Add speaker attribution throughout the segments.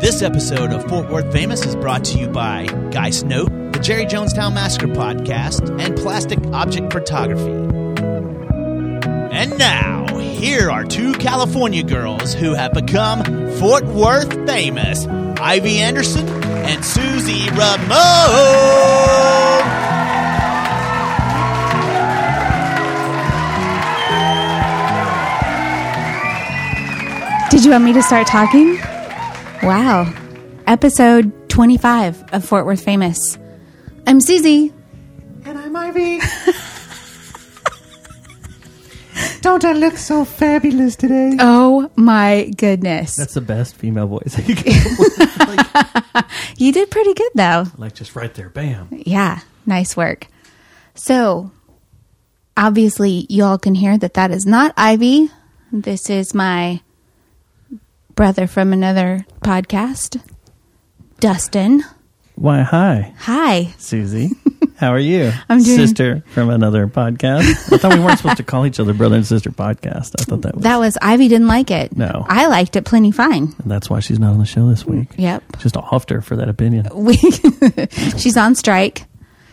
Speaker 1: This episode of Fort Worth Famous is brought to you by Guy Snow, the Jerry Jonestown Massacre Podcast, and Plastic Object Photography. And now, here are two California girls who have become Fort Worth famous Ivy Anderson and Susie Ramone.
Speaker 2: Did you want me to start talking? Wow. Episode 25 of Fort Worth Famous. I'm Susie.
Speaker 3: And I'm Ivy. Don't I look so fabulous today?
Speaker 2: Oh my goodness.
Speaker 4: That's the best female voice. I can-
Speaker 2: You did pretty good though.
Speaker 4: like just right there, bam.
Speaker 2: Yeah, nice work. So, obviously, you all can hear that that is not Ivy. This is my brother from another podcast, Dustin.
Speaker 4: Why, hi,
Speaker 2: Hi.
Speaker 4: Susie. How are you?
Speaker 2: I'm doing-
Speaker 4: sister from another podcast. I thought we weren't supposed to call each other brother and sister podcast. I thought that was
Speaker 2: That was Ivy didn't like it.
Speaker 4: No.
Speaker 2: I liked it plenty fine.
Speaker 4: and that's why she's not on the show this week.
Speaker 2: Yep.
Speaker 4: Just offed her for that opinion.
Speaker 2: we she's on strike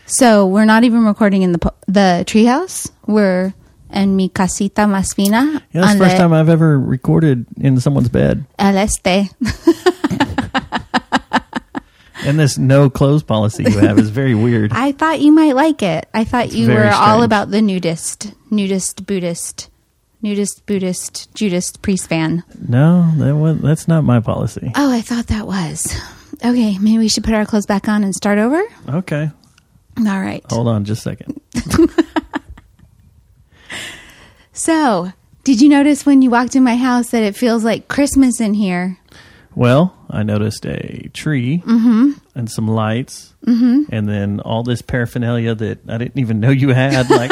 Speaker 2: so we're not even recording in the po- the treehouse we're in mi casita más fina
Speaker 4: Yeah, that's
Speaker 2: on
Speaker 4: the first
Speaker 2: the
Speaker 4: time I've ever recorded in someone's bed.
Speaker 2: el este
Speaker 4: And this no clothes policy you have is very weird.
Speaker 2: i thought you might like it i thought you were
Speaker 4: very
Speaker 2: all
Speaker 4: strange.
Speaker 2: about the nudist nudist buddhist nudist buddhist judas priest fan
Speaker 4: No, that was, that's not my policy.
Speaker 2: oh i thought that was okay maybe we should put our clothes back on and start over
Speaker 4: Okay.
Speaker 2: all right
Speaker 4: Hold on just a second.
Speaker 2: so did you notice when you walked in my house that it feels like christmas in here
Speaker 4: Well, I noticed a tree
Speaker 2: Mm-hmm.
Speaker 4: and some lights, mm-hmm. and then all this paraphernalia that I didn't even know you had. Like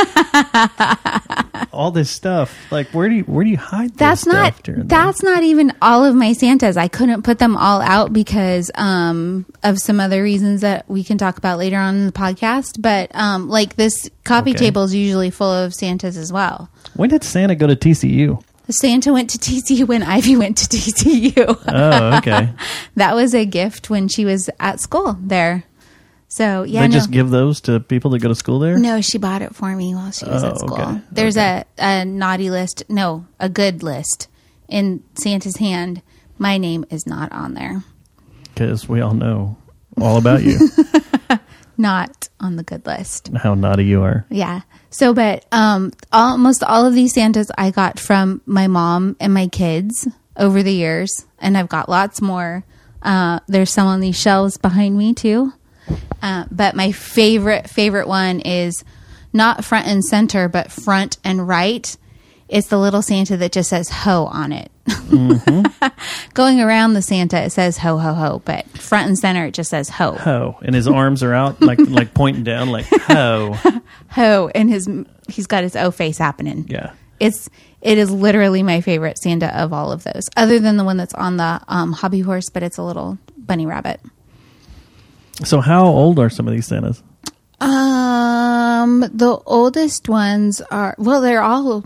Speaker 4: all this stuff. Like where do you where do you hide?
Speaker 2: that's
Speaker 4: this
Speaker 2: not
Speaker 4: Stuff during the-
Speaker 2: that's not even all of my santas i couldn't put them all out because um of some other reasons that we can talk about later on in the podcast but um like this coffee
Speaker 4: Okay.
Speaker 2: table is usually full of santas as well
Speaker 4: when did Santa go to TCU?
Speaker 2: santa went to tcu when ivy went to tcu
Speaker 4: Oh, okay.
Speaker 2: that was a gift when she was at school there so yeah
Speaker 4: they
Speaker 2: no.
Speaker 4: just give those to people that go to school there.
Speaker 2: No, she bought it for me while she was at
Speaker 4: Oh,
Speaker 2: school.
Speaker 4: okay.
Speaker 2: There's a, a naughty list, no, a good list in Santa's hand. My name is not on there.
Speaker 4: because we all know all about you,
Speaker 2: Not on the good list.
Speaker 4: and how naughty you are.
Speaker 2: Yeah. So, but um, almost all of these Santas I got from my mom and my kids over the years, and I've got lots more. Uh, there's some on these shelves behind me too. Uh, but my favorite favorite one is not front and center, but front and right. It's the little Santa that just says "ho" on it. Going around the Santa, it says "ho ho ho," but front and center, it just says "ho."
Speaker 4: Ho, and his arms are out like like pointing down, like ho.
Speaker 2: ho and his he's got his O face happening.
Speaker 4: Yeah.
Speaker 2: It's it is literally my favorite Santa of all of those, other than the one that's on the um, hobby horse, but it's a little bunny rabbit.
Speaker 4: So how old are some of these Santas?
Speaker 2: Um, the oldest ones are well, they're all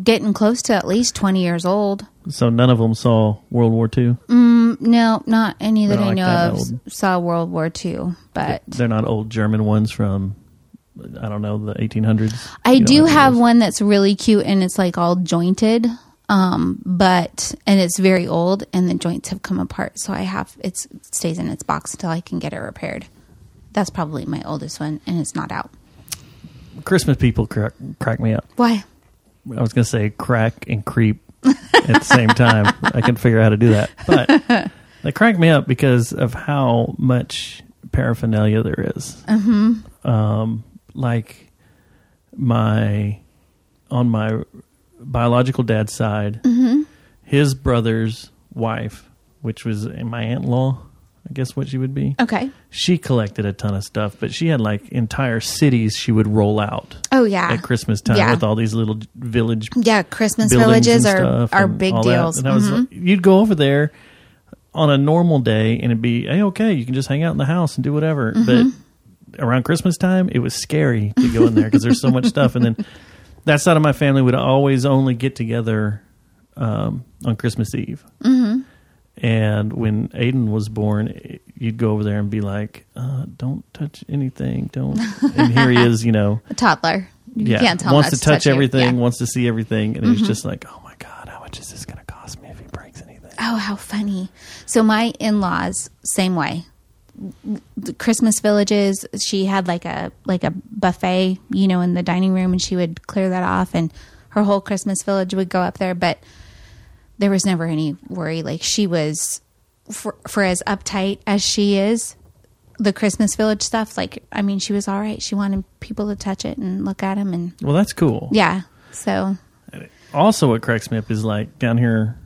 Speaker 2: getting close to at least twenty years old.
Speaker 4: So none of them saw World War II.
Speaker 2: No, not any that
Speaker 4: They're
Speaker 2: I
Speaker 4: like
Speaker 2: know
Speaker 4: that
Speaker 2: of
Speaker 4: old.
Speaker 2: saw World War II, but
Speaker 4: They're not old German ones from I don't know the 1800s.
Speaker 2: I
Speaker 4: You know,
Speaker 2: do
Speaker 4: like
Speaker 2: have
Speaker 4: those.
Speaker 2: one that's really cute and it's like all jointed. Um, but and it's very old and the joints have come apart, so I have it's it stays in its box until I can get it repaired. That's probably my oldest one and it's not out.
Speaker 4: Christmas people crack, crack me up.
Speaker 2: Why?
Speaker 4: I was going to say crack and creep at the same time. I can figure out how to do that, but they crack me up because of how much paraphernalia there is. Mm-hmm. Um, like my on my biological dad's side,
Speaker 2: Mm-hmm.
Speaker 4: his brother's wife, which was my aunt in law, I guess what she would be.
Speaker 2: Okay.
Speaker 4: She collected a ton of stuff, but she had like entire cities she would roll out
Speaker 2: Oh yeah.
Speaker 4: at Christmas time
Speaker 2: Yeah.
Speaker 4: with all these little village
Speaker 2: Yeah, Christmas
Speaker 4: buildings
Speaker 2: villages
Speaker 4: and
Speaker 2: are
Speaker 4: stuff
Speaker 2: are
Speaker 4: and
Speaker 2: big
Speaker 4: all that.
Speaker 2: deals. Mm-hmm.
Speaker 4: And I was like- you'd go over there on a normal day and it'd be hey, okay, you can just hang out in the house and do whatever.
Speaker 2: Mm-hmm.
Speaker 4: But around Christmas time, it was scary to go in there because there's so much stuff. And then that side of my family would always only get together um, on Christmas Eve. Mm-hmm. And when Aiden was born, it- you'd go over there and be like, uh, "Don't touch anything, don't." And here he is, you know,
Speaker 2: A toddler. You
Speaker 4: yeah,
Speaker 2: can't tell
Speaker 4: wants
Speaker 2: him not
Speaker 4: to touch
Speaker 2: you.
Speaker 4: everything,
Speaker 2: Yeah. Mm-hmm.
Speaker 4: wants to see everything, and he's just like, "Oh my god, how much is this going to cost me if he breaks anything?"
Speaker 2: Oh, how funny. So my in-laws, same way. The Christmas villages, she had like a like a buffet, you know, in the dining room and she would clear that off and her whole Christmas village would go up there, but there was never any worry. Like she was for, for as uptight as she is, the Christmas village stuff, like I mean, she was all right. She wanted people to touch it and look at him and
Speaker 4: Well, that's cool.
Speaker 2: yeah. So,
Speaker 4: also what cracks me up is like down here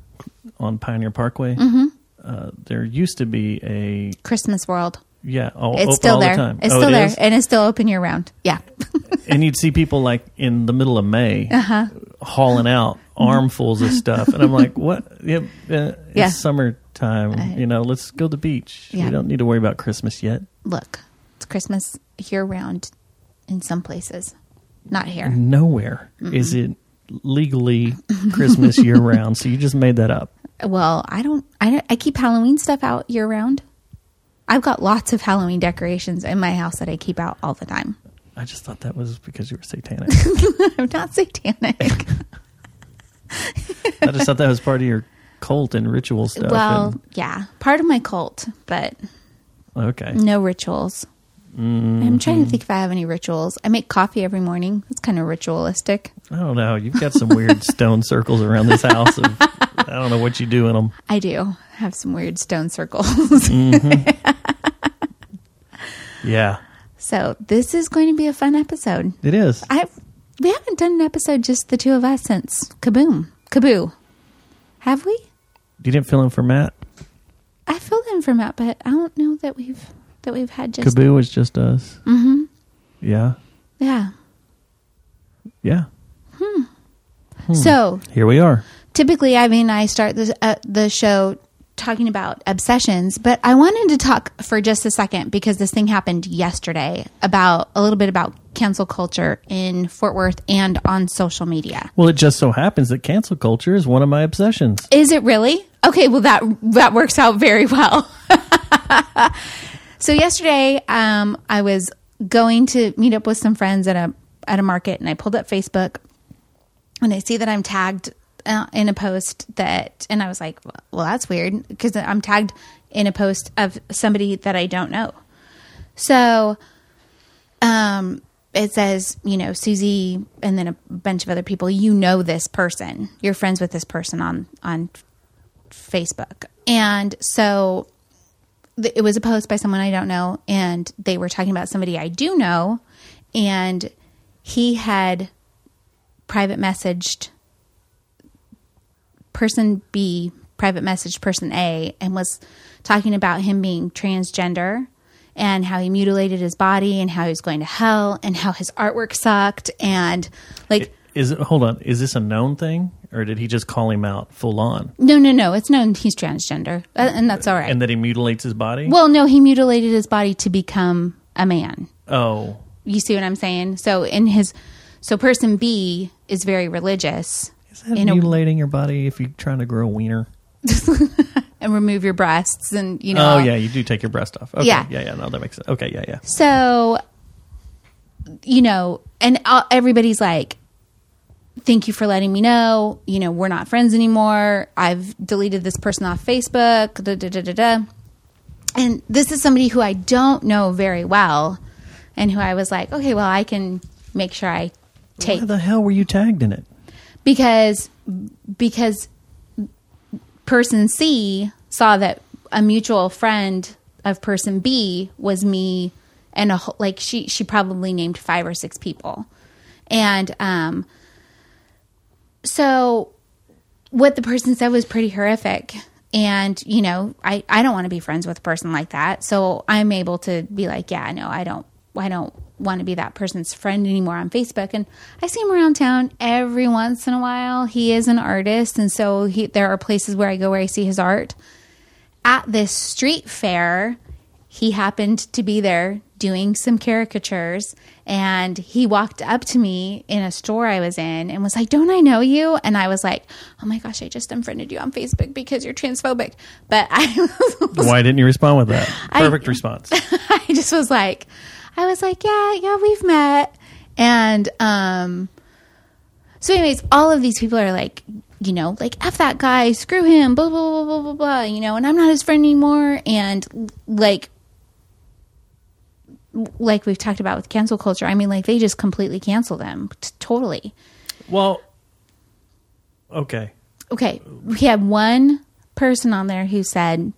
Speaker 4: on Pioneer Parkway.
Speaker 2: Mm-hmm.
Speaker 4: Uh, there used to be a
Speaker 2: Christmas world.
Speaker 4: yeah, oh,
Speaker 2: It's
Speaker 4: open
Speaker 2: still
Speaker 4: all
Speaker 2: there.
Speaker 4: the time.
Speaker 2: It's
Speaker 4: Oh,
Speaker 2: still
Speaker 4: it
Speaker 2: there.
Speaker 4: is?
Speaker 2: And it's still open year round. Yeah.
Speaker 4: and you'd see people like in the middle of May
Speaker 2: Uh-huh.
Speaker 4: hauling out armfuls of stuff, and I'm like, what? Yep, uh, it's
Speaker 2: Mm-hmm. Yeah.
Speaker 4: summertime.
Speaker 2: I-
Speaker 4: you know, let's go to the beach.
Speaker 2: Yeah.
Speaker 4: We don't need to worry about Christmas yet.
Speaker 2: Look, it's Christmas year round in some places, not here.
Speaker 4: Nowhere is it legally Christmas year round. So you just made that up.
Speaker 2: Well, I don't, I don't, I keep Halloween stuff out year round. I've got lots of Halloween decorations in my house that I keep out all the time.
Speaker 4: I just thought that was because you were satanic.
Speaker 2: I'm not satanic.
Speaker 4: I just thought that was part of your cult and ritual stuff.
Speaker 2: well, yeah, part of my cult, but
Speaker 4: and- okay.
Speaker 2: no rituals. I'm trying to think if I have any rituals. I make coffee every morning. It's kind of ritualistic.
Speaker 4: I don't know. You've got some weird stone circles around this house. Of, I don't know what you do in them.
Speaker 2: I do have some weird stone circles.
Speaker 4: Yeah,
Speaker 2: so this is going to be a fun episode.
Speaker 4: it is.
Speaker 2: I we haven't done an episode just the two of us since Kaboom Kaboo. Have we?
Speaker 4: You didn't fill in for Matt.
Speaker 2: I filled in for Matt, but I don't know that we've that we've had just
Speaker 4: Kaboo was just us. Mm-hmm. Yeah,
Speaker 2: yeah.
Speaker 4: yeah.
Speaker 2: So
Speaker 4: Here we are.
Speaker 2: typically, I mean, I start the uh, the show talking about obsessions, but I wanted to talk for just a second because this thing happened yesterday about a little bit about cancel culture in Fort Worth and on social media.
Speaker 4: Well, it just so happens that cancel culture is one of my obsessions.
Speaker 2: Is it really? Okay, well that that works out very well. so yesterday, um, I was going to meet up with some friends at a at a market, and I pulled up Facebook, and I see that I'm tagged uh, in a post that, and I was like, well, that's weird because I'm tagged in a post of somebody that I don't know. So um, it says, you know, Susie, and then a bunch of other people. You know this person. You're friends with this person on on Facebook, and so th- it was a post by someone I don't know, and they were talking about somebody I do know, and he had private messaged person B private messaged person A and was talking about him being transgender and how he mutilated his body and how he was going to hell and how his artwork sucked and like
Speaker 4: Is it? Hold on. Is this a known thing, or did he just call him out full on,
Speaker 2: no no no it's known he's transgender uh, and that's all right.
Speaker 4: and that he mutilates his body?
Speaker 2: well no he mutilated his body to become a man.
Speaker 4: oh,
Speaker 2: You see what I'm saying? So in his so person B is very religious
Speaker 4: is that
Speaker 2: In a-
Speaker 4: mutilating your body if you're trying to grow a wiener?
Speaker 2: and remove your breasts and you know
Speaker 4: Oh yeah, you do take your breast off. Okay.
Speaker 2: Uh, Yeah.
Speaker 4: yeah, yeah. No, that makes sense. Okay, yeah, yeah.
Speaker 2: So, you know, and uh, everybody's like, thank you for letting me know. You know, we're not friends anymore. I've deleted this person off Facebook. Da, da, da, da, da. And this is somebody who I don't know very well and who I was like, okay, well, I can make sure I take
Speaker 4: How the hell were you tagged in it?
Speaker 2: because because person C saw that a mutual friend of person B was me and a whole, like she she probably named five or six people. And um so what the person said was pretty horrific and you know i i don't want to be friends with a person like that so i'm able to be like yeah no i don't i don't want to be that person's friend anymore on facebook and i see him around town every once in a while he is an artist and so he, there are places where i go where i see his art at this street fair he happened to be there doing some caricatures and he walked up to me in a store I was in and was like, Don't I know you? And I was like, Oh my gosh, I just unfriended you on Facebook because you're transphobic. But I was
Speaker 4: Why didn't you respond with that?
Speaker 2: I-
Speaker 4: Perfect response.
Speaker 2: I just was like, I was like, yeah, yeah, we've met. And um, so, anyways, all of these people are like, you know, like, F that guy, screw him, blah, blah, blah, blah, blah, blah, you know, and I'm not his friend anymore. And like, like we've talked about with cancel culture, I mean, like, they just completely cancel them t- totally.
Speaker 4: Well, okay.
Speaker 2: Okay, we had one person on there who said,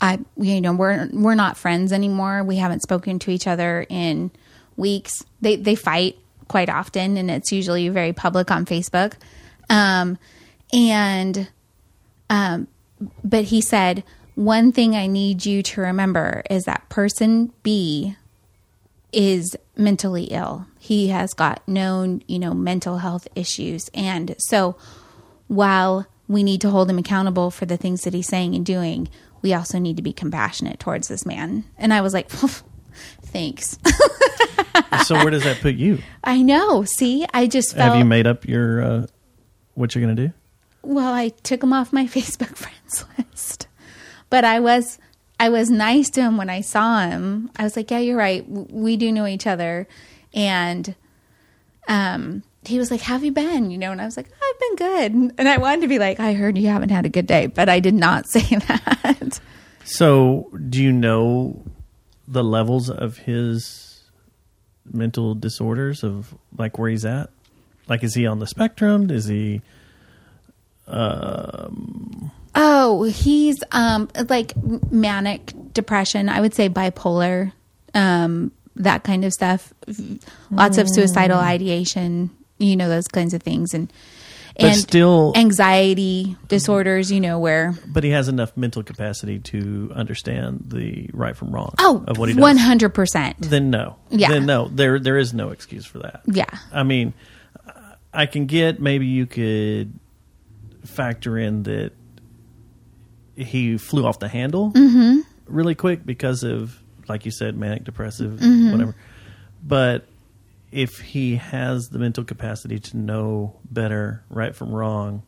Speaker 2: "I, you know, we're we're not friends anymore. We haven't spoken to each other in weeks. They they fight quite often, and it's usually very public on Facebook." Um, and um, but he said, One thing I need you to remember is that person B is mentally ill. He has got known, you know, mental health issues. And so while we need to hold him accountable for the things that he's saying and doing, we also need to be compassionate towards this man. And I was like, thanks.
Speaker 4: So where does that put you?
Speaker 2: I know. See, I just felt.
Speaker 4: Have you made up your uh, what you're going to do?
Speaker 2: well i took him off my facebook friends list but i was i was nice to him when i saw him i was like yeah you're right W- we do know each other and um he was like have you been you know and i was like i've been good and i wanted to be like i heard you haven't had a good day but i did not say that
Speaker 4: So, do you know the levels of his mental disorders of like where he's at? Like, is he on the spectrum? Is he?
Speaker 2: oh he's um like manic depression i would say bipolar um that kind of stuff lots of suicidal
Speaker 4: Mm.
Speaker 2: ideation you know those kinds of things and
Speaker 4: But still,
Speaker 2: anxiety disorders, you know, where
Speaker 4: but he has enough mental capacity to understand the right from wrong.
Speaker 2: oh,
Speaker 4: of what he does.
Speaker 2: 100%.
Speaker 4: Then no.
Speaker 2: Yeah.
Speaker 4: Then no. There, there is no excuse for that.
Speaker 2: Yeah.
Speaker 4: I mean, I can get maybe you could factor in that he flew off the handle
Speaker 2: Mm-hmm.
Speaker 4: really quick because of, like you said, manic depressive,
Speaker 2: Mm-hmm.
Speaker 4: whatever. But if he has the mental capacity to know better right from wrong,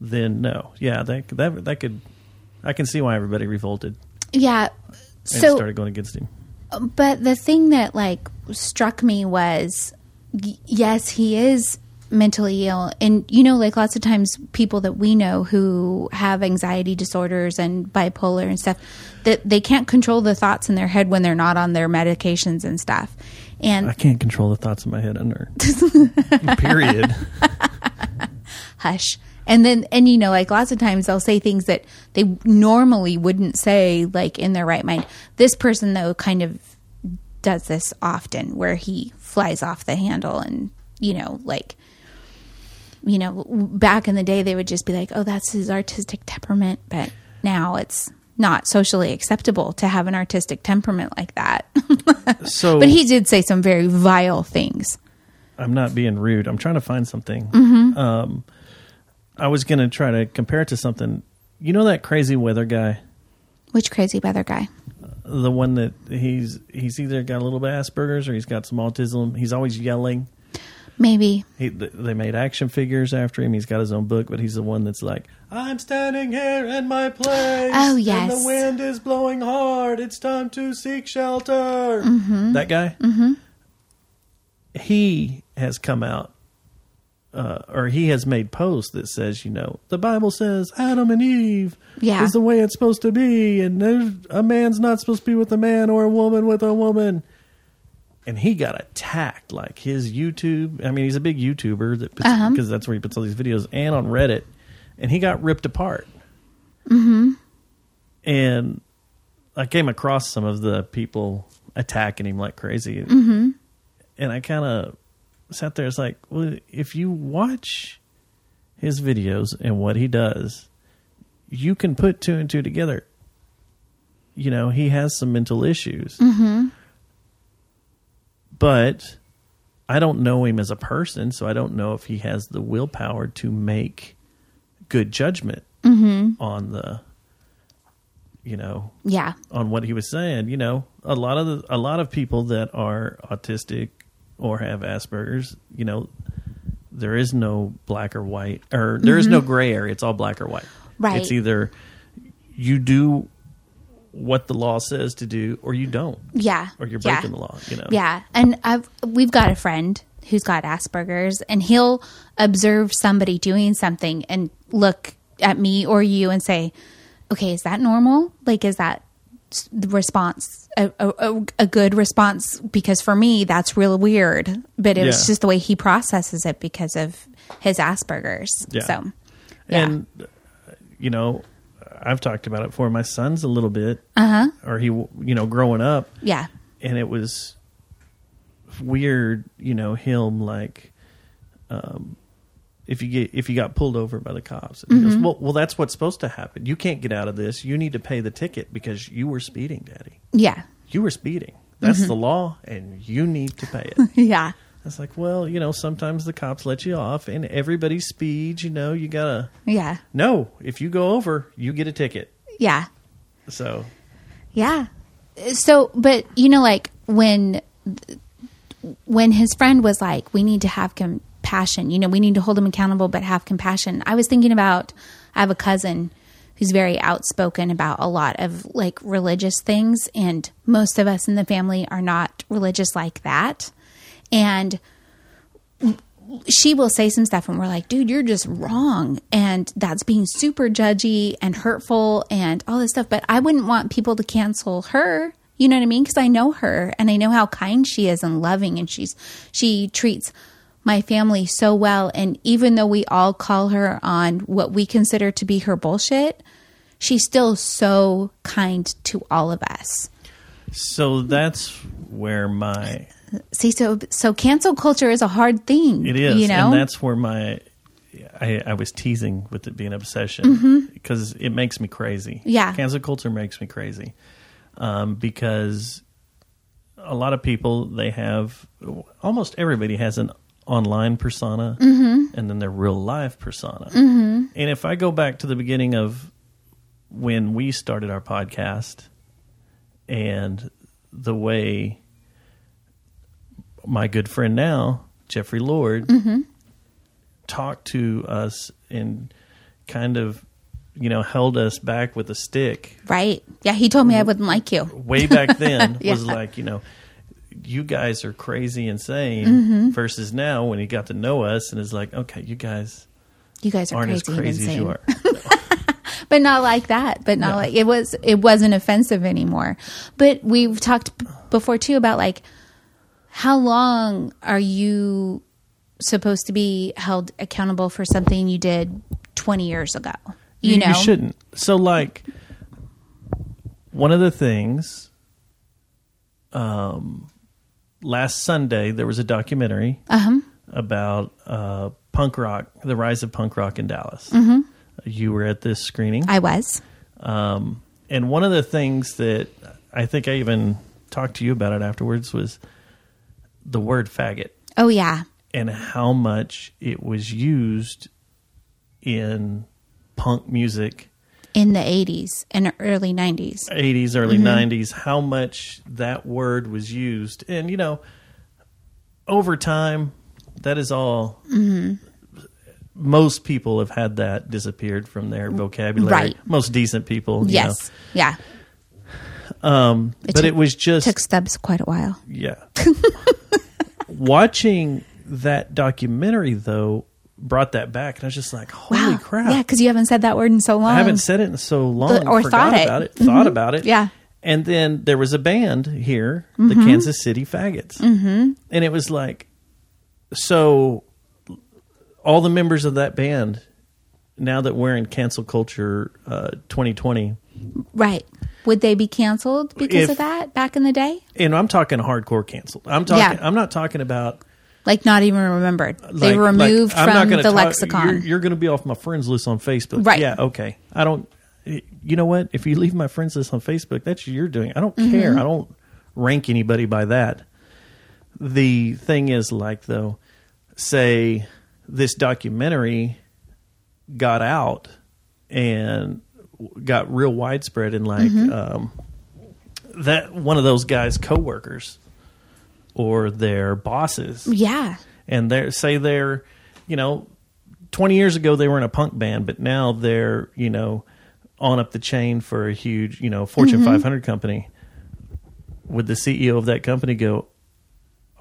Speaker 4: then no, yeah, that that that could, I can see why everybody revolted
Speaker 2: Yeah.
Speaker 4: and
Speaker 2: So
Speaker 4: started going against him.
Speaker 2: but the thing that like struck me was y- yes he is mentally ill and you know like lots of times people that we know who have anxiety disorders and bipolar and stuff that they can't control the thoughts in their head when they're not on their medications and stuff
Speaker 4: I
Speaker 2: and
Speaker 4: can't control the thoughts in my head under. Period.
Speaker 2: hush and then and you know like lots of times they'll say things that they normally wouldn't say like in their right mind this person though kind of does this often where he flies off the handle and you know like you know back in the day they would just be like oh that's his artistic temperament but now it's not socially acceptable to have an artistic temperament like that
Speaker 4: So
Speaker 2: but he did say some very vile things
Speaker 4: I'm not being rude. I'm trying to find something.
Speaker 2: Mm-hmm.
Speaker 4: Um, I was going to try to compare it to something. You know that crazy weather guy,
Speaker 2: which crazy weather guy
Speaker 4: the one that he's he's either got a little bit of Asperger's or he's got some autism. He's always yelling.
Speaker 2: maybe
Speaker 4: He, th- they made action figures after him. He's got his own book, but he's the one that's like, "I'm standing here in my place.
Speaker 2: Oh,
Speaker 4: and
Speaker 2: yes.
Speaker 4: the wind is blowing hard. It's time to seek shelter." Mm-hmm. That guy. Mm-hmm. He has come out, uh, or he has made posts that says, you know, the Bible says Adam and Eve
Speaker 2: Yeah.
Speaker 4: is the way it's supposed to be, and there's- a man's not supposed to be with a man or a woman with a woman and he got attacked. Like his YouTube, I mean, he's a big YouTuber that because that's where he puts all these videos, and on Reddit, and he got ripped apart. Mm-hmm. And I came across some of the people attacking him like crazy, mm-hmm. and I kind of sat there. It's like, well, if you watch his videos and what he does, you can put two and two together. You know, he has some mental issues but I don't know him as a person, so I don't know if he has the willpower to make good judgment on the you know,
Speaker 2: Yeah.
Speaker 4: on what he was saying. You know, a lot of the, a lot of people that are autistic or have Asperger's, you know, there is no black or white, or there is no gray area. It's all black or white.
Speaker 2: Mm-hmm. Right.
Speaker 4: It's either you do what the law says to do, or you don't,
Speaker 2: Yeah.
Speaker 4: or you're
Speaker 2: Yeah.
Speaker 4: breaking the law. You know.
Speaker 2: Yeah, and I've we've got a friend who's got Asperger's, and he'll observe somebody doing something and look at me or you and say, "Okay, is that normal? Like, is that s- the response a, a, a- a good response? Because for me, that's real weird, but it was
Speaker 4: Yeah.
Speaker 2: just the way he processes it because of his Asperger's.
Speaker 4: Yeah.
Speaker 2: So, yeah,
Speaker 4: And uh, you know, I've talked about it before. My son's a little bit,
Speaker 2: Uh-huh.
Speaker 4: or he, w- you know, growing up,
Speaker 2: yeah,
Speaker 4: and it was weird, you know, him like, um, if you get if you got pulled over by the cops, and he
Speaker 2: Mm-hmm.
Speaker 4: goes, well, well, that's what's supposed to happen. You can't get out of this. You need to pay the ticket because you were speeding, Daddy.
Speaker 2: yeah,
Speaker 4: You were speeding. That's
Speaker 2: Mm-hmm.
Speaker 4: the law, and you need to pay it.
Speaker 2: yeah,
Speaker 4: It's like, well, you know, sometimes the cops let you off, and everybody speeds. You know, you gotta.
Speaker 2: yeah,
Speaker 4: No, if you go over, you get a ticket.
Speaker 2: yeah.
Speaker 4: So
Speaker 2: Yeah. So, but you know, like when when his friend was like, "We need to have compassion," you know, we need to hold him accountable, but have compassion. I was thinking about I have a cousin who's very outspoken about a lot of like religious things, and most of us in the family are not religious like that, and she will say some stuff and we're like, dude, you're just wrong. And that's being super judgy and hurtful and all this stuff. But I wouldn't want people to cancel her. You know what I mean? Because I know her and I know how kind she is and loving. And she's, she treats my family so well. And even though we all call her on what we consider to be her bullshit, she's still so kind to all of us.
Speaker 4: so that's where my
Speaker 2: See, so, so cancel culture is a hard thing.
Speaker 4: it is,
Speaker 2: you know?
Speaker 4: and that's where my I, I was teasing with it being obsession because it makes me crazy.
Speaker 2: Yeah.
Speaker 4: cancel culture makes me crazy um, because a lot of people they have almost everybody has an online persona and then their real life persona. Mm-hmm. And if I go back to the beginning of when we started our podcast and the way my good friend now, Jeffrey Lord, talked to us and kind of, you know, held us back with a stick
Speaker 2: right. Yeah. He told me
Speaker 4: Mm-hmm.
Speaker 2: I wouldn't like you.
Speaker 4: way back then
Speaker 2: Yeah.
Speaker 4: was like, you know, you guys are crazy insane
Speaker 2: Mm-hmm.
Speaker 4: versus now when he got to know us and is like, okay, you guys
Speaker 2: You guys are
Speaker 4: aren't
Speaker 2: crazy,
Speaker 4: as crazy
Speaker 2: and
Speaker 4: as
Speaker 2: insane.
Speaker 4: you are.
Speaker 2: But not like that. But not
Speaker 4: No.
Speaker 2: like it was it wasn't offensive anymore. But we've talked b- before too about like how long are you supposed to be held accountable for something you did 20 years ago? You, know.
Speaker 4: you shouldn't. So like one of the things um last Sunday there was a documentary
Speaker 2: Uh-huh.
Speaker 4: about uh punk rock, the rise of punk rock in Dallas. Mm-hmm. You were at this screening.
Speaker 2: I was.
Speaker 4: Um, and one of the things that I think I even talked to you about it afterwards was the word faggot
Speaker 2: Oh yeah.
Speaker 4: and how much it was used in punk music,
Speaker 2: In the 80s and early 90s.
Speaker 4: 80s, early
Speaker 2: Mm-hmm.
Speaker 4: 90s, how much that word was used. And, you know, over time, that is all.
Speaker 2: Mm-hmm.
Speaker 4: Most people have had that disappeared from their vocabulary.
Speaker 2: Right.
Speaker 4: Most decent people. you know.
Speaker 2: Yes. Yeah. Um
Speaker 4: But it was just.
Speaker 2: took Stubbs quite a while.
Speaker 4: Yeah. Watching that documentary though brought that back, and I was just like, "Holy
Speaker 2: Wow.
Speaker 4: crap!"
Speaker 2: Yeah, cuz you haven't said that word in so long.
Speaker 4: I haven't said it in so long,
Speaker 2: Um, or
Speaker 4: forgot
Speaker 2: thought it. Mm-hmm.
Speaker 4: about it, thought about it.
Speaker 2: Yeah. Mm-hmm.
Speaker 4: And then there was a band here, the Kansas City Faggots, mm-hmm. and it was like, so all the members of that band. Now that we're in cancel culture, uh, 2020,
Speaker 2: Right. Would they be canceled because
Speaker 4: If-
Speaker 2: of that back in the day?
Speaker 4: and I'm talking hardcore canceled. I'm talking. I'm not talking about
Speaker 2: Like not even remembered. they
Speaker 4: Like-
Speaker 2: were removed
Speaker 4: like, I'm not
Speaker 2: from
Speaker 4: gonna
Speaker 2: the
Speaker 4: talk-
Speaker 2: lexicon.
Speaker 4: You're, you're going to be off my friends list on Facebook,
Speaker 2: Right.
Speaker 4: Yeah, okay. I don't. You know what? If you leave my friends list on Facebook, that's your doing. I don't
Speaker 2: Mm-hmm.
Speaker 4: care. I don't rank anybody by that. The thing is, like though, say this documentary got out and got real widespread in like
Speaker 2: Mm-hmm.
Speaker 4: um, that one of those guys' coworkers or their bosses,
Speaker 2: Yeah.
Speaker 4: and they're say they're you know twenty years ago they were in a punk band, but now they're you know on up the chain for a huge you know Fortune
Speaker 2: Mm-hmm.
Speaker 4: 500 company. Would the CEO of that company go,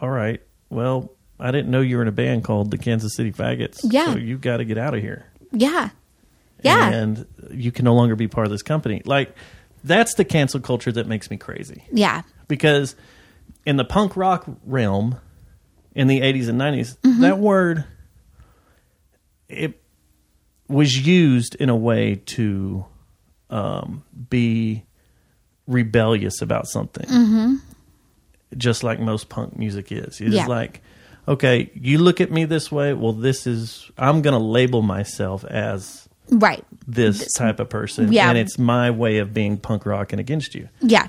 Speaker 4: all right, well, I didn't know you were in a band called the Kansas City Faggots.
Speaker 2: Yeah.
Speaker 4: So you got to get out of here.
Speaker 2: Yeah. Yeah.
Speaker 4: And you can no longer be part of this company. Like, that's the cancel culture that makes me crazy.
Speaker 2: yeah.
Speaker 4: Because in the punk rock realm in the 80s and 90s,
Speaker 2: Mm-hmm.
Speaker 4: that word, it was used in a way to um, be rebellious about something. Just like most punk music is. It's
Speaker 2: Mm-hmm. Yeah.
Speaker 4: like, okay, you look at me this way. Well, this is, I'm going to label myself as
Speaker 2: Right.
Speaker 4: this, type of person.
Speaker 2: Yeah.
Speaker 4: And it's my way of being punk rock and against you.
Speaker 2: Yeah.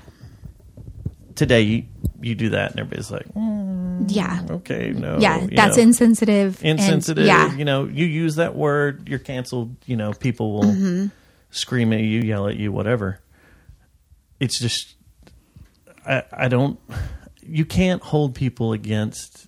Speaker 4: Today, you, you do that, and everybody's like, "Mm,
Speaker 2: Yeah.
Speaker 4: okay, no.
Speaker 2: yeah.
Speaker 4: you
Speaker 2: That's
Speaker 4: know,
Speaker 2: insensitive. and-
Speaker 4: insensitive.
Speaker 2: yeah.
Speaker 4: You know, you use that word, you're canceled. You know, people will
Speaker 2: Mm-hmm.
Speaker 4: scream at you, yell at you, whatever. It's just, I, I don't, you can't hold people against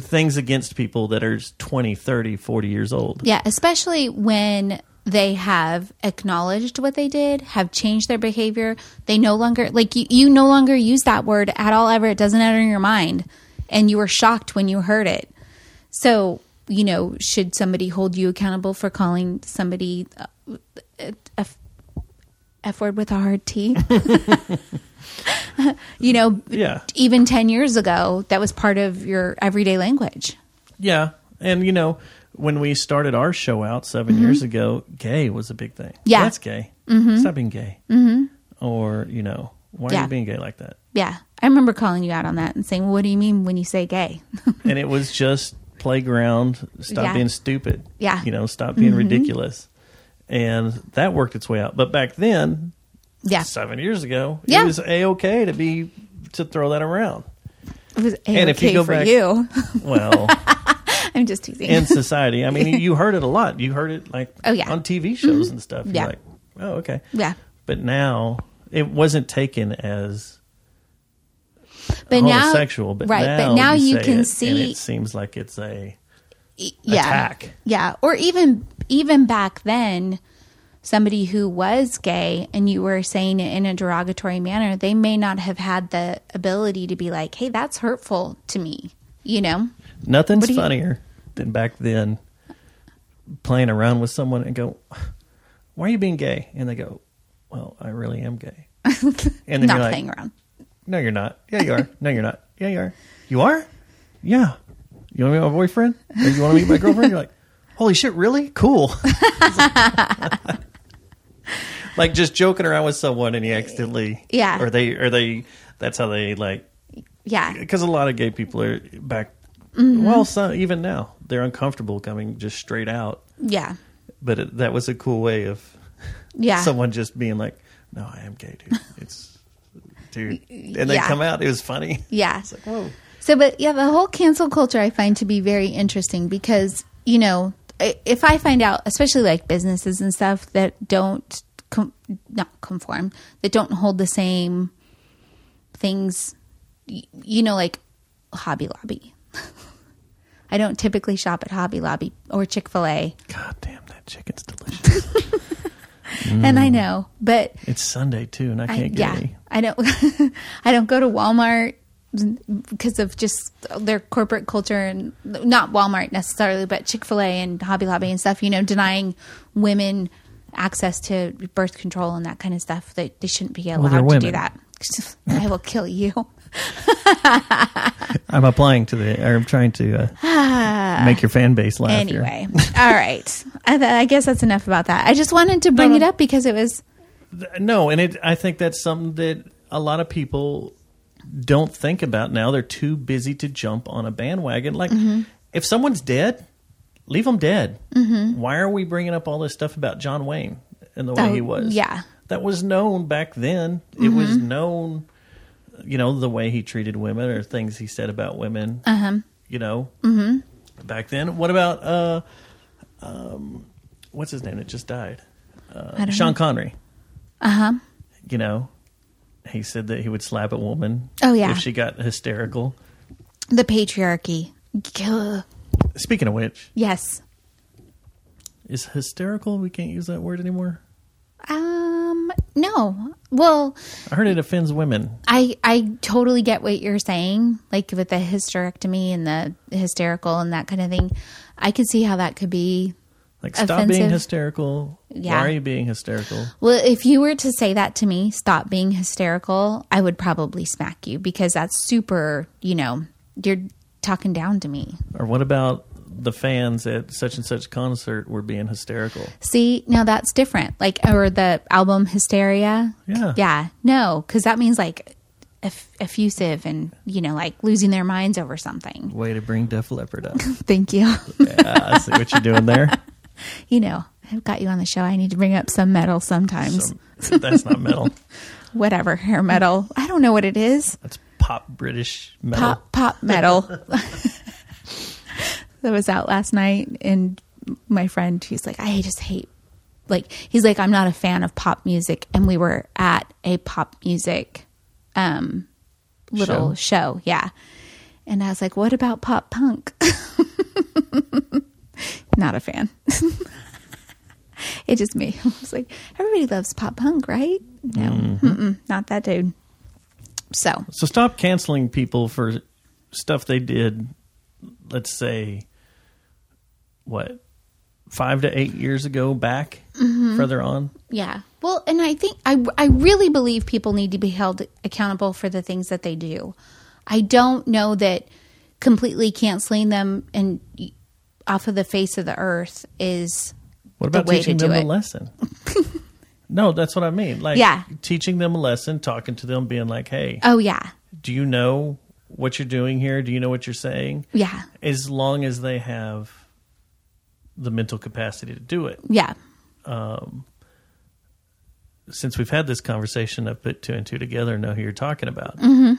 Speaker 4: things against people that are 20, 30, 40 years old.
Speaker 2: Yeah, especially when they have acknowledged what they did, have changed their behavior. They no longer like you, you no longer use that word at all ever. It doesn't enter your mind. And you were shocked when you heard it. So, you know, should somebody hold you accountable for calling somebody uh, a- a f- F word with a hard T? you know,
Speaker 4: Yeah.
Speaker 2: even 10 years ago, that was part of your everyday language.
Speaker 4: Yeah. And, you know, when we started our show out 7 years ago, gay was a big thing.
Speaker 2: Mm-hmm. Yeah.
Speaker 4: That's gay. Stop being gay. Mm-hmm. Or, you know, why are
Speaker 2: Yeah.
Speaker 4: you being gay like that?
Speaker 2: Yeah. I remember calling you out on that and saying, well, What do you mean when you say gay?
Speaker 4: and it was just playground. Stop
Speaker 2: Yeah.
Speaker 4: being stupid.
Speaker 2: Yeah. Mm-hmm.
Speaker 4: you know, stop being ridiculous. And that worked its way out. But back then,
Speaker 2: yeah.
Speaker 4: seven years ago,
Speaker 2: Yeah.
Speaker 4: it was a okay to be to throw that around.
Speaker 2: It was
Speaker 4: And if you
Speaker 2: okay
Speaker 4: go
Speaker 2: for
Speaker 4: back-
Speaker 2: you.
Speaker 4: Well,
Speaker 2: I'm just teasing.
Speaker 4: in society, I mean, you heard it a lot. You heard it like
Speaker 2: Oh, yeah.
Speaker 4: on TV shows and stuff. You're
Speaker 2: Yeah.
Speaker 4: like, oh okay,
Speaker 2: yeah.
Speaker 4: But now it wasn't taken as
Speaker 2: But now,
Speaker 4: homosexual. but
Speaker 2: right.
Speaker 4: now
Speaker 2: but now you,
Speaker 4: say it,
Speaker 2: can
Speaker 4: and
Speaker 2: see.
Speaker 4: it seems like it's a
Speaker 2: yeah.
Speaker 4: attack.
Speaker 2: Yeah. Or even even back then, somebody who was gay and you were saying it in a derogatory manner, they may not have had the ability to be like, hey, that's hurtful to me. You know?
Speaker 4: Nothing's
Speaker 2: do you-
Speaker 4: funnier than back then playing around with someone and go, "Why are you being gay?" And they go, "Well, I really am gay." And then
Speaker 2: not
Speaker 4: you're like,
Speaker 2: playing around.
Speaker 4: "No, you're not. Yeah, you are. No, you're not. Yeah, you are. You are. Yeah. You want to meet my boyfriend? Or you want to meet my girlfriend?" You're like, "Holy shit, really? Cool." like just joking around with someone and you accidentally,
Speaker 2: Yeah.
Speaker 4: or they, or they. That's how they like
Speaker 2: Yeah.
Speaker 4: because a lot of gay people are back.
Speaker 2: Mm-hmm.
Speaker 4: Well, some, even now they're uncomfortable coming just straight out.
Speaker 2: Yeah.
Speaker 4: But it, that was a cool way of
Speaker 2: Yeah.
Speaker 4: someone just being like, "No, I am gay, dude. It's dude," and they
Speaker 2: Yeah.
Speaker 4: come out. It was funny.
Speaker 2: Yeah.
Speaker 4: It's like, whoa,
Speaker 2: So, but yeah, the whole cancel culture I find to be very interesting because, you know, i- if I find out, especially like businesses and stuff that don't, com- not conform, that don't hold the same things, y- you know, like Hobby Lobby. I don't typically shop at Hobby Lobby or Chick fil A.
Speaker 4: god damn, that chicken's delicious.
Speaker 2: And I know, but
Speaker 4: it's Sunday too, and I
Speaker 2: I,
Speaker 4: can't get
Speaker 2: yeah,
Speaker 4: any.
Speaker 2: I don't. I don't go to Walmart because of just their corporate culture and not Walmart necessarily, but Chick Fil A and Hobby Lobby and stuff. You know, denying women access to birth control and that kind of stuff. They they shouldn't be
Speaker 4: they're
Speaker 2: allowed to do
Speaker 4: women.
Speaker 2: that. I will kill you.
Speaker 4: I'm applying to the. Or I'm trying to uh, make your fan base laugh. here.
Speaker 2: Anyway, all right. I, th- I guess that's enough about that. I just wanted to bring
Speaker 4: no.
Speaker 2: it up because it was
Speaker 4: no, and it, I think that's something that a lot of people don't think about now. They're too busy to jump on a bandwagon. Like,
Speaker 2: Mm-hmm.
Speaker 4: if someone's dead, leave them dead. Why are we bringing up all this stuff about John Wayne and the way
Speaker 2: Mm-hmm. Oh,
Speaker 4: he was?
Speaker 2: yeah. Mm-hmm.
Speaker 4: that was known back then. It was known, you know, the way he treated women or things he said about women.
Speaker 2: Uh-huh.
Speaker 4: You know, mm-hmm. back then. What about uh, um, what's his name? It just died.
Speaker 2: I don't
Speaker 4: Uh, Sean
Speaker 2: know.
Speaker 4: Connery. Uh
Speaker 2: Uh-huh.
Speaker 4: huh. You know, he said that he would slap a woman.
Speaker 2: Oh, yeah.
Speaker 4: If she got hysterical.
Speaker 2: The patriarchy. Gah.
Speaker 4: Speaking of which,
Speaker 2: Yes.
Speaker 4: is hysterical? We can't use that word anymore.
Speaker 2: Um. No. Well,
Speaker 4: I heard it offends women.
Speaker 2: I I totally get what you're saying, like with the hysterectomy and the hysterical and that kind of thing. I could see how that could be.
Speaker 4: Like, stop being
Speaker 2: Offensive.
Speaker 4: hysterical.
Speaker 2: Yeah.
Speaker 4: Why are you being hysterical?
Speaker 2: Well, if you were to say that to me, stop being hysterical, I would probably smack you because that's super, you know, you're talking down to me.
Speaker 4: Or what about the fans at such and such concert were being hysterical?
Speaker 2: See, now that's different. Like, or the album Hysteria.
Speaker 4: Yeah.
Speaker 2: Yeah. No, because that means like eff- effusive and, you know, like losing their minds over something.
Speaker 4: Way to bring Def Leppard up.
Speaker 2: Thank you.
Speaker 4: yeah, I see what you're doing there.
Speaker 2: you know, I've got you on the show. I need to bring up some metal sometimes.
Speaker 4: So, that's not metal.
Speaker 2: Whatever, hair metal. I don't know what it is.
Speaker 4: That's pop British metal.
Speaker 2: Pop, pop metal. that was out last night. And my friend, he's like, I just hate, like, he's like, I'm not a fan of pop music. And we were at a pop music um, little show. Yeah. And I was like, what about pop punk? not a fan. it just me. I was like, everybody loves pop punk, right? No, Mm-mm, not that dude. So,
Speaker 4: So stop canceling people for stuff they did, let's say, what, five to eight years ago back,
Speaker 2: Mm-hmm.
Speaker 4: further on?
Speaker 2: yeah. Well, and I think I, I really believe people need to be held accountable for the things that they do. I don't know that completely canceling them and off of the face of the earth is
Speaker 4: What about
Speaker 2: the way
Speaker 4: teaching
Speaker 2: to do
Speaker 4: them a
Speaker 2: it.
Speaker 4: lesson? no, that's what I mean. Like,
Speaker 2: Yeah.
Speaker 4: teaching them a lesson, talking to them, being like, hey,
Speaker 2: Oh yeah,
Speaker 4: do you know what you're doing here? Do you know what you're saying?
Speaker 2: yeah,
Speaker 4: As long as they have the mental capacity to do it.
Speaker 2: yeah,
Speaker 4: since we've had this conversation, I've put two and two together and know who you're talking about.
Speaker 2: Mm-hmm.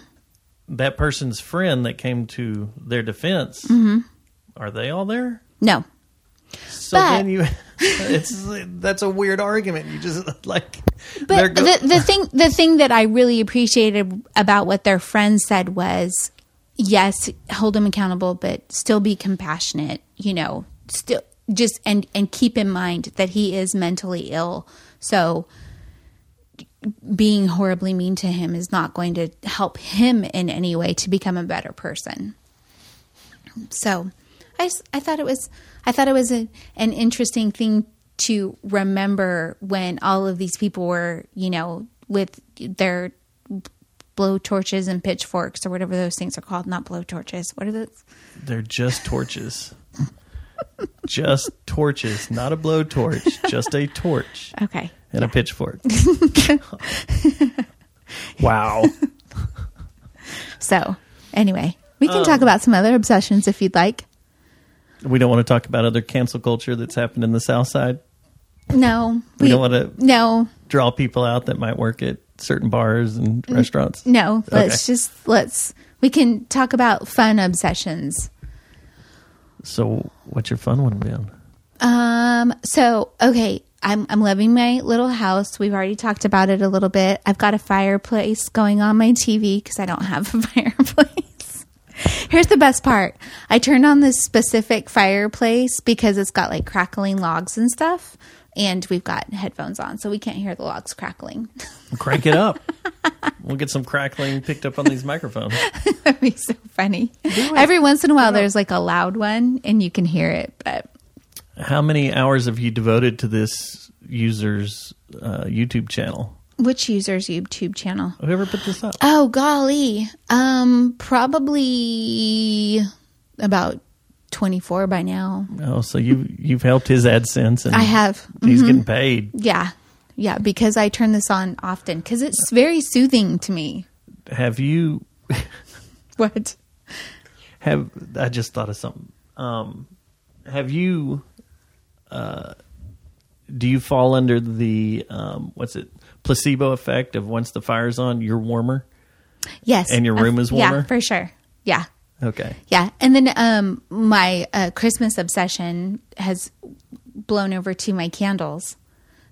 Speaker 4: That person's friend that came to their defense,
Speaker 2: Mm-hmm.
Speaker 4: are they all there?
Speaker 2: no,
Speaker 4: So
Speaker 2: But-
Speaker 4: then you, it's that's a weird argument. You just like, they're
Speaker 2: But
Speaker 4: go-
Speaker 2: the, the thing the thing that I really appreciated about what their friend said was yes, hold them accountable, but still be compassionate, you know, still just and and keep in mind that he is mentally ill. So being horribly mean to him is not going to help him in any way to become a better person. So I, s- I thought it was I thought it was a, an interesting thing to remember when all of these people were you know with their blow torches and pitchforks or whatever those things are called not blow torches what are those
Speaker 4: they're just torches, just torches, not a blowtorch, just a torch
Speaker 2: okay
Speaker 4: and a pitchfork. wow.
Speaker 2: so anyway we can
Speaker 4: Um,
Speaker 2: talk about some other obsessions if you'd like
Speaker 4: We don't want to talk about other cancel culture that's happened in the South Side.
Speaker 2: no
Speaker 4: We don't wanna-
Speaker 2: no
Speaker 4: draw people out that might work at certain bars and
Speaker 2: Mm-hmm.
Speaker 4: restaurants.
Speaker 2: No, let's
Speaker 4: Okay.
Speaker 2: just let's we can talk about fun obsessions.
Speaker 4: So, what's your fun one been?
Speaker 2: Um so okay, I'm I'm loving my little house. We've already talked about it a little bit. I've got a fireplace going on my TV cuz I don't have a fireplace. Here's the best part. I turned on this specific fireplace because it's got like crackling logs and stuff and we've got headphones on so we can't hear the logs crackling.
Speaker 4: Crank it up. we'll get some crackling picked up on these microphones.
Speaker 2: That'd be so funny. Every once in a while there's like a loud one and you can hear it, but
Speaker 4: How many hours have you devoted to this user's uh, YouTube channel?
Speaker 2: Which user's YouTube channel?
Speaker 4: Whoever put this up?
Speaker 2: Oh golly, um, probably about twenty four by now.
Speaker 4: Oh, so you you've helped his AdSense, and
Speaker 2: I have,
Speaker 4: He's getting paid.
Speaker 2: yeah, yeah, because I turn this on often because it's very soothing to me.
Speaker 4: Have you
Speaker 2: What?
Speaker 4: have I just thought of something. Um, have you? Uh, do you fall under the um, what's it placebo effect of once the fire's on, you're warmer?
Speaker 2: Yes,
Speaker 4: And your room is warmer?
Speaker 2: Yeah, for sure. Yeah,
Speaker 4: Okay,
Speaker 2: yeah, and then um, my uh, Christmas obsession has blown over to my candles.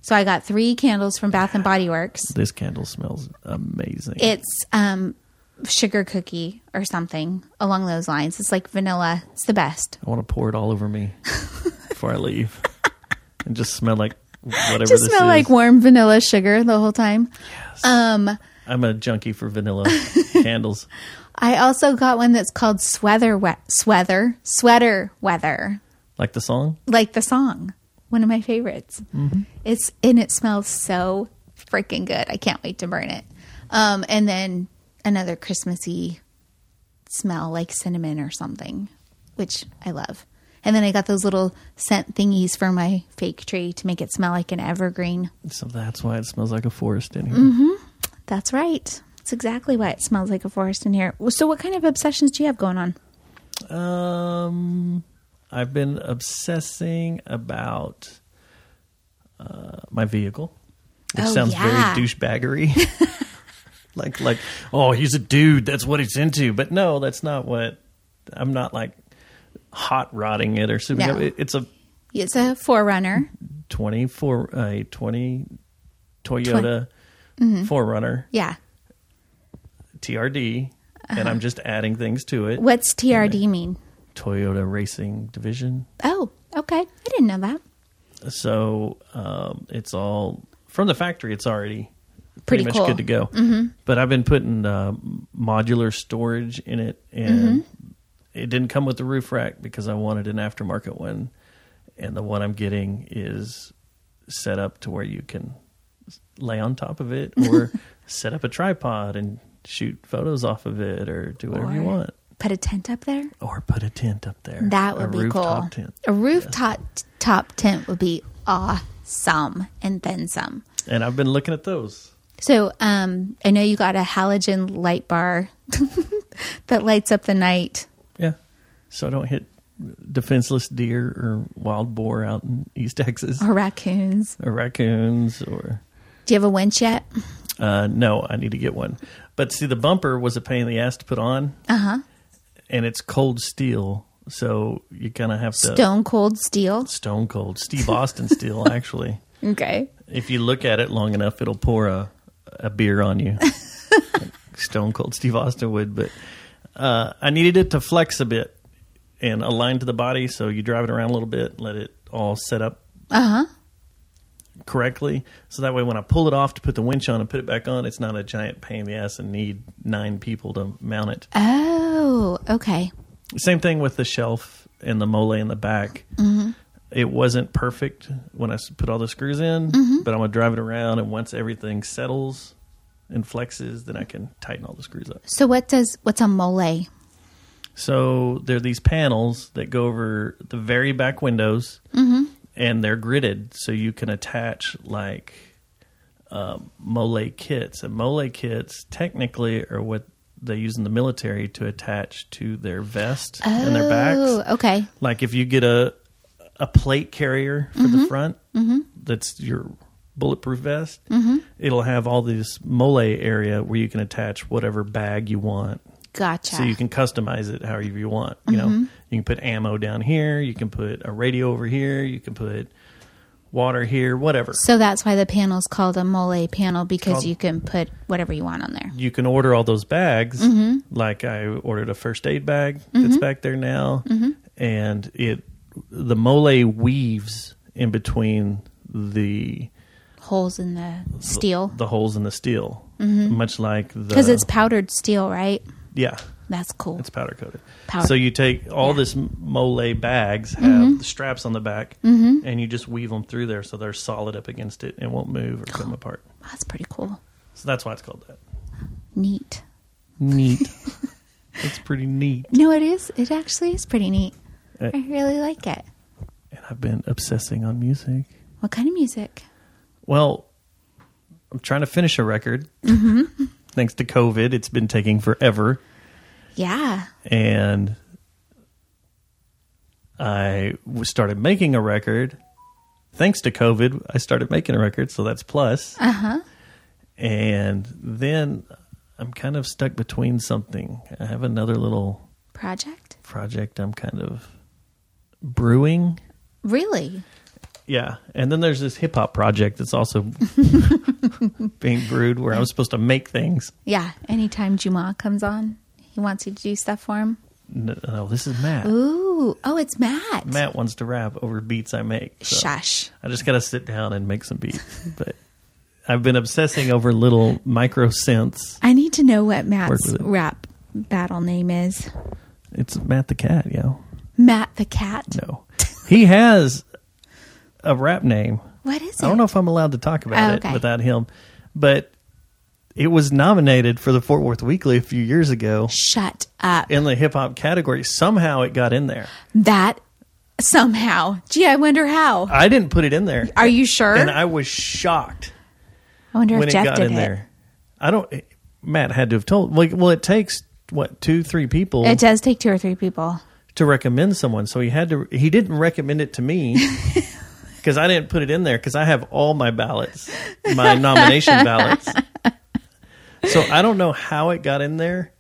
Speaker 2: So I got three candles from Bath and Body Works.
Speaker 4: This candle smells amazing.
Speaker 2: It's um, sugar cookie or something along those lines. It's like vanilla. It's the best.
Speaker 4: I want to pour it all over me before I leave, and just smell like whatever.
Speaker 2: Just
Speaker 4: this
Speaker 2: smell
Speaker 4: is.
Speaker 2: like warm vanilla sugar the whole time. Um,
Speaker 4: I'm a junkie for vanilla candles.
Speaker 2: I also got one that's called Sweater we- Sweater Sweater Weather,
Speaker 4: Like the song?
Speaker 2: like the song. One of my favorites. It's and it smells so freaking good. I can't wait to burn it. Um, and then another Christmassy smell like cinnamon or something, which I love. And then I got those little scent thingies for my fake tree to make it smell like an evergreen.
Speaker 4: So that's why it smells like a forest in here.
Speaker 2: That's right. That's exactly why it smells like a forest in here. So, what kind of obsessions do you have going on?
Speaker 4: Um, I've been obsessing about uh, my vehicle, which
Speaker 2: Oh,
Speaker 4: sounds
Speaker 2: yeah.
Speaker 4: very douchebaggery. like, like, oh, he's a dude. That's what he's into. But no, that's not what. I'm not like hot rodding it or something.
Speaker 2: No.
Speaker 4: It- It's a
Speaker 2: It's a forerunner.
Speaker 4: 24, a 20 Toyota
Speaker 2: mm-hmm.
Speaker 4: Forerunner
Speaker 2: Yeah.
Speaker 4: TRD, and
Speaker 2: Uh-huh.
Speaker 4: I'm just adding things to it.
Speaker 2: What's TRD mean?
Speaker 4: Toyota Racing Division.
Speaker 2: Oh, okay. I didn't know that.
Speaker 4: so um, it's all from the factory. It's already
Speaker 2: Pretty
Speaker 4: pretty, much
Speaker 2: cool. Mm-hmm.
Speaker 4: good to go. But I've been putting uh, modular storage in it, and
Speaker 2: Mm-hmm.
Speaker 4: it didn't come with the roof rack because I wanted an aftermarket one, and the one I'm getting is set up to where you can s- lay on top of it or set up a tripod and shoot photos off of it or do whatever you
Speaker 2: Or
Speaker 4: want
Speaker 2: Put a tent up there.
Speaker 4: or put a tent up there
Speaker 2: That
Speaker 4: a
Speaker 2: would be
Speaker 4: rooftop
Speaker 2: cool.
Speaker 4: tent.
Speaker 2: A rooftop top tent would be awesome and then some.
Speaker 4: and I've been looking at those
Speaker 2: So, um, I know you got a halogen light bar that lights up the night.
Speaker 4: Yeah. So I don't hit defenseless deer or wild boar out in East Texas
Speaker 2: Or raccoons.
Speaker 4: or raccoons or
Speaker 2: Do you have a winch yet?
Speaker 4: uh, no, I need to get one. But see, the bumper was a pain in the ass to put on. Uh huh. And it's cold steel, so you kind of have to
Speaker 2: Stone cold steel.
Speaker 4: stone cold Steve Austin steel. Actually,
Speaker 2: Okay.
Speaker 4: if you look at it long enough, it'll pour a a beer on you. Like Stone Cold Steve Austin would, but uh, I needed it to flex a bit and align to the body. So you drive it around a little bit, let it all set up
Speaker 2: Uh-huh.
Speaker 4: correctly. So that way, when I pull it off to put the winch on and put it back on, it's not a giant pain in the ass and need nine people to mount it.
Speaker 2: Oh, okay.
Speaker 4: Same thing with the shelf and the mole in the back. It wasn't perfect when I s- put all the screws in, but I'm gonna drive it around, and once everything settles and flexes, then I can tighten all the screws up.
Speaker 2: So, what does what's a mole?
Speaker 4: So there are these panels that go over the very back windows, and they're gridded, so you can attach like um, mole kits. And mole kits technically are what they use in the military to attach to their vest and their backs
Speaker 2: Oh, okay.
Speaker 4: like if you get a a plate carrier for the front that's your bulletproof vest it'll have all this mole area where you can attach whatever bag you want
Speaker 2: Gotcha.
Speaker 4: so you can customize it however you want you know you can put ammo down here you can put a radio over here you can put water here whatever
Speaker 2: So that's why the panel's called a mole panel because
Speaker 4: called-
Speaker 2: you can put whatever you want on there.
Speaker 4: you can order all those bags.
Speaker 2: Mm-hmm.
Speaker 4: Like I ordered a first aid bag that's back there now,
Speaker 2: Mm-hmm.
Speaker 4: and it the mole weaves in between the
Speaker 2: Holes in the steel
Speaker 4: the holes in the steel, much like the
Speaker 2: because Mm-hmm. it's powdered steel, right?
Speaker 4: yeah
Speaker 2: That's cool.
Speaker 4: it's powder coated.
Speaker 2: Powder-
Speaker 4: So you take all
Speaker 2: Yeah. Mm-hmm.
Speaker 4: this mole bags have the straps on the back, and you just weave them through there so they're solid up against it and won't move or
Speaker 2: Oh.
Speaker 4: come apart.
Speaker 2: That's pretty cool.
Speaker 4: So that's why it's called that.
Speaker 2: Neat.
Speaker 4: Neat. it's pretty neat.
Speaker 2: No, it is. It actually is pretty neat.
Speaker 4: Uh,
Speaker 2: I really like it.
Speaker 4: And I've been obsessing on music.
Speaker 2: What kind of music?
Speaker 4: Well, I'm trying to finish a record. Thanks to COVID, it's been taking forever,
Speaker 2: Yeah.
Speaker 4: and I w- started making a record. Thanks to COVID, I started making a record, so that's plus. Uh huh. And then I'm kind of stuck between something. I have another little
Speaker 2: Project?
Speaker 4: project I'm kind of brewing.
Speaker 2: Really?
Speaker 4: Yeah, and then there's this hip hop project that's also being brewed where I'm supposed to make things.
Speaker 2: Yeah. Anytime Juma comes on, he wants you to do stuff for him.
Speaker 4: No, no, uh, oh, this is Matt.
Speaker 2: Ooh. Oh, it's Matt.
Speaker 4: Matt wants to rap over beats I make. so
Speaker 2: Shush.
Speaker 4: I just got to sit down and make some beats. But I've been obsessing over little micro synths.
Speaker 2: I need to know what Matt's
Speaker 4: with it.
Speaker 2: rap battle name is.
Speaker 4: It's Matt the Cat, yo.
Speaker 2: Matt the Cat.
Speaker 4: No. He has a rap name.
Speaker 2: What is it?
Speaker 4: I don't know if I'm allowed to talk about
Speaker 2: Oh,
Speaker 4: it
Speaker 2: okay.
Speaker 4: without him, but it was nominated for the Fort Worth Weekly a few years ago
Speaker 2: Shut up.
Speaker 4: in the hip hop category. Somehow it got in there.
Speaker 2: That somehow. Gee, I wonder how.
Speaker 4: I didn't put it in there.
Speaker 2: Are you sure?
Speaker 4: And
Speaker 2: I,
Speaker 4: I was shocked
Speaker 2: wonder
Speaker 4: when
Speaker 2: if
Speaker 4: it
Speaker 2: Jeff
Speaker 4: got
Speaker 2: did
Speaker 4: in
Speaker 2: it.
Speaker 4: there. I don't. Matt had to have told. Like, well, it takes what two, three people
Speaker 2: It does take two or three people.
Speaker 4: to recommend someone. So he had to. He didn't recommend it to me because I didn't put it in there because I have all my ballots, my nomination ballots. So I don't know how it got in there,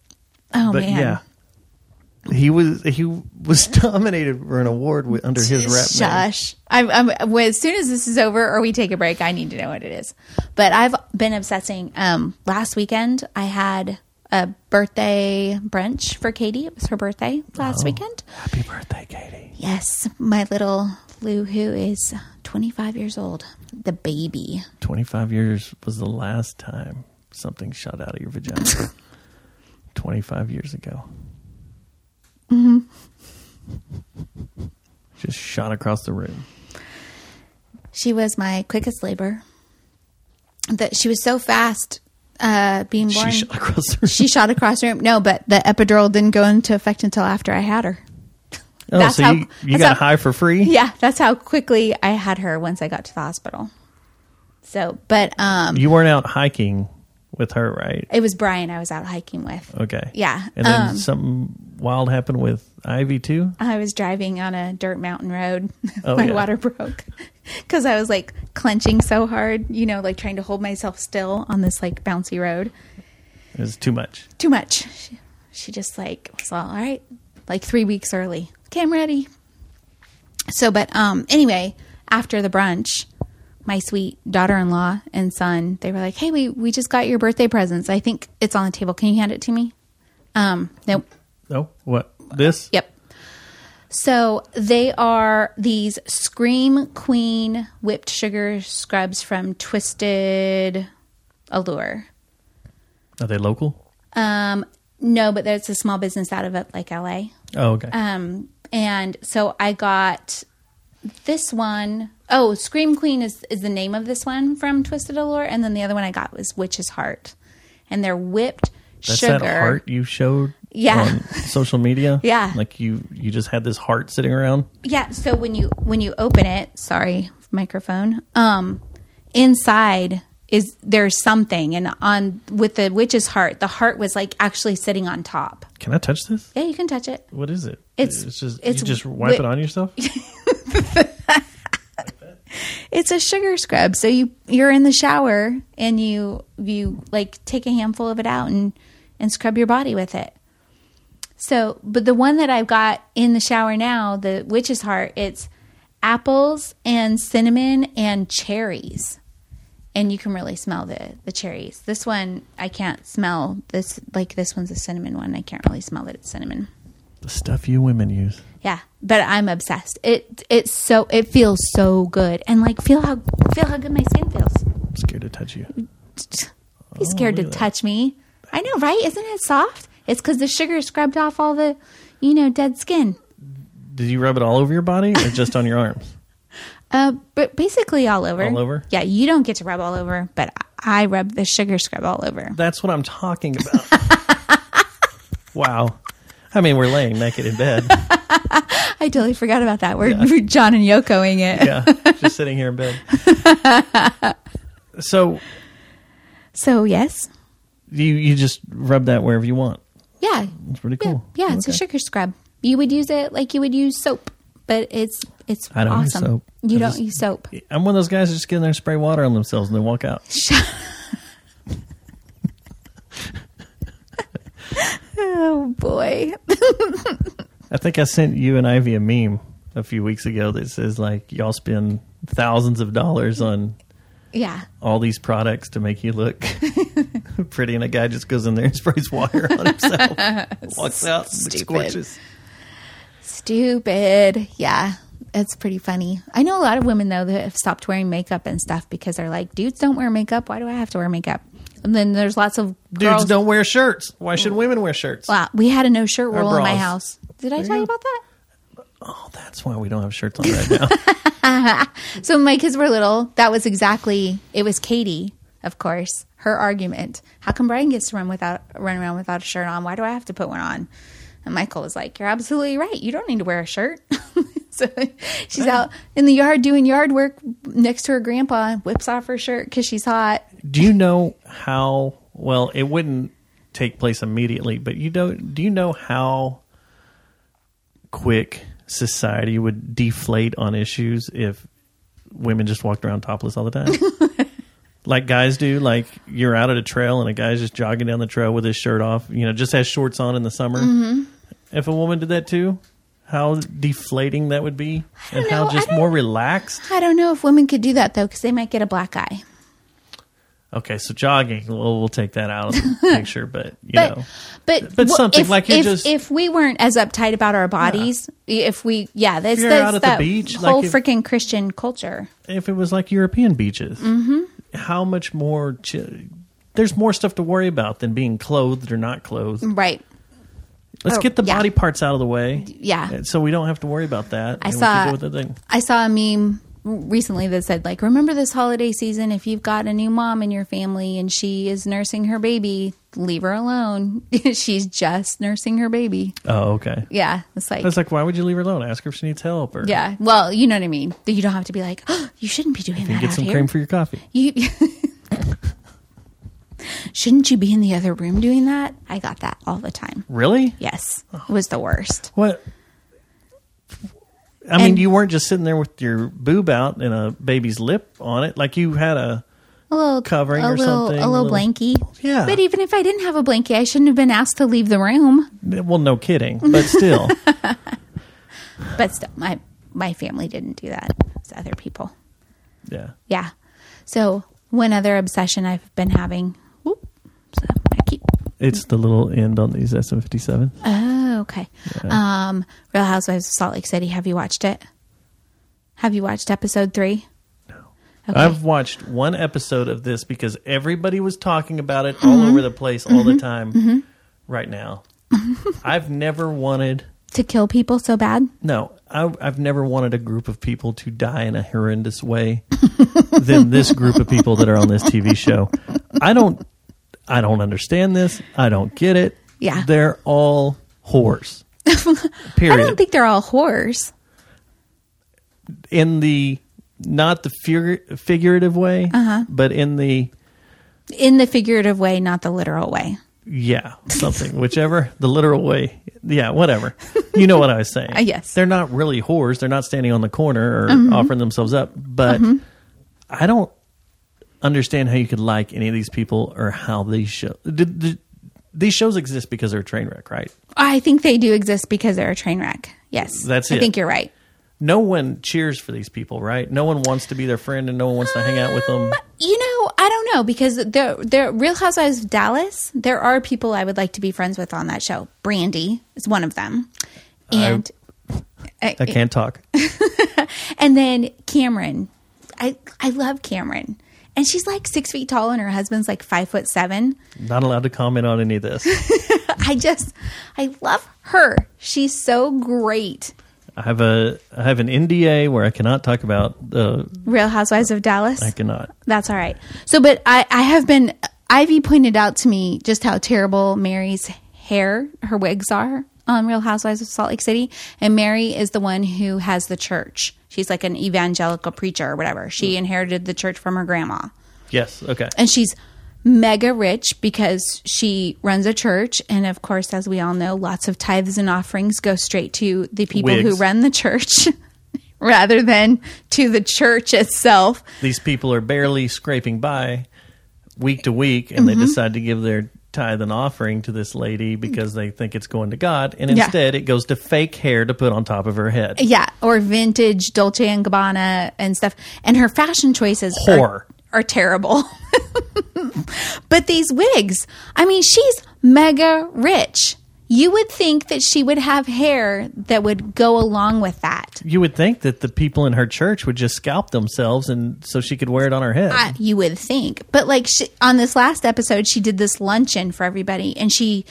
Speaker 2: Oh
Speaker 4: but
Speaker 2: man.
Speaker 4: yeah, he was he was nominated for an award with, under his rap name.
Speaker 2: Shush. I'm, I'm, well, as soon as this is over or we take a break, I need to know what it is. But I've been obsessing. Um, last weekend, I had a birthday brunch for Katie. It was her birthday
Speaker 4: Oh.
Speaker 2: last weekend.
Speaker 4: Happy birthday, Katie!
Speaker 2: Yes, my little Lou, who is 25 years old, the baby.
Speaker 4: Twenty five years was the last time something shot out of your vagina. Twenty five years ago.
Speaker 2: Mm-hmm.
Speaker 4: Just shot across the room.
Speaker 2: She was my quickest labor. That she was so fast uh, being born.
Speaker 4: She shot across the room.
Speaker 2: she shot across the room. No, but the epidural didn't go into effect until after I had her.
Speaker 4: oh,
Speaker 2: that's
Speaker 4: so
Speaker 2: how-
Speaker 4: you, you
Speaker 2: that's
Speaker 4: got
Speaker 2: how-
Speaker 4: high for free?
Speaker 2: Yeah, that's how quickly I had her once I got to the hospital. So, but um,
Speaker 4: You weren't out hiking with her, right?
Speaker 2: it was Brian I was out hiking with.
Speaker 4: Okay.
Speaker 2: Yeah,
Speaker 4: And then
Speaker 2: um,
Speaker 4: something wild happened with Ivy too.
Speaker 2: I was driving on a dirt mountain road.
Speaker 4: Oh,
Speaker 2: My
Speaker 4: yeah.
Speaker 2: water broke because I was like clenching so hard, you know, like trying to hold myself still on this like bouncy road.
Speaker 4: It was too much.
Speaker 2: Too much. She, she just like was all, all right, like three weeks early. Okay, I'm ready. So, but um, anyway, after the brunch, my sweet daughter-in-law and son, they were like, "Hey, we we just got your birthday presents. I think it's on the table. Can you hand it to me?" Um, nope.
Speaker 4: Oh, what this?
Speaker 2: Yep. So they are these Scream Queen whipped sugar scrubs from Twisted Allure.
Speaker 4: Are they local?
Speaker 2: Um, no, but there's a small business out of it, like LA.
Speaker 4: Oh, okay.
Speaker 2: Um, and so I got this one oh Scream Queen is, is the name of this one from Twisted Allure. And then the other one I got was Witch's Heart. And they're whipped
Speaker 4: That's
Speaker 2: sugar.
Speaker 4: that heart you showed
Speaker 2: Yeah.
Speaker 4: on social media.
Speaker 2: Yeah.
Speaker 4: Like you you just had this heart sitting around.
Speaker 2: Yeah, so when you when you open it, sorry, microphone. Um inside is there's something and on with the witch's heart, the heart was like actually sitting on top.
Speaker 4: Can I touch this?
Speaker 2: Yeah, you can touch it.
Speaker 4: What is it?
Speaker 2: It's-
Speaker 4: just
Speaker 2: it's
Speaker 4: you just wipe
Speaker 2: wi-
Speaker 4: it on yourself?
Speaker 2: It's a sugar scrub. So you you're in the shower and you you like take a handful of it out and and scrub your body with it. So, but the one that I've got in the shower now, the witch's heart, it's apples and cinnamon and cherries. And you can really smell the the cherries. This one I can't smell. This like this one's a cinnamon one. I can't really smell that it's cinnamon.
Speaker 4: the stuff you women use.
Speaker 2: Yeah, but I'm obsessed. It it's so it feels so good, and like feel how feel how good my skin feels.
Speaker 4: I'm scared to touch you.
Speaker 2: Be scared to
Speaker 4: Oh, look at that.
Speaker 2: touch me. I know, right? Isn't it soft? It's because the sugar scrubbed off all the, you know, dead skin.
Speaker 4: Did you rub it all over your body or just on your arms?
Speaker 2: Uh, but basically all over.
Speaker 4: All over?
Speaker 2: Yeah, you don't get to rub all over, but I rub the sugar scrub all over.
Speaker 4: That's what I'm talking about. wow. I mean, we're laying naked in bed.
Speaker 2: I totally forgot about that. We're, we're John and Yokoing it.
Speaker 4: Yeah. Just sitting here in bed. So
Speaker 2: So yes,
Speaker 4: you you just rub that wherever you want.
Speaker 2: yeah,
Speaker 4: It's pretty
Speaker 2: yeah,
Speaker 4: cool.
Speaker 2: yeah. It's a
Speaker 4: Okay.
Speaker 2: sugar scrub. You would use it like you would use soap, but it's it's
Speaker 4: I don't use
Speaker 2: awesome.
Speaker 4: soap.
Speaker 2: You
Speaker 4: I
Speaker 2: don't
Speaker 4: just-
Speaker 2: use soap.
Speaker 4: I'm one of those guys that just get in there and spray water on themselves and then walk out.
Speaker 2: Oh boy.
Speaker 4: I think I sent you and Ivy a meme a few weeks ago that says like y'all spend thousands of dollars on
Speaker 2: Yeah.
Speaker 4: all these products to make you look pretty, and a guy just goes in there and sprays water on himself, walks out, and looks
Speaker 2: Stupid.
Speaker 4: gorgeous.
Speaker 2: Stupid. Yeah. It's pretty funny. I know a lot of women though that have stopped wearing makeup and stuff because they're like, dudes don't wear makeup. Why do I have to wear makeup? And then there's lots of
Speaker 4: Dudes
Speaker 2: girls.
Speaker 4: don't wear shirts. Why should women wear shirts?
Speaker 2: Wow, we had a no shirt rule in my
Speaker 4: bras.
Speaker 2: house. Did I
Speaker 4: There
Speaker 2: tell
Speaker 4: you
Speaker 2: you
Speaker 4: go.
Speaker 2: about that?
Speaker 4: That's why we don't have shirts on right now.
Speaker 2: So when my kids were little, that was exactly it was Katie, of course, her argument. How come Brian gets to run without run around without a shirt on? Why do I have to put one on? And Michael was like, You're absolutely right. You don't need to wear a shirt. so she's out in the yard doing yard work next to her grandpa and whips off her shirt because she's hot.
Speaker 4: do you know how well it wouldn't take place immediately but you don't do you know how quick society would deflate on issues if women just walked around topless all the time like guys do like you're out at a trail and a guy's just jogging down the trail with his shirt off you know just has shorts on in the summer
Speaker 2: Mm-hmm.
Speaker 4: if a woman did that too how deflating that would be and how
Speaker 2: know. I
Speaker 4: just
Speaker 2: don't-
Speaker 4: more relaxed
Speaker 2: I don't know if women could do that though, because they might get a black eye.
Speaker 4: okay so jogging we'll, we'll take that out of the picture but you
Speaker 2: But,
Speaker 4: know
Speaker 2: but
Speaker 4: But
Speaker 2: wha-
Speaker 4: something
Speaker 2: if,
Speaker 4: like you're
Speaker 2: if,
Speaker 4: just-
Speaker 2: if we weren't as uptight about our bodies, if we yeah, that's,
Speaker 4: you're
Speaker 2: that's
Speaker 4: out at the
Speaker 2: that
Speaker 4: beach, like
Speaker 2: whole
Speaker 4: if-
Speaker 2: freaking Christian culture.
Speaker 4: if it was like European beaches,
Speaker 2: Mm-hmm.
Speaker 4: how much more? Ch- there's more stuff to worry about than being clothed or not clothed.
Speaker 2: Right.
Speaker 4: Let's
Speaker 2: Oh,
Speaker 4: get the
Speaker 2: yeah.
Speaker 4: body parts out of the way.
Speaker 2: yeah.
Speaker 4: And So we don't have to worry about that.
Speaker 2: I
Speaker 4: and
Speaker 2: saw-
Speaker 4: We can deal with the thing.
Speaker 2: I saw a meme recently that said like remember this holiday season if you've got a new mom in your family and she is nursing her baby, leave her alone. She's just nursing her baby.
Speaker 4: Oh, okay.
Speaker 2: Yeah, it's like
Speaker 4: That's like, why would you leave her alone? Ask her if she needs help or
Speaker 2: yeah. Well, you know what I mean. That You don't have to be like, oh, you shouldn't be doing
Speaker 4: "Can you
Speaker 2: that
Speaker 4: get
Speaker 2: out
Speaker 4: some
Speaker 2: here.
Speaker 4: cream for your coffee.
Speaker 2: You shouldn't you be in the other room doing that? I got that all the time.
Speaker 4: Really?
Speaker 2: Yes, it was the worst.
Speaker 4: What? I mean,
Speaker 2: And-
Speaker 4: you weren't just sitting there with your boob out and a baby's lip on it. Like you had a.
Speaker 2: A little
Speaker 4: Covering
Speaker 2: a
Speaker 4: or
Speaker 2: little,
Speaker 4: something,
Speaker 2: a
Speaker 4: a
Speaker 2: little
Speaker 4: little-
Speaker 2: blankie.
Speaker 4: Yeah.
Speaker 2: but even if I didn't have a blankie, I shouldn't have been asked to leave the room.
Speaker 4: Well, no kidding, but still.
Speaker 2: But still, my my family didn't do that. It's other people.
Speaker 4: yeah.
Speaker 2: Yeah. So one other obsession I've been having. Whoop. So I keep.
Speaker 4: It's the little end on these SM57.
Speaker 2: Oh, okay. Um, Real Housewives of Salt Lake City. Have you watched it? Have you watched episode three? No. Okay.
Speaker 4: I've watched one episode of this because everybody was talking about it all
Speaker 2: Mm-hmm.
Speaker 4: over the place all the time right now. I've never wanted
Speaker 2: to kill people so bad.
Speaker 4: no, I, I've never wanted a group of people to die in a horrendous way than this group of people that are on this TV show. I don't, I don't understand this. I don't get it.
Speaker 2: Yeah.
Speaker 4: they're all whores. Period.
Speaker 2: I don't think they're all whores.
Speaker 4: in the not the figur- figurative way, but in the
Speaker 2: In the figurative way, not the literal way.
Speaker 4: Yeah, something, whichever the literal way. Yeah, whatever. You know what I was saying.
Speaker 2: Yes.
Speaker 4: They're not really whores. They're not standing on the corner or offering themselves up. But I don't understand how you could like any of these people or how these show. Did, did, these shows exist because they're a train wreck, right?
Speaker 2: I think they do exist because they're a train wreck. Yes.
Speaker 4: That's
Speaker 2: I
Speaker 4: it.
Speaker 2: think you're right.
Speaker 4: No one cheers for these people, right? No one wants to be their friend and no one wants to hang out with
Speaker 2: Um,
Speaker 4: them.
Speaker 2: You know, I don't know because the the Real Housewives of Dallas, there are people I would like to be friends with on that show. Brandy is one of them. And
Speaker 4: I can't talk.
Speaker 2: and then Cameron. I I love Cameron. And she's like six feet tall and her husband's like five foot seven.
Speaker 4: Not allowed to comment on any of this.
Speaker 2: I just I love her. She's so great.
Speaker 4: I have a I have an NDA where I cannot talk about the
Speaker 2: Real Housewives of Dallas.
Speaker 4: I cannot.
Speaker 2: That's all right. So, but I, I have been, Ivy pointed out to me just how terrible Mary's hair, her wigs are on Real Housewives of Salt Lake City. And Mary is the one who has the church. She's like an evangelical preacher or whatever. She inherited the church from her grandma.
Speaker 4: Yes, okay.
Speaker 2: And she's mega rich because she runs a church. And of course, as we all know, lots of tithes and offerings go straight to the people who
Speaker 4: Wigs.
Speaker 2: run the church. Rather than to the church itself.
Speaker 4: Mm-hmm. these people are barely scraping by week to week and they decide to give their tithe and offering to this lady because they think it's going to God, and
Speaker 2: Yeah.
Speaker 4: instead it goes to fake hair to put on top of her head.
Speaker 2: Yeah, or vintage Dolce and Gabbana and stuff. And her fashion choices
Speaker 4: Whore.
Speaker 2: are, are terrible. but these wigs, I mean, she's mega rich. You would think that she would have hair that would go along with that.
Speaker 4: You would think that the people in her church would just scalp themselves, and so she could wear it on her head.
Speaker 2: I- you would think. But like she, on this last episode, she did this luncheon for everybody, and she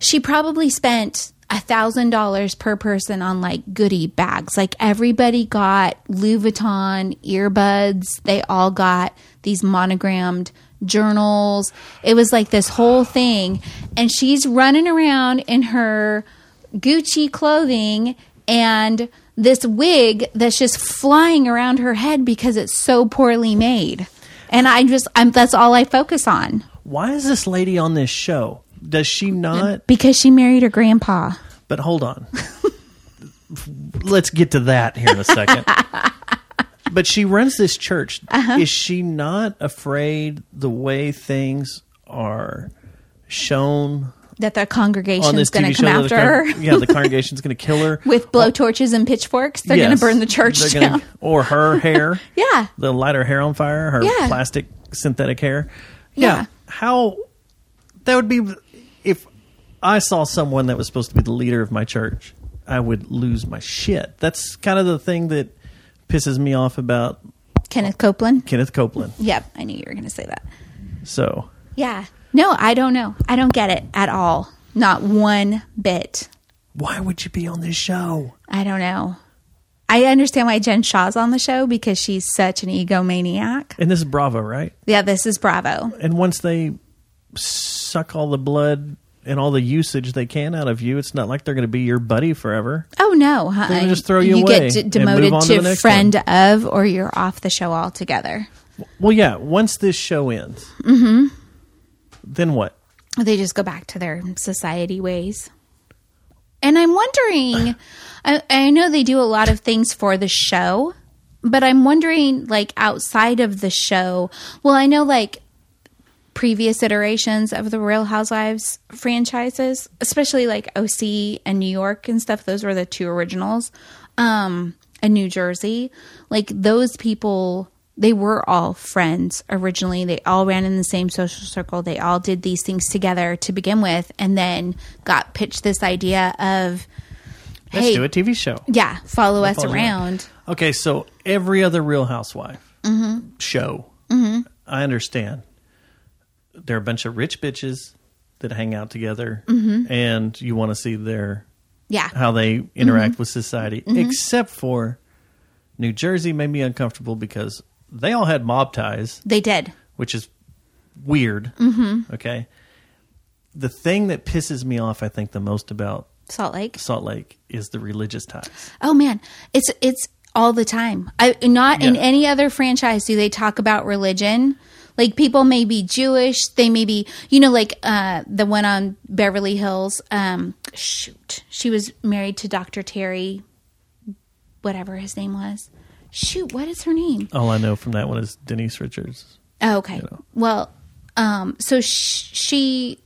Speaker 2: she probably spent a thousand dollars per person on like goodie bags. Like everybody got Louis Vuitton earbuds. They all got these monogrammed journals. It was like this whole thing, and she's running around in her Gucci clothing and this wig that's just flying around her head because it's so poorly made. And I just, I'm, that's all I focus on
Speaker 4: Why is this lady on this show? Does she not?
Speaker 2: because she married her grandpa.
Speaker 4: But hold on. Let's get to that here in a second. but she runs this church.
Speaker 2: Uh-huh.
Speaker 4: Is she not afraid the way things are shown
Speaker 2: That the
Speaker 4: on
Speaker 2: congregation's
Speaker 4: this
Speaker 2: going
Speaker 4: TV
Speaker 2: to
Speaker 4: show?
Speaker 2: come
Speaker 4: that
Speaker 2: after
Speaker 4: the
Speaker 2: her
Speaker 4: con- yeah, the congregation's going to kill her.
Speaker 2: with blowtorches and pitchforks. They're going
Speaker 4: Yes.
Speaker 2: to burn the church
Speaker 4: They're
Speaker 2: down.
Speaker 4: gonna- or her hair.
Speaker 2: Yeah.
Speaker 4: They'll light her hair on fire, her
Speaker 2: Yeah.
Speaker 4: plastic synthetic hair. Yeah.
Speaker 2: Yeah.
Speaker 4: How that would be if I saw someone that was supposed to be the leader of my church, I would lose my shit. That's kind of the thing that pisses me off about
Speaker 2: Kenneth Copeland.
Speaker 4: Kenneth Copeland.
Speaker 2: Yep, I knew you were going to say that.
Speaker 4: So
Speaker 2: Yeah. No, I don't know. I don't get it at all. Not one bit.
Speaker 4: why would you be on this show?
Speaker 2: I don't know. I understand why Jen Shaw's on the show because she's such an egomaniac.
Speaker 4: And this is Bravo, right?
Speaker 2: Yeah, this is Bravo.
Speaker 4: And once they suck all the blood and all the usage they can out of you, it's not like they're going to be your buddy forever.
Speaker 2: Oh no, huh?
Speaker 4: They'll just throw you away
Speaker 2: get d-
Speaker 4: and
Speaker 2: demoted
Speaker 4: move on to
Speaker 2: to,
Speaker 4: the next
Speaker 2: friend of, or you're off the show altogether.
Speaker 4: Well, yeah. Once this show ends, then what?
Speaker 2: They just go back to their society ways. And I'm wondering, I, I know they do a lot of things for the show, but I'm wondering, like outside of the show. Well, I know like previous iterations of the Real Housewives franchises, especially like OC and New York and stuff. Those were the two originals. Um, and New Jersey, like those people, they were all friends originally. They all ran in the same social circle. They all did these things together to begin with, and then got pitched this idea of,
Speaker 4: Let's
Speaker 2: hey,
Speaker 4: do a TV show.
Speaker 2: yeah, follow us
Speaker 4: Follow
Speaker 2: around.
Speaker 4: you. Okay, so every other Real Housewife show, I understand. They're a bunch of rich bitches that hang out together, and you want to see their
Speaker 2: Yeah.
Speaker 4: how they interact with society. Except for New Jersey, made me uncomfortable because they all had mob ties.
Speaker 2: They did.
Speaker 4: which is weird. Mm-hmm. Okay. The thing that pisses me off, I think, the most about
Speaker 2: Salt Lake.
Speaker 4: Salt Lake is the religious ties.
Speaker 2: Oh man, it's it's all the time. I not in
Speaker 4: Yeah.
Speaker 2: any other franchise do they talk about religion. Like people may be Jewish, they may be you know like uh, the one on Beverly Hills. Um, shoot, she was married to Dr. Terry, whatever his name was. Shoot, what is her name?
Speaker 4: All I know from that one is Denise Richards.
Speaker 2: Oh, okay. Well, um, so sh- she,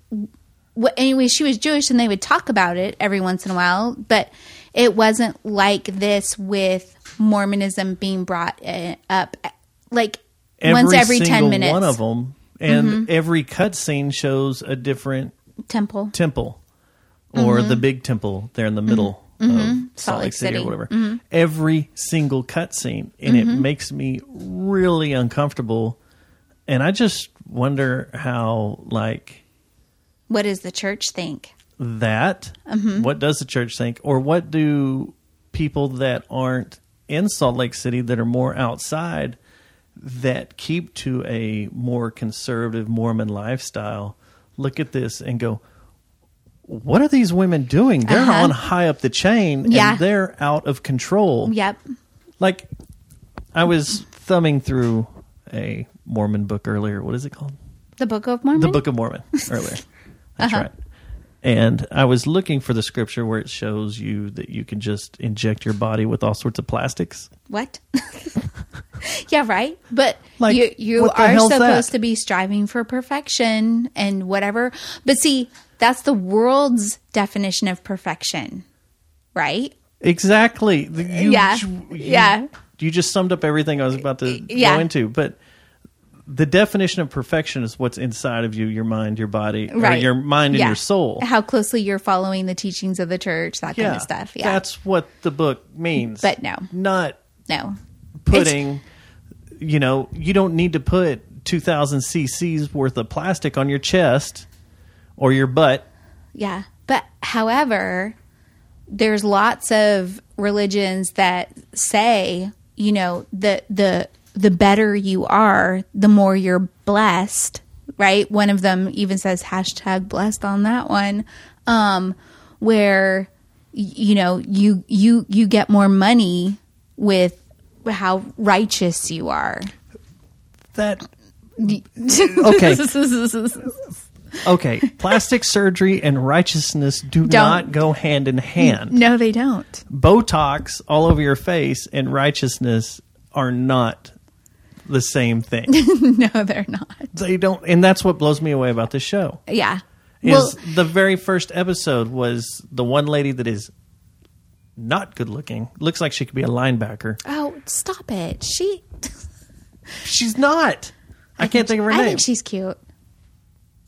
Speaker 2: w- anyway, she was Jewish, and they would talk about it every once in a while, but it wasn't like this with Mormonism being brought uh, up, uh, like once every ten
Speaker 4: single
Speaker 2: minutes. Mm-hmm.
Speaker 4: one of them, and every cutscene shows a different
Speaker 2: Temple.
Speaker 4: temple or
Speaker 2: Mm-hmm.
Speaker 4: the big temple there in the middle of Salt
Speaker 2: Lake
Speaker 4: Lake City,
Speaker 2: City. Mm-hmm.
Speaker 4: or whatever. Every single cutscene, and it makes me really uncomfortable. And I just wonder how, like,
Speaker 2: What does the church think?
Speaker 4: that
Speaker 2: Mm-hmm.
Speaker 4: what does the church think or what do people that aren't in salt lake city that are more outside that keep to a more conservative mormon lifestyle look at this and go what are these women doing they're
Speaker 2: Uh-huh.
Speaker 4: on high up the chain
Speaker 2: Yeah.
Speaker 4: and they're out of control
Speaker 2: Yep.
Speaker 4: like i was thumbing through a mormon book earlier what is it called
Speaker 2: The Book of Mormon. Uh-huh.
Speaker 4: the Book of Mormon earlier. That's right. And I was looking for the scripture where it shows you that you can just inject your body with all sorts of plastics.
Speaker 2: What? yeah, right. But
Speaker 4: Like,
Speaker 2: you you
Speaker 4: what the
Speaker 2: are
Speaker 4: hell's
Speaker 2: supposed
Speaker 4: that?
Speaker 2: to be striving for perfection and whatever. But see, that's the world's definition of perfection, right?
Speaker 4: Exactly. The- You,
Speaker 2: Yeah.
Speaker 4: you-
Speaker 2: Yeah.
Speaker 4: You just summed up everything I was about to
Speaker 2: Yeah.
Speaker 4: go into. But the definition of perfection is what's inside of you, your mind, your body, or
Speaker 2: Right.
Speaker 4: your mind and
Speaker 2: Yeah.
Speaker 4: your soul.
Speaker 2: How closely you're following the teachings of the church, that kind of stuff. Yeah.
Speaker 4: That's what the book means.
Speaker 2: But no.
Speaker 4: Not
Speaker 2: no.
Speaker 4: putting, you know, you don't need to put 2,000 cc's worth of plastic on your chest or your butt.
Speaker 2: Yeah. But however, there's lots of religions that say, you know, the the the better you are, the more you're blessed, right? One of them even says hashtag blessed on that one, um, where y- you know you you you get more money with how righteous you are.
Speaker 4: That Okay. okay, plastic surgery and righteousness do not go hand in hand.
Speaker 2: no, they don't.
Speaker 4: Botox all over your face and righteousness are not the same thing.
Speaker 2: no, they're not.
Speaker 4: they don't and that's what blows me away about this show.
Speaker 2: Yeah.
Speaker 4: Is the very first episode was the one lady that is not good looking. Looks like she could be a linebacker.
Speaker 2: Oh, stop it. She.
Speaker 4: She's not. I, can't think of her
Speaker 2: I
Speaker 4: name.
Speaker 2: think she's cute.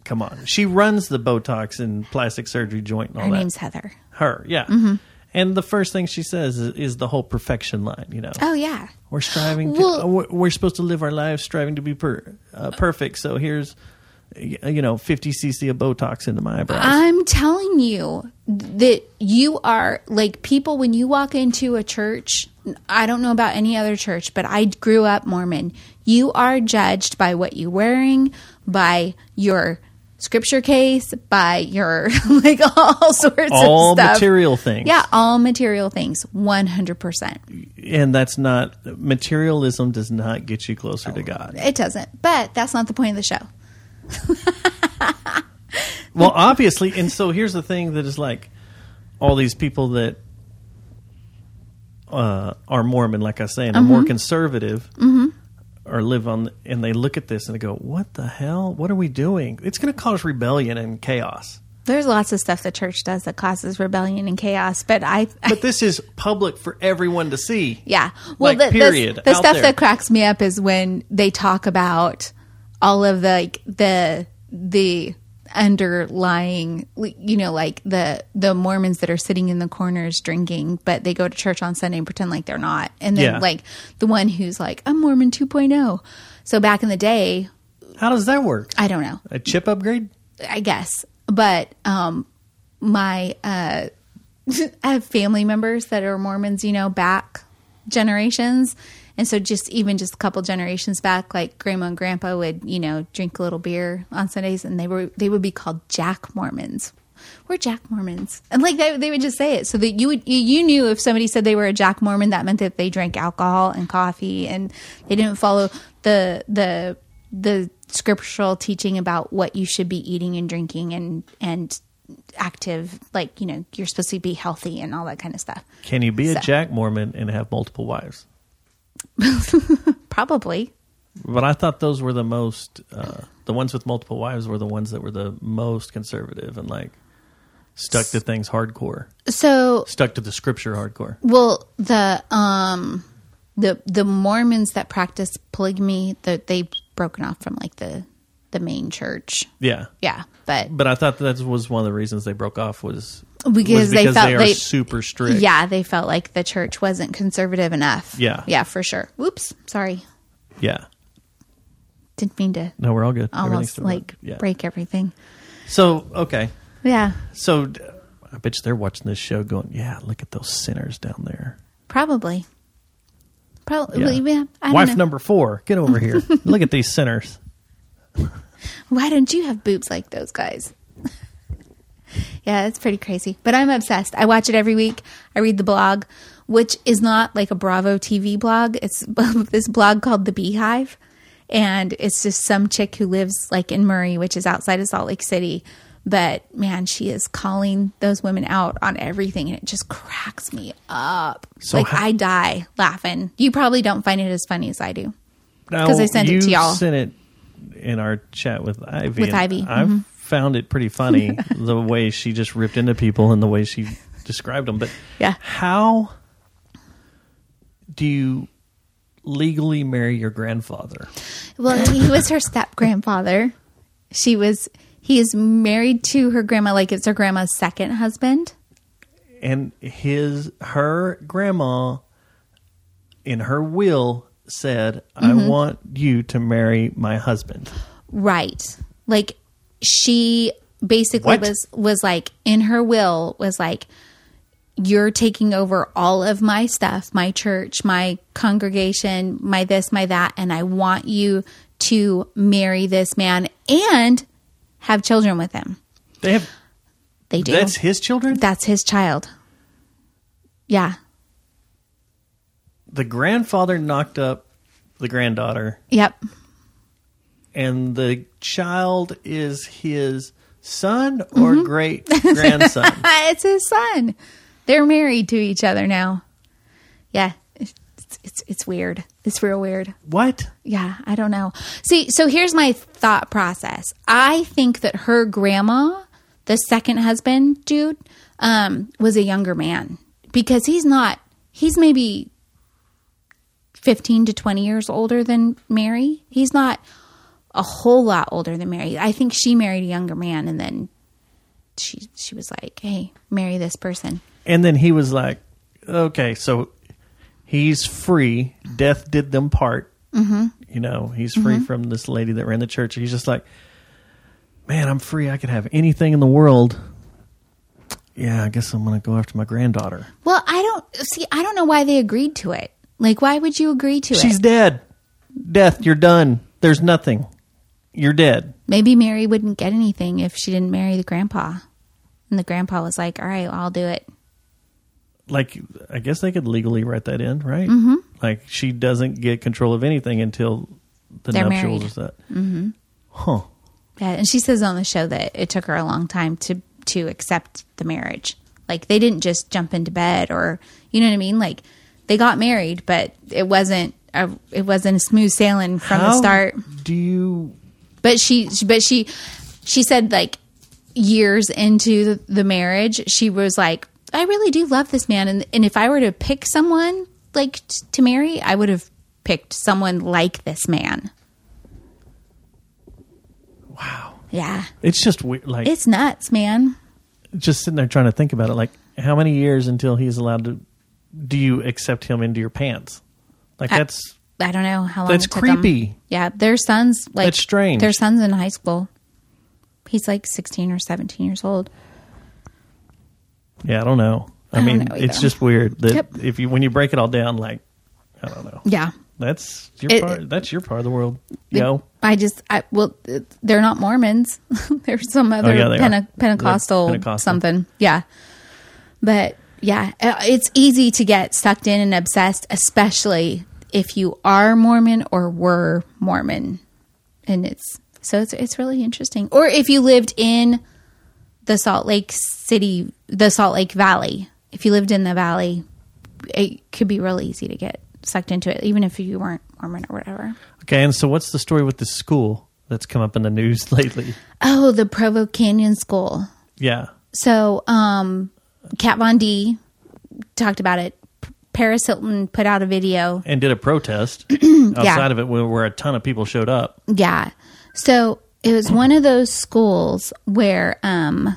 Speaker 4: Come on. She runs the Botox and plastic surgery joint and all
Speaker 2: Her
Speaker 4: that.
Speaker 2: name's Mm-hmm. Heather.
Speaker 4: her. Yeah. And the first thing she says is, is the whole perfection line. You know,
Speaker 2: Oh, yeah.
Speaker 4: we're striving. To,
Speaker 2: Well-
Speaker 4: we're, we're supposed to live our lives striving to be per, uh, perfect. So here's, y- you know, 50 cc of Botox into my eyebrows.
Speaker 2: I'm telling you that you are like people when you walk into a church. I don't know about any other church, but I grew up Mormon. You are judged by what you're wearing, by your scripture case, by your like all sorts
Speaker 4: All
Speaker 2: of stuff.
Speaker 4: material things.
Speaker 2: Yeah, all material things. 100%.
Speaker 4: and that's not materialism. Does not get you closer to God.
Speaker 2: It doesn't. But that's not the point of the show.
Speaker 4: Well, obviously. And so here's the thing that is like all these people that. Uh, are Mormon, like I was saying, are more conservative, or live on and they look at this and they go what the hell what are we doing it's going to cause rebellion and chaos
Speaker 2: There's lots of stuff the church does that causes rebellion and chaos, but I,
Speaker 4: but this is public for everyone to see
Speaker 2: yeah. Well,
Speaker 4: Like,
Speaker 2: the, the-
Speaker 4: period,
Speaker 2: the
Speaker 4: out
Speaker 2: stuff
Speaker 4: there.
Speaker 2: that cracks me up is when they talk about all of the like the the underlying you know like the the mormons that are sitting in the corners drinking but they go to church on sunday and pretend like they're not and then
Speaker 4: Yeah.
Speaker 2: like the one who's like i'm mormon 2.0 so back in the day
Speaker 4: how does that work
Speaker 2: i don't know
Speaker 4: a chip upgrade
Speaker 2: I guess. But um, my uh, I have family members that are Mormons, you know, back generations. And so just even just a couple generations back, like grandma and grandpa would, you know, drink a little beer on Sundays and they were they would be called Jack Mormons. We're Jack Mormons. And like they, they would just say it so that you would you, you knew if somebody said they were a Jack Mormon that meant that they drank alcohol and coffee and they didn't follow the the the scriptural teaching about what you should be eating and drinking and and active like you know you're supposed to be healthy and all that kind of stuff
Speaker 4: can you be
Speaker 2: So-
Speaker 4: a jack mormon and have multiple wives
Speaker 2: probably
Speaker 4: but i thought those were the most uh, the ones with multiple wives were the ones that were the most conservative and like stuck to things hardcore
Speaker 2: so
Speaker 4: stuck to the scripture hardcore
Speaker 2: well the um the the mormons that practice polygamy that they've broken off from like the the main church
Speaker 4: yeah
Speaker 2: yeah but
Speaker 4: but i thought that was one of the reasons they broke off was was
Speaker 2: Because they felt
Speaker 4: are
Speaker 2: they-
Speaker 4: super strict
Speaker 2: yeah they felt like the church wasn't conservative enough
Speaker 4: Yeah.
Speaker 2: yeah for sure whoops sorry
Speaker 4: yeah
Speaker 2: didn't mean to
Speaker 4: no we're all good Everything's
Speaker 2: almost
Speaker 4: still
Speaker 2: like
Speaker 4: good. yeah.
Speaker 2: break everything
Speaker 4: So okay,
Speaker 2: yeah
Speaker 4: so d- I bet you they're watching this show going, "Yeah, look at those sinners down there."
Speaker 2: Probably. Probably.
Speaker 4: Yeah.
Speaker 2: well, Yeah. I don't
Speaker 4: Wife
Speaker 2: know.
Speaker 4: number four, get over here. look at these sinners.
Speaker 2: Why don't you have boobs like those guys? yeah, it's pretty crazy. But I'm obsessed. I watch it every week. I read the blog, which is not like a Bravo TV blog. It's this blog called The Beehive. And it's just some chick who lives like in Murray, which is outside of Salt Lake City, But man, she is calling those women out on everything, and it just cracks me up.
Speaker 4: So
Speaker 2: like
Speaker 4: how-
Speaker 2: I die laughing. You probably don't find it as funny as I do.
Speaker 4: Now,
Speaker 2: 'Cause I sent it
Speaker 4: you
Speaker 2: to y'all.
Speaker 4: sent it in our chat with Ivy.
Speaker 2: With
Speaker 4: and
Speaker 2: Ivy, Mm-hmm.
Speaker 4: I found it pretty funny the way she just ripped into people and the way she described them. But
Speaker 2: Yeah.
Speaker 4: how do you legally marry your grandfather?
Speaker 2: Well, he was her step grandfather. She was. He is married to her grandma, like it's her grandma's second husband.
Speaker 4: And his her grandma in her will said,
Speaker 2: Mm-hmm.
Speaker 4: "I want you to marry my husband."
Speaker 2: Right. Like she basically
Speaker 4: What?
Speaker 2: was was like in her will was like you're taking over all of my stuff, my church, my congregation, my this, my that, and I want you to marry this man and have children with him.
Speaker 4: They have
Speaker 2: They do.
Speaker 4: that's his children.
Speaker 2: That's his child. Yeah.
Speaker 4: the grandfather knocked up the granddaughter
Speaker 2: Yep.
Speaker 4: and the child is his son or great grandson.
Speaker 2: it's his son. They're married to each other now. Yeah. It's it's, it's weird. It's real weird.
Speaker 4: what?
Speaker 2: Yeah, I don't know. See, so here's my thought process. I think that her grandma, the second husband dude, um, was a younger man because he's not, he's maybe 15 to 20 years older than Mary. He's not a whole lot older than Mary. I think she married a younger man and then she she was like, "Hey, marry this person."
Speaker 4: And then he was like, okay, so he's free. Death did them part. Mm-hmm. You know, he's free from this lady that ran the church. He's just like, man, I'm free. I could have anything in the world. Yeah, I guess I'm going to go after my granddaughter.
Speaker 2: Well, I don't see I don't know why they agreed to it. Like why would you agree to
Speaker 4: She's
Speaker 2: it?
Speaker 4: dead. Death, you're done. There's nothing. You're dead.
Speaker 2: Maybe Mary wouldn't get anything if she didn't marry the grandpa. And the grandpa was like, "All right, well, I'll do it."
Speaker 4: like I guess they could legally write that in, right? Mm-hmm. Like she doesn't get control of anything until the
Speaker 2: They're
Speaker 4: nuptials
Speaker 2: married.
Speaker 4: is that. Mm-hmm. Huh.
Speaker 2: Yeah, and she says on the show that it took her a long time to to accept the marriage. Like they didn't just jump into bed or you know what I mean? Like they got married, but it wasn't a, it wasn't a smooth sailing from the
Speaker 4: How
Speaker 2: start.
Speaker 4: Do you
Speaker 2: But she but she she said like years into the, the marriage, she was like, "I really do love this man and and if I were to pick someone like t- to marry, I would have picked someone like this man."
Speaker 4: Wow.
Speaker 2: Yeah.
Speaker 4: It's just weird like
Speaker 2: It's nuts, man.
Speaker 4: just sitting there trying to think about it like how many years until he's allowed to do you accept him into your pants? Like
Speaker 2: I-
Speaker 4: that's
Speaker 2: I don't know how long.
Speaker 4: That's
Speaker 2: it took 'em.
Speaker 4: creepy.
Speaker 2: Yeah, their sons like
Speaker 4: That's strange.
Speaker 2: Their sons in high school. He's like sixteen or seventeen years old.
Speaker 4: yeah, I don't know. I,
Speaker 2: I don't
Speaker 4: mean,
Speaker 2: know either.
Speaker 4: it's just weird that
Speaker 2: Yep.
Speaker 4: if you when you break it all down like I don't know.
Speaker 2: Yeah,
Speaker 4: That's your
Speaker 2: It-
Speaker 4: part that's your part of the world. Yo.
Speaker 2: I just I well, th- they're not Mormons. There's some other
Speaker 4: Oh, yeah, they are.
Speaker 2: Pente- Pentecostal,
Speaker 4: They're Pentecostal.
Speaker 2: something. Yeah, but yeah, uh, it's easy to get sucked in and obsessed, especially if you are Mormon or were Mormon, and it's so it's it's really interesting. Or if you lived in the Salt Lake City, the Salt Lake Valley. If you lived in the valley, it could be real easy to get sucked into it, even if you weren't Mormon or whatever.
Speaker 4: Okay, and so what's the story with the school that's come up in the news lately?
Speaker 2: Oh, the Provo Canyon School.
Speaker 4: Yeah.
Speaker 2: So, um, Kat Von D talked about it. P- Paris Hilton put out a video.
Speaker 4: And did a protest outside of it where, where a ton of people showed up.
Speaker 2: Yeah. So it was one of those schools where, um,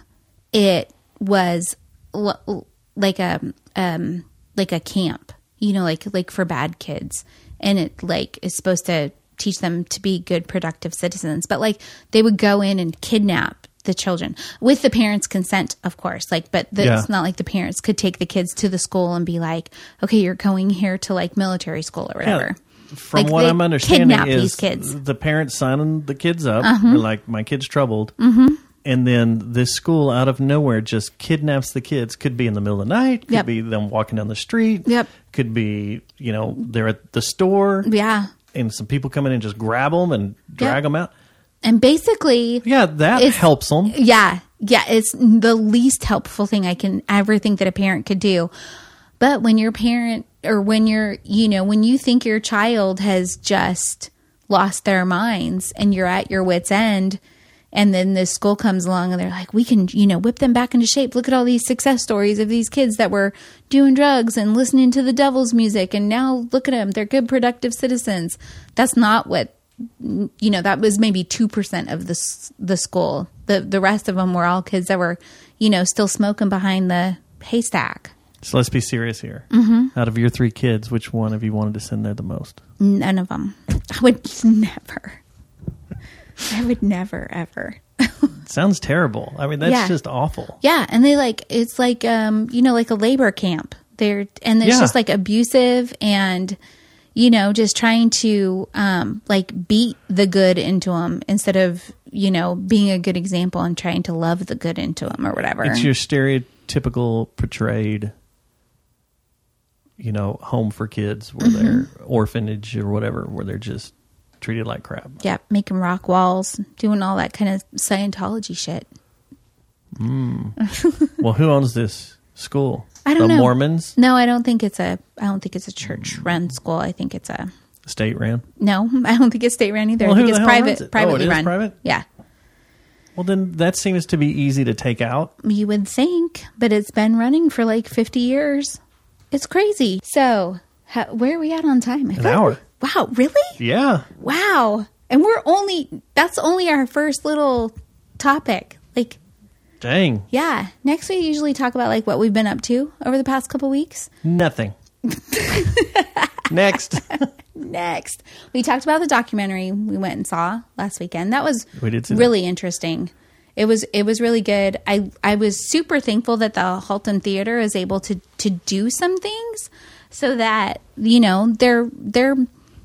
Speaker 2: it was l- l- like a, um, like a camp, you know, like, like for bad kids. And it like is supposed to teach them to be good, productive citizens. But like they would go in and kidnap the children with the parents' consent, of course. Like, but the,
Speaker 4: Yeah.
Speaker 2: it's not like the parents could take the kids to the school and be like, okay, you're going here to like military school or whatever.
Speaker 4: From
Speaker 2: Like,
Speaker 4: what
Speaker 2: they
Speaker 4: I'm understanding
Speaker 2: kidnap
Speaker 4: is
Speaker 2: these kids.
Speaker 4: the parents signing the kids up. They're like, my kid's troubled. And then this school out of nowhere just kidnaps the kids. Could be in the middle of the night. Could
Speaker 2: Yep.
Speaker 4: be them walking down the street.
Speaker 2: Yep.
Speaker 4: Could be, you know, they're at the store.
Speaker 2: Yeah.
Speaker 4: And some people come in and just grab them and drag
Speaker 2: Yep.
Speaker 4: them out.
Speaker 2: And basically,
Speaker 4: Yeah, that
Speaker 2: It's-
Speaker 4: helps them.
Speaker 2: yeah, yeah, it's the least helpful thing I can ever think that a parent could do. But when your parent or when you're, you know, when you think your child has just lost their minds and you're at your wits' end, and then this school comes along and they're like, we can, you know, whip them back into shape. Look at all these success stories of these kids that were doing drugs and listening to the devil's music. And now look at them. They're good, productive citizens. That's not what you know that was maybe 2% of the s- the school the the rest of them were all kids that were you know still smoking behind the haystack
Speaker 4: So let's be serious here. Mm-hmm. Out of your three kids, which one have you wanted to send there the most?
Speaker 2: none of them i would never i would never ever
Speaker 4: sounds terrible. I mean, that's
Speaker 2: Yeah.
Speaker 4: just awful.
Speaker 2: yeah and they like it's like um you know like a labor camp they're and it's
Speaker 4: Yeah.
Speaker 2: just like abusive and you know just trying to um like beat the good into them instead of you know being a good example and trying to love the good into them or whatever
Speaker 4: It's your stereotypical portrayed, you know, home for kids
Speaker 2: Mm-hmm.
Speaker 4: where they're orphanage or whatever, where they're just treated like crap.
Speaker 2: Yep, making rock walls, doing all that kind of Scientology shit.
Speaker 4: well, who owns this school?
Speaker 2: I don't
Speaker 4: the
Speaker 2: know.
Speaker 4: Mormons, Mm.
Speaker 2: No, I don't think it's a. I don't think it's a church run school. I think it's a.
Speaker 4: state ran.
Speaker 2: No, I don't think it's state run either.
Speaker 4: Well,
Speaker 2: I think
Speaker 4: who
Speaker 2: it's
Speaker 4: the hell
Speaker 2: private,
Speaker 4: runs it? Oh,
Speaker 2: privately
Speaker 4: it is
Speaker 2: run.
Speaker 4: private?
Speaker 2: Yeah,
Speaker 4: Well, then that seems to be easy to take out.
Speaker 2: you would think, but it's been running for like fifty years. It's crazy. So, how, where are we at on time? I
Speaker 4: An
Speaker 2: thought-
Speaker 4: hour.
Speaker 2: Wow, really?
Speaker 4: Yeah,
Speaker 2: Wow, and we're only. That's only our first little topic. Like
Speaker 4: dang,
Speaker 2: Yeah. Next, we usually talk about like what we've been up to over the past couple weeks.
Speaker 4: nothing. Next,
Speaker 2: Next, we talked about the documentary we went and saw last weekend. That was
Speaker 4: We did see that.
Speaker 2: really interesting. It was it was really good. I I was super thankful that the Halton Theater is able to to do some things so that you know they're they're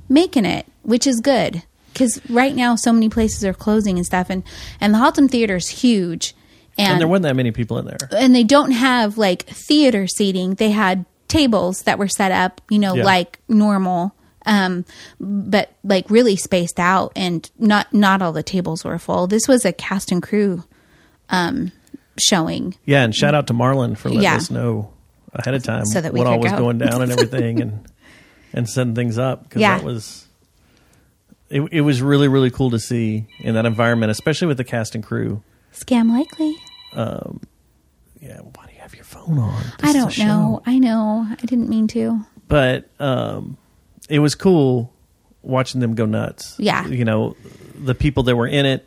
Speaker 2: making it, which is good because right now so many places are closing and stuff, and and the Halton Theater is huge.
Speaker 4: and there wasn't that many people in there.
Speaker 2: and they don't have like theater seating. They had tables that were set up, you know,
Speaker 4: Yeah.
Speaker 2: like normal, um, but like really spaced out, and not not all the tables were full. This was a cast and crew um, showing.
Speaker 4: Yeah, and shout out to Marlon for letting
Speaker 2: Yeah.
Speaker 4: us know ahead of time
Speaker 2: So that we
Speaker 4: what
Speaker 2: could
Speaker 4: all was
Speaker 2: go.
Speaker 4: going down and everything, and and setting things up because
Speaker 2: Yeah.
Speaker 4: that was it. It was really really cool to see in that environment, especially with the cast and crew.
Speaker 2: Scam likely.
Speaker 4: Yeah, why do you have your phone on? This
Speaker 2: I
Speaker 4: is a
Speaker 2: don't
Speaker 4: show.
Speaker 2: know. I know. I didn't mean to.
Speaker 4: but um, it was cool watching them go nuts.
Speaker 2: Yeah.
Speaker 4: you know the people that were in it.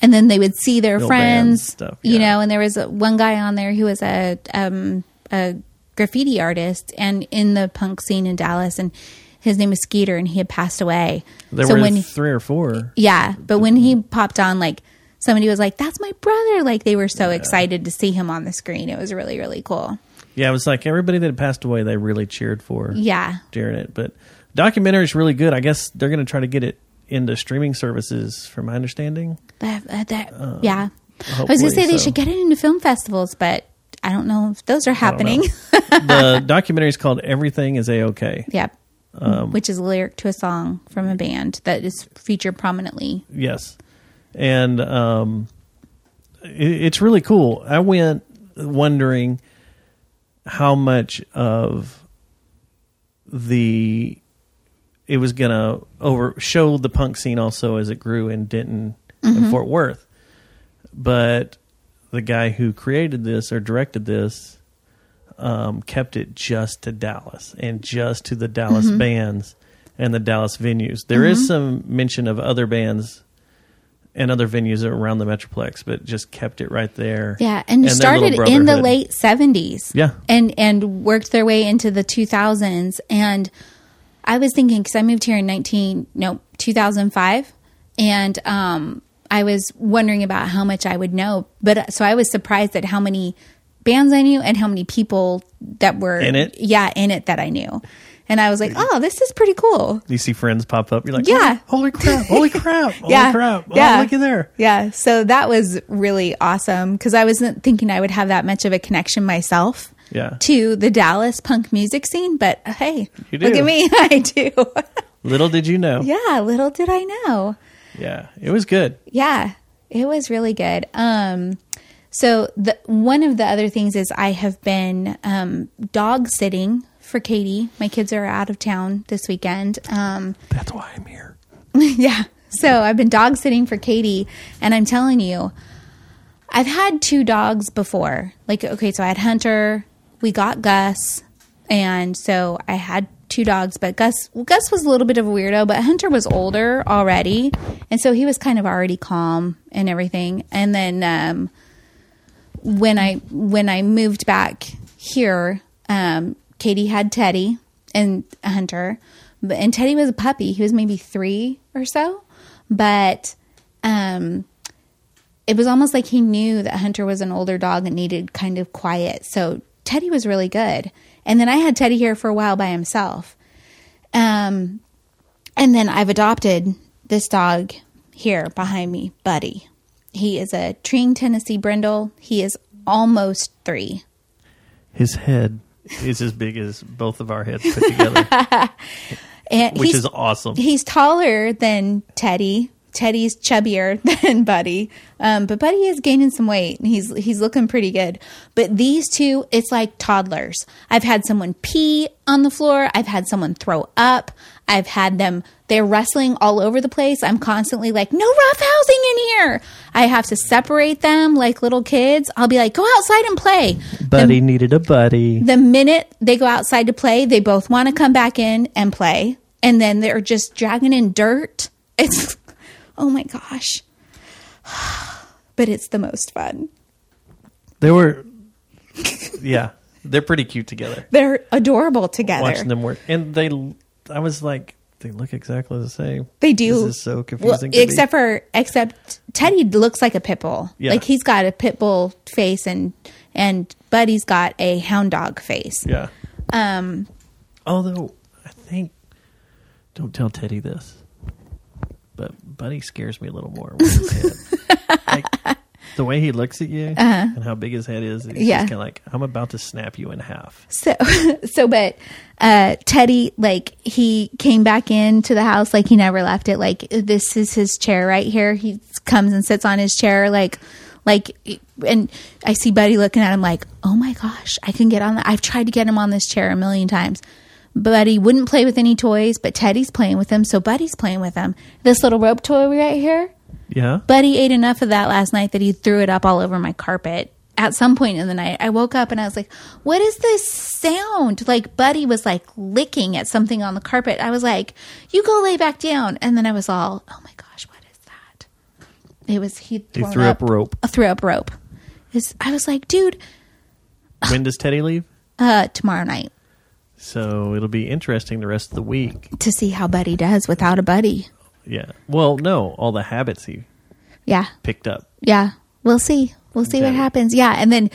Speaker 2: and then they would see their
Speaker 4: Little
Speaker 2: friends,
Speaker 4: bands, stuff,
Speaker 2: you
Speaker 4: yeah.
Speaker 2: know. And there was a, one guy on there who was a um, a graffiti artist and in the punk scene in Dallas, and his name was Skeeter, and he had passed away.
Speaker 4: There
Speaker 2: so
Speaker 4: were
Speaker 2: when
Speaker 4: three or four.
Speaker 2: yeah, but when he popped on, like somebody was like, "That's my brother!" Like they were so excited to see him on the screen. It was really really cool.
Speaker 4: Yeah, it was like everybody that had passed away. They really cheered for.
Speaker 2: Yeah,
Speaker 4: during it. But documentary is really good. I guess they're going to try to get it into streaming services, from my understanding.
Speaker 2: that, uh, that- yeah. I was gonna
Speaker 4: hopefully
Speaker 2: say they
Speaker 4: so.
Speaker 2: should get it into film festivals, but I don't know if those are happening.
Speaker 4: the documentary is called "Everything Is A OK."
Speaker 2: Yep.
Speaker 4: Um,
Speaker 2: Which is a lyric to a song from a band that is featured prominently.
Speaker 4: Yes, and um, it, it's really cool. I went wondering how much of the it was going to over show the punk scene also as it grew in Denton
Speaker 2: Mm-hmm.
Speaker 4: and Fort Worth, but the guy who created this or directed this um, kept it just to Dallas and just to the Dallas
Speaker 2: Mm-hmm.
Speaker 4: bands and the Dallas venues. There is some mention of other bands and other venues around the Metroplex, but just kept it right there.
Speaker 2: Yeah, and,
Speaker 4: their
Speaker 2: started
Speaker 4: little
Speaker 2: in the
Speaker 4: brotherhood.
Speaker 2: late 70s.
Speaker 4: Yeah.
Speaker 2: And and worked their way into the 2000s and I was thinking cuz I moved here in 19 no, 2005 and um I was wondering about how much I would know, but uh, so I was surprised at how many bands I knew and how many people that were
Speaker 4: In it? Mm-hmm.
Speaker 2: Yeah, in it that I knew. And I was like, "Oh, this is pretty cool."
Speaker 4: You see friends pop up. You're like,
Speaker 2: Yeah.
Speaker 4: holy, holy crap, holy crap, holy crap. Oh, look at there.
Speaker 2: Yeah. So that was really awesome because I wasn't thinking I would have that much of a connection myself
Speaker 4: Yeah.
Speaker 2: to the Dallas punk music scene, but hey,
Speaker 4: You
Speaker 2: look
Speaker 4: do.
Speaker 2: at me. I do.
Speaker 4: Little did you know.
Speaker 2: yeah. Little did I know.
Speaker 4: Yeah. It was good.
Speaker 2: Yeah. It was really good. Um, So the one of the other things is I have been um, dog sitting for Katie. My kids are out of town this weekend. Um,
Speaker 4: That's why I'm here.
Speaker 2: yeah. So I've been dog sitting for Katie, and I'm telling you, I've had two dogs before. Like, okay, so I had Hunter, we got Gus, and so I had two dogs, but Gus Gus was a little bit of a weirdo, but Hunter was older already, and so he was kind of already calm and everything. And then um, when I when I moved back here, um, Katie had Teddy and Hunter, but and Teddy was a puppy. He was maybe three or so, but um, it was almost like he knew that Hunter was an older dog and needed kind of quiet. So Teddy was really good, and then I had Teddy here for a while by himself. Um, and then I've adopted this dog here behind me, Buddy. He is a Treeing Tennessee Brindle. He is almost three.
Speaker 4: His head is as big as both of our heads put together,
Speaker 2: And
Speaker 4: which
Speaker 2: he's-
Speaker 4: is awesome.
Speaker 2: He's taller than Teddy. Teddy's chubbier than Buddy, um, but Buddy is gaining some weight. and He's he's looking pretty good. But these two, it's like toddlers. I've had someone pee on the floor. I've had someone throw up. I've had them. They're wrestling all over the place. I'm constantly like, no rough housing in here. I have to separate them like little kids. I'll be like, go outside and play.
Speaker 4: buddy needed a buddy.
Speaker 2: The minute they go outside to play, they both want to come back in and play. And then they're just dragging in dirt. It's, oh my gosh. But it's the most fun.
Speaker 4: They were, yeah, they're pretty cute together.
Speaker 2: They're adorable together.
Speaker 4: Watching them work, and they, I was like, they look exactly the same.
Speaker 2: They do.
Speaker 4: This is so
Speaker 2: Well,
Speaker 4: confusing. to me.
Speaker 2: except for except Teddy looks like a pit bull.
Speaker 4: Yeah.
Speaker 2: Like he's got a pit bull face and and Buddy's got a hound dog face.
Speaker 4: Yeah. Um. Although I think, don't tell Teddy this, but Buddy scares me a little more with his head. like, the way he looks at you and how big his head is, he's
Speaker 2: Uh-huh. Yeah.
Speaker 4: just kind of like, I'm about to snap you in half.
Speaker 2: So, so, but uh, Teddy, like, he came back into the house like he never left it. Like, this is his chair right here. He comes and sits on his chair, like, like, and I see Buddy looking at him like, oh my gosh, I can get on that. I've tried to get him on this chair a million times. Buddy wouldn't play with any toys, but Teddy's playing with him, so Buddy's playing with him. This little rope toy right here,
Speaker 4: Yeah.
Speaker 2: Buddy ate enough of that last night that he threw it up all over my carpet. At some point in the night, I woke up and I was like, "What is this sound?" Like Buddy was like licking at something on the carpet. I was like, "You go lay back down." And then I was all, "Oh my gosh, what is that?" It was he, thrown
Speaker 4: threw up rope.
Speaker 2: uh, Threw up rope. It's- I was like, "Dude,
Speaker 4: when does Teddy leave?
Speaker 2: uh, tomorrow night
Speaker 4: So it'll be interesting the rest of the week.
Speaker 2: to see how Buddy does without a buddy."
Speaker 4: Yeah. Well, no, all the habits he
Speaker 2: Yeah,
Speaker 4: picked up.
Speaker 2: Yeah, we'll see. We'll see what
Speaker 4: Okay.
Speaker 2: happens. Yeah, and then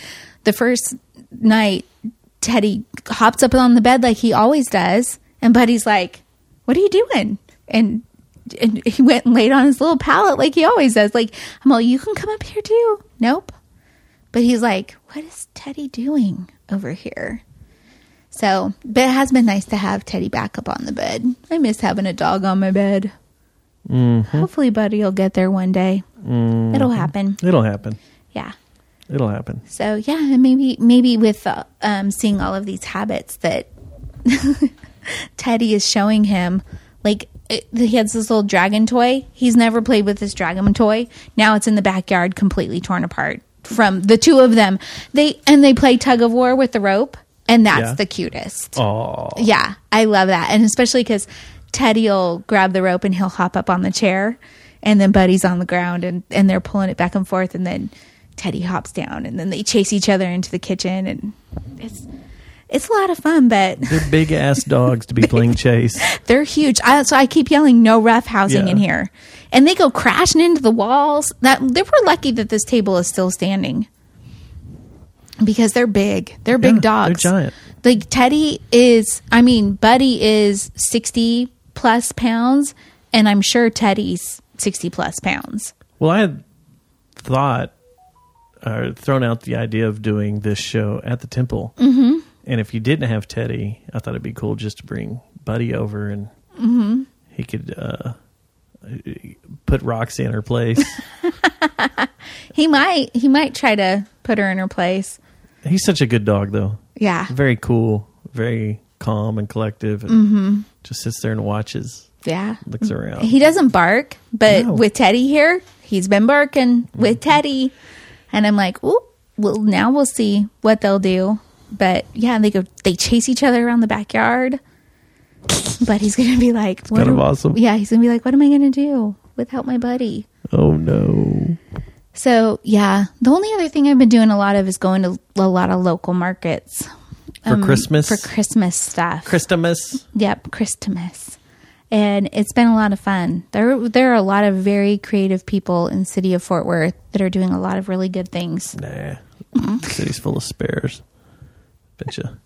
Speaker 2: the first night, Teddy hops up on the bed like he always does, and Buddy's like, "What are you doing?" and and he went and laid on his little pallet like he always does. Like I'm all, "You can come up here too." Nope. But he's like, "What is Teddy doing over here?" So, but it has been nice to have Teddy back up on the bed. I miss having a dog on my bed. Hopefully, Buddy will get there one day. It'll happen.
Speaker 4: It'll happen.
Speaker 2: Yeah.
Speaker 4: It'll happen.
Speaker 2: So yeah, and maybe maybe with uh, um, seeing all of these habits that Teddy is showing him, like it, he has this little dragon toy. He's never played with this dragon toy. Now it's in the backyard, completely torn apart from the two of them. They and they play tug of war with the rope, and that's
Speaker 4: Yeah.
Speaker 2: the cutest.
Speaker 4: Oh,
Speaker 2: Yeah, I love that, and especially because Teddy will grab the rope and he'll hop up on the chair, and then Buddy's on the ground and and they're pulling it back and forth, and then Teddy hops down, and then they chase each other into the kitchen, and it's it's a lot of fun, but
Speaker 4: they're big ass dogs to be playing chase.
Speaker 2: they're huge. I, so I keep yelling, "No rough housing
Speaker 4: Yeah.
Speaker 2: in here," and they go crashing into the walls. That they were lucky that this table is still standing because they're big. They're big
Speaker 4: Yeah, they're
Speaker 2: dogs.
Speaker 4: giant.
Speaker 2: Like Teddy is. I mean, Buddy is sixty plus pounds, and I'm sure Teddy's sixty plus pounds.
Speaker 4: Well, I had thought or thrown out the idea of doing this show at the temple. Mm-hmm. And if you didn't have Teddy, I thought it'd be cool just to bring Buddy over and
Speaker 2: Mm-hmm.
Speaker 4: he could uh, put Roxy in her place.
Speaker 2: He might. He might try to put her in her place.
Speaker 4: He's such a good dog, though.
Speaker 2: Yeah.
Speaker 4: Very cool, very calm and collective, and just sits there and watches,
Speaker 2: Yeah.
Speaker 4: looks around.
Speaker 2: Mm-hmm. He doesn't bark, but
Speaker 4: No. Mm-hmm.
Speaker 2: with Teddy here, he's been barking with Teddy. And I'm like, "Ooh, well now we'll see what they'll do." But yeah, they go they chase each other around the backyard. But he's going to be like, what
Speaker 4: kind of
Speaker 2: am-
Speaker 4: awesome.
Speaker 2: Yeah, he's going to be like, "What am I going to do without my buddy?"
Speaker 4: oh no!
Speaker 2: So, yeah, the only other thing I've been doing a lot of is going to a lot of local markets
Speaker 4: For Christmas,
Speaker 2: Um, for Christmas stuff.
Speaker 4: Christmas.
Speaker 2: Yep, Christmas. And it's been a lot of fun. There there are a lot of very creative people in the city of Fort Worth that are doing a lot of really good things.
Speaker 4: Nah, city's full of spares. Bunch of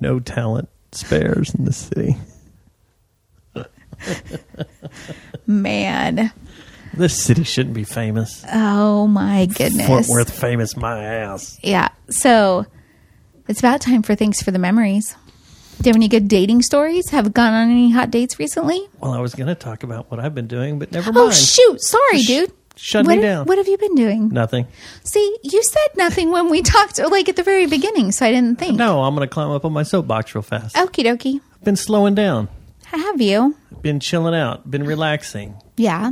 Speaker 4: no talent spares in the city.
Speaker 2: Man.
Speaker 4: This city shouldn't be famous.
Speaker 2: Oh my goodness.
Speaker 4: Fort Worth famous, my ass.
Speaker 2: Yeah. So it's about time for thanks for the memories. Do you have any good dating stories? Have gone on any hot dates recently?
Speaker 4: Well, I was going to talk about what I've been doing, but never
Speaker 2: Oh
Speaker 4: mind.
Speaker 2: shoot. Sorry,
Speaker 4: Sh-
Speaker 2: dude.
Speaker 4: shut
Speaker 2: what
Speaker 4: me
Speaker 2: have-
Speaker 4: down.
Speaker 2: What have you been doing?
Speaker 4: Nothing.
Speaker 2: See, you said nothing when we talked like at the very beginning, so I didn't think.
Speaker 4: No, I'm going to climb up on my soapbox real fast.
Speaker 2: Okie dokie.
Speaker 4: I've been slowing down,
Speaker 2: Have you?
Speaker 4: been chilling out, been relaxing.
Speaker 2: Yeah.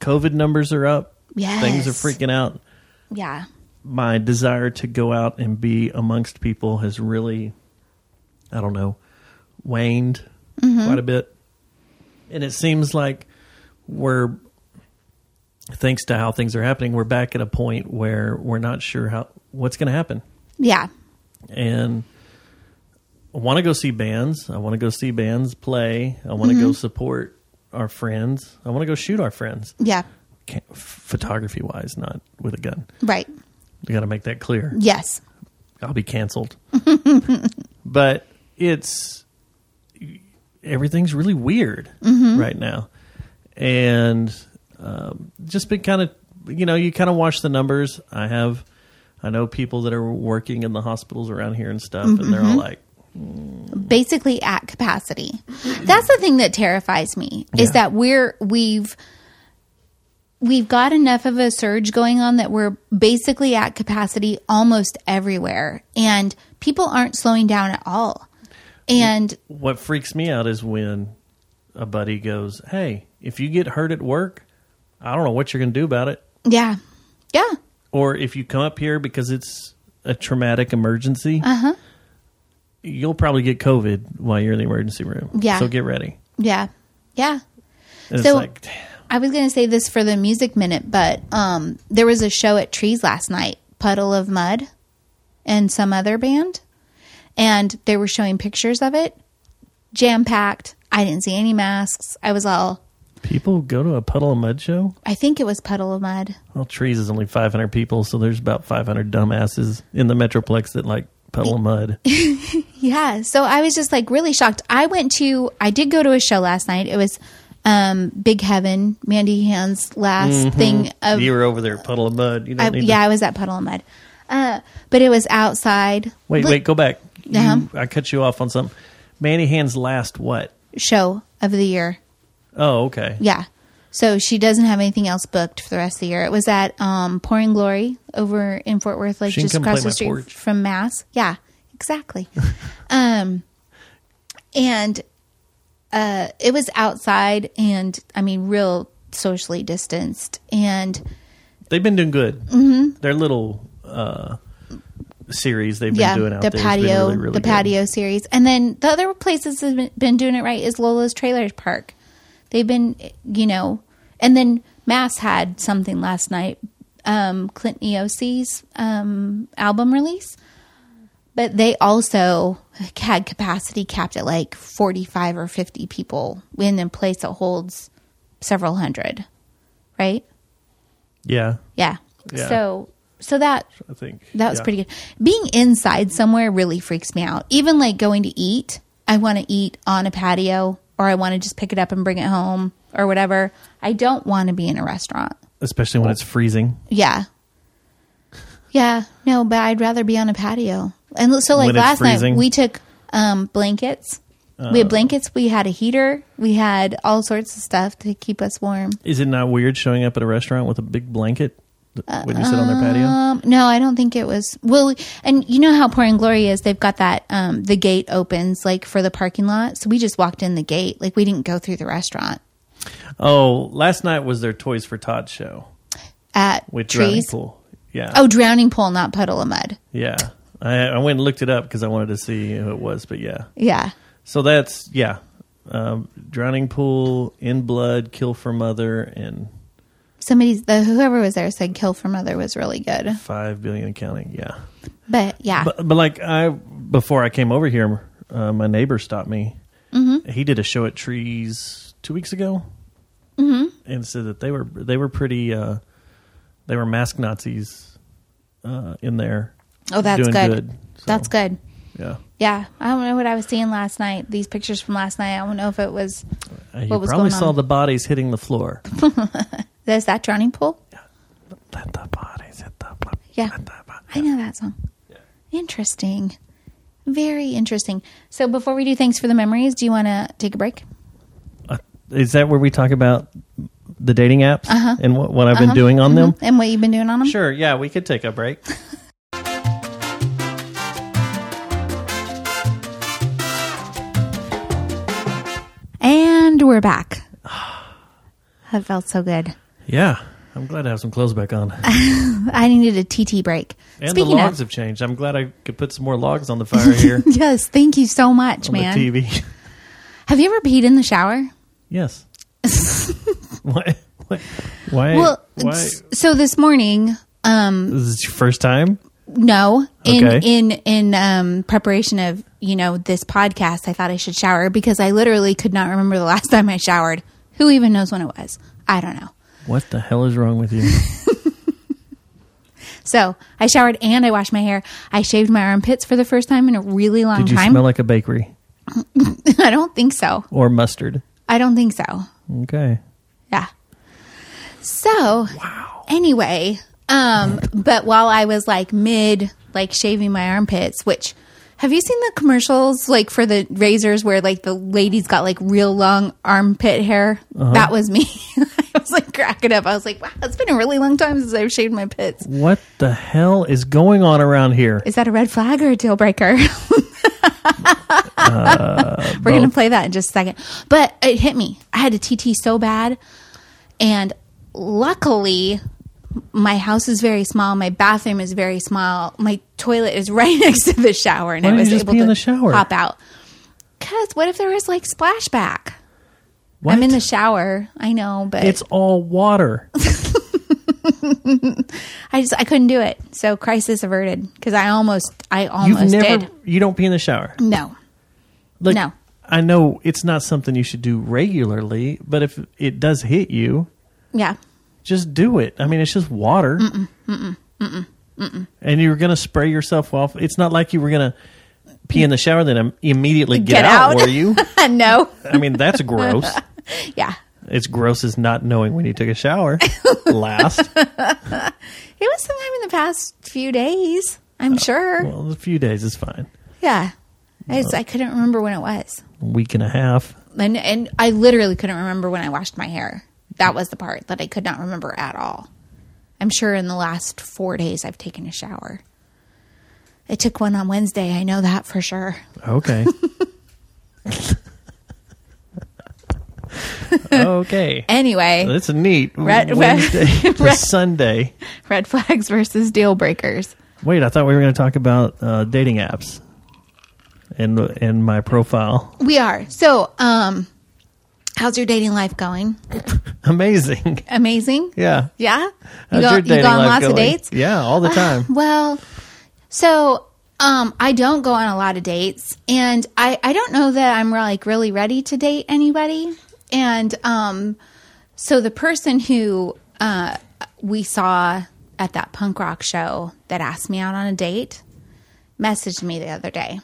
Speaker 4: COVID numbers are up.
Speaker 2: Yes.
Speaker 4: Things are freaking out.
Speaker 2: Yeah.
Speaker 4: My desire to go out and be amongst people has really, I don't know, waned quite a bit. And it seems like we're, thanks to how things are happening, we're back at a point where we're not sure how what's going to happen.
Speaker 2: Yeah.
Speaker 4: and I want to go see bands. I want to go see bands play. I want to go support our friends. I want to go shoot our friends.
Speaker 2: Yeah.
Speaker 4: Photography wise, not with a gun.
Speaker 2: Right.
Speaker 4: You got to make that clear.
Speaker 2: Yes.
Speaker 4: I'll be canceled. but it's everything's really weird right now, and um, just been kind of you know you kind of watch the numbers. I have I know people that are working in the hospitals around here and stuff, and they're all like,
Speaker 2: Basically at capacity. That's the thing that terrifies me is
Speaker 4: Yeah.
Speaker 2: that we're we've we've got enough of a surge going on that we're basically at capacity almost everywhere and people aren't slowing down at all.
Speaker 4: Mm.
Speaker 2: And
Speaker 4: what freaks me out is when a buddy goes, "Hey, if you get hurt at work, I don't know what you're going to do about it."
Speaker 2: yeah. Yeah.
Speaker 4: Or if you come up here because it's a traumatic emergency,
Speaker 2: Uh-huh.
Speaker 4: you'll probably get COVID while you're in the emergency room.
Speaker 2: Yeah.
Speaker 4: So get ready.
Speaker 2: Yeah. Yeah.
Speaker 4: And
Speaker 2: So-
Speaker 4: it's like, damn,
Speaker 2: I was going to say this for the music minute, but um, there was a show at Trees last night, Puddle of Mud, and some other band, and they were showing pictures of it, jam packed. I didn't see any masks. I was all,
Speaker 4: people go to a puddle of mud show.
Speaker 2: I think it was Puddle of Mud.
Speaker 4: Well, trees is only 500 people, so there's about 500 dumbasses in the metroplex that like puddle of mud.
Speaker 2: Yeah, so I was just like really shocked. I went to, I did go to a show last night. It was um, Big Heaven, Mandy Hand's last thing of
Speaker 4: you were over there, puddle of mud. You don't
Speaker 2: I,
Speaker 4: need
Speaker 2: yeah,
Speaker 4: to.
Speaker 2: I was at Puddle of Mud, uh, but it was outside.
Speaker 4: Wait,
Speaker 2: Look-
Speaker 4: wait, go back. You-
Speaker 2: Uh-huh.
Speaker 4: I cut you off on something. Manny Hand's last what?
Speaker 2: show of the year.
Speaker 4: Oh, okay.
Speaker 2: Yeah. So she doesn't have anything else booked for the rest of the year. It was at um, Pouring Glory over in Fort Worth, like
Speaker 4: She can
Speaker 2: just
Speaker 4: come
Speaker 2: across
Speaker 4: play
Speaker 2: the
Speaker 4: my
Speaker 2: street
Speaker 4: porch.
Speaker 2: from Mass. Yeah, exactly. um, and uh, it was outside, and I mean, real socially distanced. And
Speaker 4: They've been doing good. Mm-hmm. Their little uh, series they've been
Speaker 2: yeah,
Speaker 4: doing out
Speaker 2: the
Speaker 4: there has been
Speaker 2: patio,
Speaker 4: really, really
Speaker 2: the
Speaker 4: good.
Speaker 2: patio series, and then the other places that have been- been doing it right is Lola's Trailers Park. They've been, you know, and then Mass had something last night, um, Clint Eosi's um, album release, but they also had capacity capped at like forty-five or fifty people in a place that holds several hundred, right?
Speaker 4: Yeah,
Speaker 2: Yeah.
Speaker 4: Yeah.
Speaker 2: So, so that
Speaker 4: I think
Speaker 2: that was
Speaker 4: yeah.
Speaker 2: pretty good. Being inside somewhere really freaks me out. Even like going to eat, I want to eat on a patio or I want to just pick it up and bring it home or whatever. I don't want to be in a restaurant.
Speaker 4: especially when it's freezing.
Speaker 2: Yeah. Yeah. No, but I'd rather be on a patio. And so like
Speaker 4: When it's
Speaker 2: last night
Speaker 4: freezing? Oh.
Speaker 2: we took um blankets. we had blankets, we had a heater, we had all sorts of stuff to keep us warm.
Speaker 4: Is it not weird showing up at a restaurant with a big blanket? when you sit on their patio?
Speaker 2: Um, no, I don't think it was. Well, and you know how Pouring Glory is? They've got that, um, the gate opens like for the parking lot. So we just walked in the gate. Like we didn't go through the restaurant
Speaker 4: Oh, last night was their Toys for Tots show
Speaker 2: at
Speaker 4: with drowning
Speaker 2: trees.
Speaker 4: pool. Yeah.
Speaker 2: Oh, drowning pool, not puddle of mud.
Speaker 4: Yeah. I, I went and looked it up because I wanted to see who it was, but yeah.
Speaker 2: Yeah.
Speaker 4: So that's yeah, um, drowning pool, in blood, kill for mother, and
Speaker 2: Somebody's, the, whoever was there said Kill for Mother was really good.
Speaker 4: five billion and counting. Yeah,
Speaker 2: But yeah.
Speaker 4: but but like I before I came over here, uh, my neighbor stopped me.
Speaker 2: Mm-hmm.
Speaker 4: He did a show at Trees two weeks ago, mm-hmm. and said that they were they were pretty uh, they were mask Nazis uh, in there.
Speaker 2: oh, that's
Speaker 4: doing
Speaker 2: good.
Speaker 4: So,
Speaker 2: That's good.
Speaker 4: Yeah,
Speaker 2: Yeah. I don't know what I was seeing last night. These pictures from last night. I don't know if it was,
Speaker 4: Uh, you
Speaker 2: What was
Speaker 4: probably
Speaker 2: going
Speaker 4: saw
Speaker 2: on?
Speaker 4: the bodies hitting the floor.
Speaker 2: is that drowning pool?
Speaker 4: Let the bodies hit the floor.
Speaker 2: Yeah.
Speaker 4: Let the bodies-
Speaker 2: I know that song. Interesting. Very interesting. So before we do thanks for the memories, do you want to take a break?
Speaker 4: Is that where we talk about the dating apps
Speaker 2: Uh-huh.
Speaker 4: and what, what I've been doing on them?
Speaker 2: And what you've been doing on them?
Speaker 4: Sure. Yeah, we could take a break.
Speaker 2: And we're back. that felt so good.
Speaker 4: yeah. I'm glad to have some clothes back on.
Speaker 2: I needed a TT break.
Speaker 4: And the logs have changed. I'm glad I could put some more logs on the fire here on
Speaker 2: yes, thank you so much,
Speaker 4: the
Speaker 2: man.
Speaker 4: TV.
Speaker 2: Have you ever peed in the shower?
Speaker 4: yes. why? Why? Why?
Speaker 2: well,
Speaker 4: why?
Speaker 2: s- so this morning, um,
Speaker 4: This is your first time?
Speaker 2: No, in
Speaker 4: Okay.
Speaker 2: in in um, preparation of you know this podcast, I thought I should shower because I literally could not remember the last time I showered. Who even knows when it was? I don't know.
Speaker 4: What the hell is wrong with you?
Speaker 2: So I showered and I washed my hair. I shaved my armpits for the first time in a really long
Speaker 4: Did you
Speaker 2: time.
Speaker 4: smell like a bakery
Speaker 2: I don't think so.
Speaker 4: or mustard?
Speaker 2: I don't think so.
Speaker 4: Okay.
Speaker 2: Yeah. So anyway, um, but while I was like mid like shaving my armpits, which have you seen the commercials like for the razors where like the ladies got like real long armpit hair? That was me. I was like cracking up. I was like, wow, it's been a really long time since I've shaved my pits.
Speaker 4: What the hell is going on around here?
Speaker 2: Is that a red flag or a deal breaker?
Speaker 4: Uh,
Speaker 2: We're going to play that in just a second. But it hit me. I had a TT so bad. And luckily, my house is very small. My bathroom is very small. My toilet is right next to the shower. And I
Speaker 4: Why don't
Speaker 2: was
Speaker 4: you just
Speaker 2: able
Speaker 4: pee
Speaker 2: to
Speaker 4: in the shower?
Speaker 2: pop out. Because what if there was like splashback?
Speaker 4: What?
Speaker 2: I'm in the shower. I know, but
Speaker 4: It's all water.
Speaker 2: I just I couldn't do it. So crisis averted because I almost I
Speaker 4: You've
Speaker 2: almost
Speaker 4: never.
Speaker 2: did.
Speaker 4: You don't pee in the shower.
Speaker 2: No,
Speaker 4: Like,
Speaker 2: No.
Speaker 4: I know it's not something you should do regularly, but if it does hit you,
Speaker 2: yeah.
Speaker 4: just do it. I mean, it's just water. Mm-mm, mm-mm, mm-mm, And you're going to spray yourself off. It's not like you were going to pee in the shower, then im- immediately get,
Speaker 2: Get
Speaker 4: out,
Speaker 2: out.
Speaker 4: were you?
Speaker 2: no.
Speaker 4: I mean, that's gross.
Speaker 2: Yeah.
Speaker 4: It's gross as not knowing when you took a shower last.
Speaker 2: It was sometime in the past few days, I'm sure.
Speaker 4: Uh, Well, uh, a few days is fine.
Speaker 2: yeah. I just I couldn't remember when it was.
Speaker 4: A week and a half.
Speaker 2: And and I literally couldn't remember when I washed my hair. That was the part that I could not remember at all. I'm sure in the last 4 days I've taken a shower. I took one on Wednesday, I know that for sure.
Speaker 4: Okay. okay.
Speaker 2: Anyway,
Speaker 4: That's neat.
Speaker 2: Right-
Speaker 4: Wednesday to
Speaker 2: right.
Speaker 4: Sunday.
Speaker 2: red flags versus deal breakers.
Speaker 4: Wait, I thought we were going to talk about uh, dating apps and and my profile.
Speaker 2: We are. So, um how's your dating life going?
Speaker 4: Amazing.
Speaker 2: Amazing?
Speaker 4: Yeah.
Speaker 2: Yeah?
Speaker 4: How's
Speaker 2: you go,
Speaker 4: your dating
Speaker 2: you go on
Speaker 4: life
Speaker 2: lots of
Speaker 4: going?
Speaker 2: dates?
Speaker 4: Yeah, all the time.
Speaker 2: Well, so um, I don't go on a lot of dates, and I I don't know that I'm like really ready to date anybody. And um, so the person who uh, we saw at that punk rock show that asked me out on a date messaged me the other day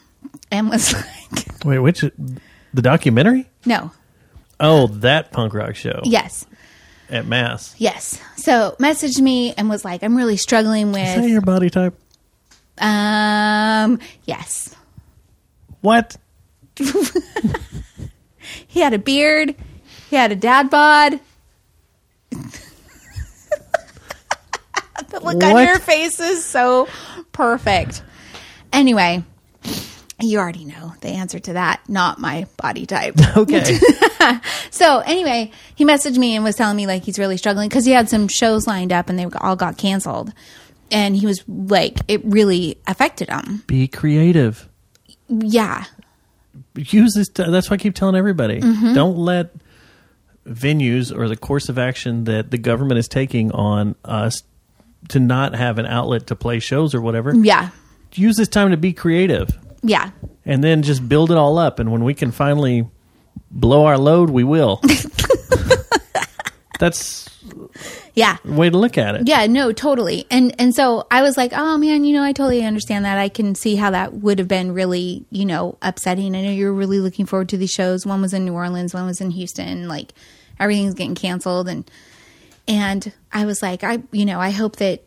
Speaker 2: and was like,
Speaker 4: Wait, which the documentary?
Speaker 2: "No,
Speaker 4: Oh, that punk rock show
Speaker 2: yes."
Speaker 4: at Mass.
Speaker 2: Yes. So messaged me and was like, I'm really struggling
Speaker 4: Is that
Speaker 2: with
Speaker 4: your body type?
Speaker 2: um yes.
Speaker 4: What?
Speaker 2: He had a beard. He had a dad bod. that look on
Speaker 4: What?
Speaker 2: your face is so perfect. Anyway, you already know the answer to that. Not my body type.
Speaker 4: Okay.
Speaker 2: So anyway, he messaged me and was telling me like he's really struggling because he had some shows lined up and they all got canceled, and he was like, it really affected him.
Speaker 4: Be creative.
Speaker 2: Yeah,
Speaker 4: use this. T- that's why I keep telling everybody:
Speaker 2: Mm-hmm.
Speaker 4: don't let venues or the course of action that the government is taking on us to not have an outlet to play shows or whatever.
Speaker 2: yeah,
Speaker 4: Use this time to be creative,
Speaker 2: yeah.
Speaker 4: and then just build it all up. And when we can finally blow our load, we will. that's
Speaker 2: Yeah.
Speaker 4: the way to look at it.
Speaker 2: Yeah, no, totally. And and so I was like, "Oh man, you know, I totally understand that. I can see how that would have been really, you know, upsetting. I know you're really looking forward to these shows. One was in New Orleans, one was in Houston. Like everything's getting canceled and and I was like, I, you know, I hope that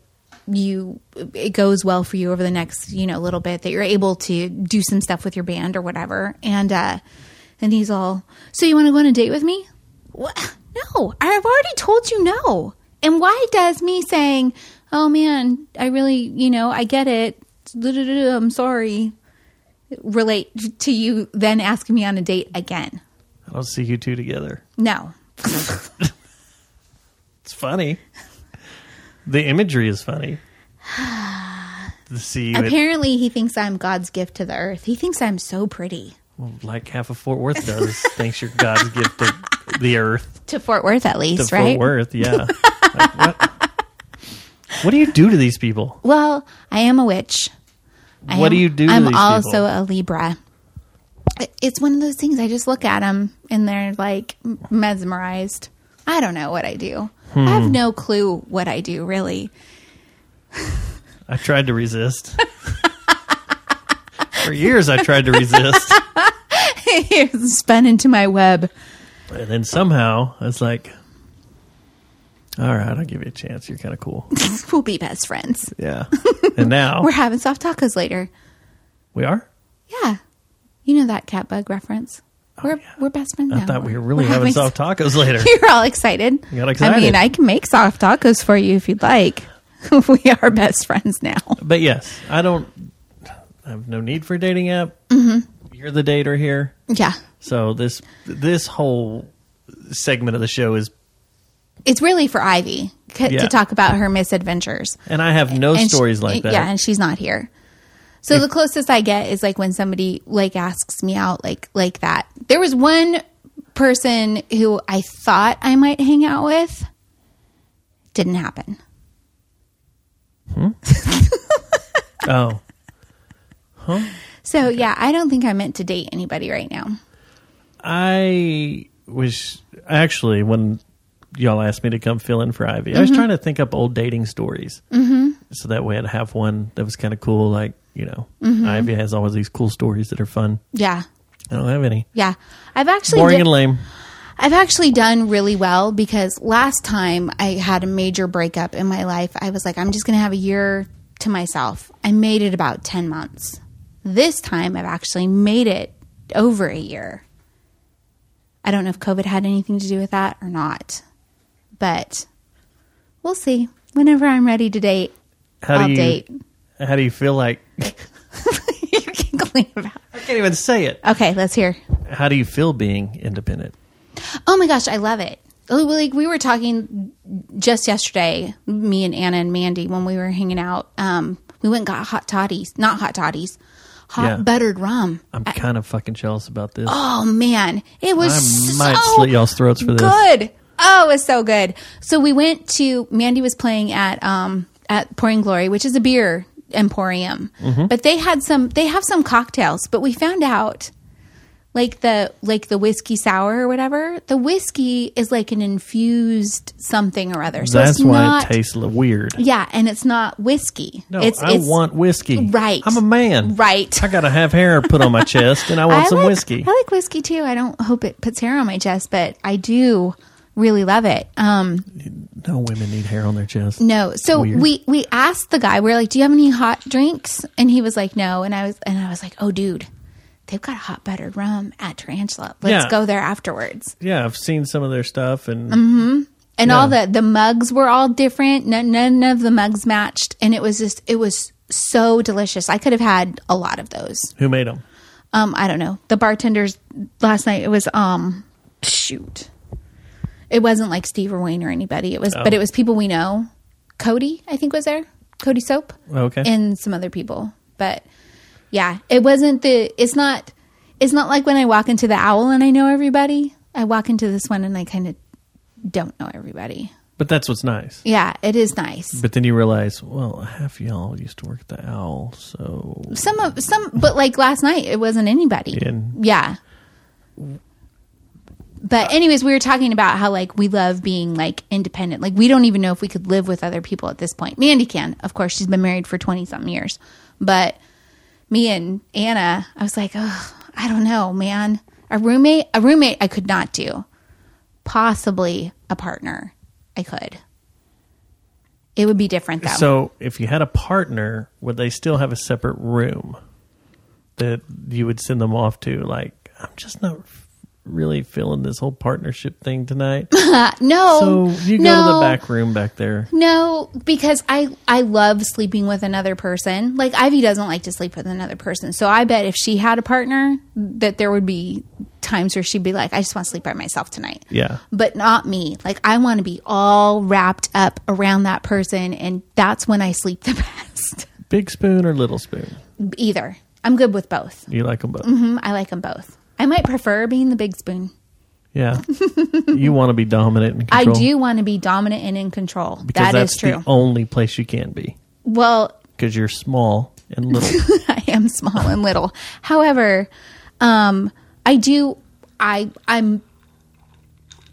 Speaker 2: you it goes well for you over the next, you know, little bit that you're able to do some stuff with your band or whatever. And uh and he's all, "So you want to go on a date with me?" What? No, I've already told you no. And why does me saying, "Oh man, I really, you know, I get it. I'm sorry," relate to you then asking me on a date again?
Speaker 4: I don't see you two together.
Speaker 2: No.
Speaker 4: It's funny. The imagery is funny. To see you at-
Speaker 2: Apparently, he thinks I'm God's gift to the earth. He thinks I'm so pretty
Speaker 4: Well, like half of Fort Worth does, thanks your God's gift to the earth,
Speaker 2: to Fort Worth, at
Speaker 4: to
Speaker 2: least,
Speaker 4: Fort
Speaker 2: right?
Speaker 4: Worth. Yeah. Like, what? what do you do to these people?
Speaker 2: Well, I am a witch. I
Speaker 4: What
Speaker 2: am-
Speaker 4: do you do to
Speaker 2: I'm
Speaker 4: these
Speaker 2: also
Speaker 4: people?
Speaker 2: a Libra. I- It's one of those things. I just look at them and they're like m- mesmerized. I don't know what I do. I
Speaker 4: Hmm.
Speaker 2: have no clue what I do, really.
Speaker 4: I tried to resist. For years, I tried to resist,
Speaker 2: Spun into my web.
Speaker 4: and then somehow I was like, "All right, I'll give you a chance. You're kind of cool."
Speaker 2: We'll be best friends.
Speaker 4: Yeah. And now
Speaker 2: We're having soft tacos later.
Speaker 4: we are.
Speaker 2: Yeah, you know that cat bug reference. We're we're best friends.
Speaker 4: Oh, I
Speaker 2: now.
Speaker 4: thought we were
Speaker 2: We're-
Speaker 4: really
Speaker 2: we're
Speaker 4: having soft tacos later.
Speaker 2: You're all excited.
Speaker 4: got excited.
Speaker 2: I mean, I can make soft tacos for you if you'd like. we are best friends now.
Speaker 4: But yes, I don't. I have no need for a dating app.
Speaker 2: Mm-hmm.
Speaker 4: You're the dater here.
Speaker 2: Yeah.
Speaker 4: So this this whole segment of the show is,
Speaker 2: It's really for Ivy c-
Speaker 4: Yeah.
Speaker 2: to talk about her misadventures.
Speaker 4: and I have no
Speaker 2: And she-
Speaker 4: stories like that.
Speaker 2: Yeah, and she's not here. So the closest I get is like when somebody like asks me out like like that. There was one person who I thought I might hang out with. Didn't happen.
Speaker 4: Oh,
Speaker 2: So yeah, I don't think I meant to date anybody right now.
Speaker 4: I was actually when y'all asked me to come fill in for Ivy, I
Speaker 2: Mm-hmm.
Speaker 4: was trying to think up old dating stories, mm-hmm. so that way I'd have one that was kind of cool. Like you know,
Speaker 2: Mm-hmm.
Speaker 4: Ivy has always these cool stories that are fun.
Speaker 2: Yeah.
Speaker 4: I don't have any.
Speaker 2: Yeah. I've actually
Speaker 4: Boring
Speaker 2: di-
Speaker 4: and lame.
Speaker 2: I've actually done really well because last time I had a major breakup in my life, I was like, I'm just going to have a year to myself. I made it about 10 months. This time I've actually made it over a year. I don't know if COVID had anything to do with that or not, but we'll see. Whenever I'm ready to date,
Speaker 4: How
Speaker 2: I'll
Speaker 4: do you?
Speaker 2: date.
Speaker 4: How do you feel like?
Speaker 2: you can clean about.
Speaker 4: I can't even say it.
Speaker 2: Okay, let's hear.
Speaker 4: How do you feel being independent?
Speaker 2: Oh my gosh, I love it. Oh, well, Like we were talking just yesterday, me and Anna and Mandy, when we were hanging out. Um, we went and got hot toddies, not hot toddies, hot
Speaker 4: Yeah.
Speaker 2: buttered rum.
Speaker 4: I'm kind of fucking jealous about this.
Speaker 2: Oh man, it was
Speaker 4: I
Speaker 2: so
Speaker 4: might slit y'all's throats for this.
Speaker 2: good. Oh, it was so good. So we went to Mandy was playing at um at Pouring Glory, which is a beer emporium,
Speaker 4: Mm-hmm.
Speaker 2: but they had some they have some cocktails. But we found out like the like the whiskey sour or whatever. The whiskey is like an infused something or other. So
Speaker 4: That's
Speaker 2: it's
Speaker 4: why
Speaker 2: not,
Speaker 4: it tastes li- weird.
Speaker 2: Yeah, and it's not whiskey.
Speaker 4: No,
Speaker 2: it's,
Speaker 4: I
Speaker 2: it's-
Speaker 4: want whiskey.
Speaker 2: Right.
Speaker 4: I'm a man.
Speaker 2: Right.
Speaker 4: I gotta have hair put on my chest, Oh, and I want
Speaker 2: I
Speaker 4: some
Speaker 2: like,
Speaker 4: whiskey.
Speaker 2: I like whiskey too. I don't hope it puts hair on my chest, but I do really love it. Um,
Speaker 4: No women need hair on their chest.
Speaker 2: No. So
Speaker 4: Weird.
Speaker 2: we we asked the guy. We're like, "Do you have any hot drinks?" And he was like, "No." And I was and I was like, "Oh, dude, they've got hot buttered rum at Tarantula. Let's
Speaker 4: Yeah.
Speaker 2: go there afterwards." Mm-hmm.
Speaker 4: Yeah, I've seen some of their stuff, and
Speaker 2: and all
Speaker 4: Yeah.
Speaker 2: the the mugs were all different. None, none of the mugs matched, and it was just it was so delicious. I could have had a lot of those.
Speaker 4: Who made them?
Speaker 2: Um, I don't know. The bartenders last night. It was um, shoot. It wasn't like Steve or Wayne or anybody. It was, but it was people we know. Cody, I think, was there. Cody Soap.
Speaker 4: Okay.
Speaker 2: And some other people, but yeah, it wasn't the. It's not. It's not like when I walk into the owl and I know everybody. I walk into this one and I kind of don't know everybody.
Speaker 4: But that's what's nice.
Speaker 2: Yeah, it is nice.
Speaker 4: But then you realize, well, half y'all used to work at the Owl, so
Speaker 2: Some of some, but like last night, it wasn't anybody.
Speaker 4: didn't.
Speaker 2: Yeah.
Speaker 4: Uh,
Speaker 2: But anyways, we were talking about how like we love being like independent. Like we don't even know if we could live with other people at this point. Mandy can, of course. She's been married for twenty something years. But me and Anna, I was like, oh, I don't know, man. A roommate, a roommate, I could not do. Possibly a partner, I could. It would be different though.
Speaker 4: So if you had a partner, would they still have a separate room that you would send them off to? Like, I'm just not really feeling this whole partnership thing tonight. so
Speaker 2: no,
Speaker 4: you go to
Speaker 2: no.
Speaker 4: the back room back there.
Speaker 2: No, because I I love sleeping with another person. Like Ivy doesn't like to sleep with another person. So I bet if she had a partner that there would be times where she'd be like, I just want to sleep by myself tonight.
Speaker 4: Yeah.
Speaker 2: But not me. Like I want to be all wrapped up around that person and that's when I sleep the best.
Speaker 4: Big spoon or little spoon?
Speaker 2: Either. I'm good with both.
Speaker 4: You like them both.
Speaker 2: Mhm, I like them both. I might prefer being the big spoon.
Speaker 4: Yeah. you want to be dominant and
Speaker 2: I
Speaker 4: control.
Speaker 2: do want to be dominant and in control.
Speaker 4: Because
Speaker 2: that
Speaker 4: that's
Speaker 2: is true.
Speaker 4: the only place you can be
Speaker 2: well,
Speaker 4: because you're small and little.
Speaker 2: I am small and little. However, um, I do. I I'm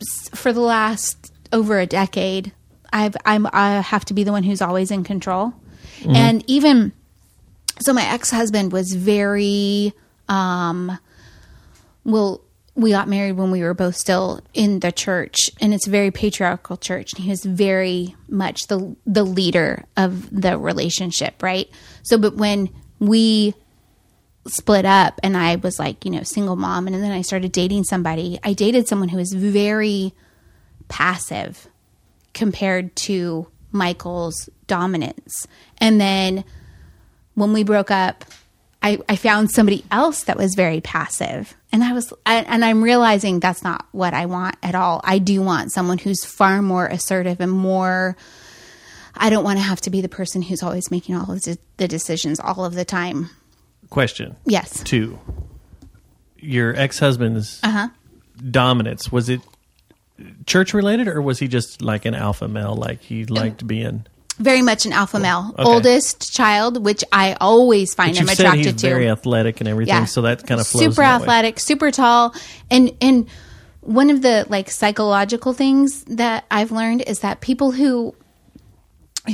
Speaker 2: s- for the last over a decade. I've I'm I have to be the one who's always in control, and even so, my ex husband was very um, well. We got married when we were both still in the church, and it's a very patriarchal church. And he was very much the the leader of the relationship, right? So, but when we split up and I was like, you know, single mom and then I started dating somebody. I dated someone who was very passive compared to Michael's dominance. And then when we broke up, I, I found somebody else that was very passive. And I was, I, and I'm realizing that's not what I want at all. I do want someone who's far more assertive and more, I don't want to have to be the person who's always making all of the- the decisions all of the time.
Speaker 4: Question.
Speaker 2: Yes.
Speaker 4: Two. Your ex husband's
Speaker 2: Uh-huh.
Speaker 4: dominance, was it church related or was he just like an alpha male, like he liked being?
Speaker 2: very much an alpha male,
Speaker 4: Okay.
Speaker 2: oldest child, which I always find
Speaker 4: But
Speaker 2: I'm
Speaker 4: you said
Speaker 2: attracted
Speaker 4: he's
Speaker 2: to.
Speaker 4: very athletic and everything, so that kind of flows.
Speaker 2: super
Speaker 4: in that way.
Speaker 2: athletic, super tall, and and one of the like psychological things that I've learned is that people who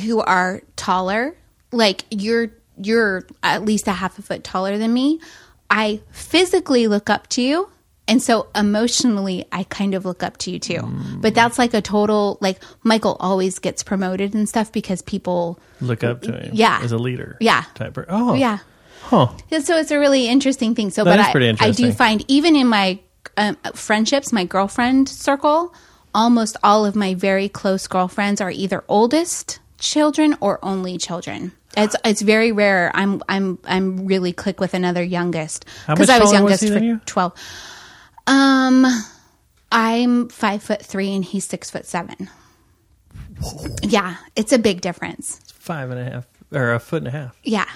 Speaker 2: who are taller, like you're you're at least a half a foot taller than me, I physically look up to you. And so emotionally, I kind of look up to you too.
Speaker 4: Mm.
Speaker 2: But that's like a total, like, Michael always gets promoted and stuff because people
Speaker 4: Look up to him.
Speaker 2: Yeah.
Speaker 4: As a leader.
Speaker 2: Yeah.
Speaker 4: Type of, oh.
Speaker 2: yeah.
Speaker 4: Huh.
Speaker 2: Yeah, So it's a really interesting thing. So,
Speaker 4: That
Speaker 2: but
Speaker 4: is
Speaker 2: I,
Speaker 4: pretty
Speaker 2: I do
Speaker 4: interesting.
Speaker 2: find even in my um, friendships, my girlfriend circle, almost all of my very close girlfriends are either oldest children or only children. It's it's very rare. I'm I'm I'm really click with another youngest
Speaker 4: How
Speaker 2: because
Speaker 4: much
Speaker 2: I was
Speaker 4: taller was
Speaker 2: youngest
Speaker 4: he
Speaker 2: for
Speaker 4: than you?
Speaker 2: twelve. Um, I'm five foot three and he's six foot seven. Yeah, it's a big difference.
Speaker 4: It's five and a half or a foot and a half.
Speaker 2: Yeah.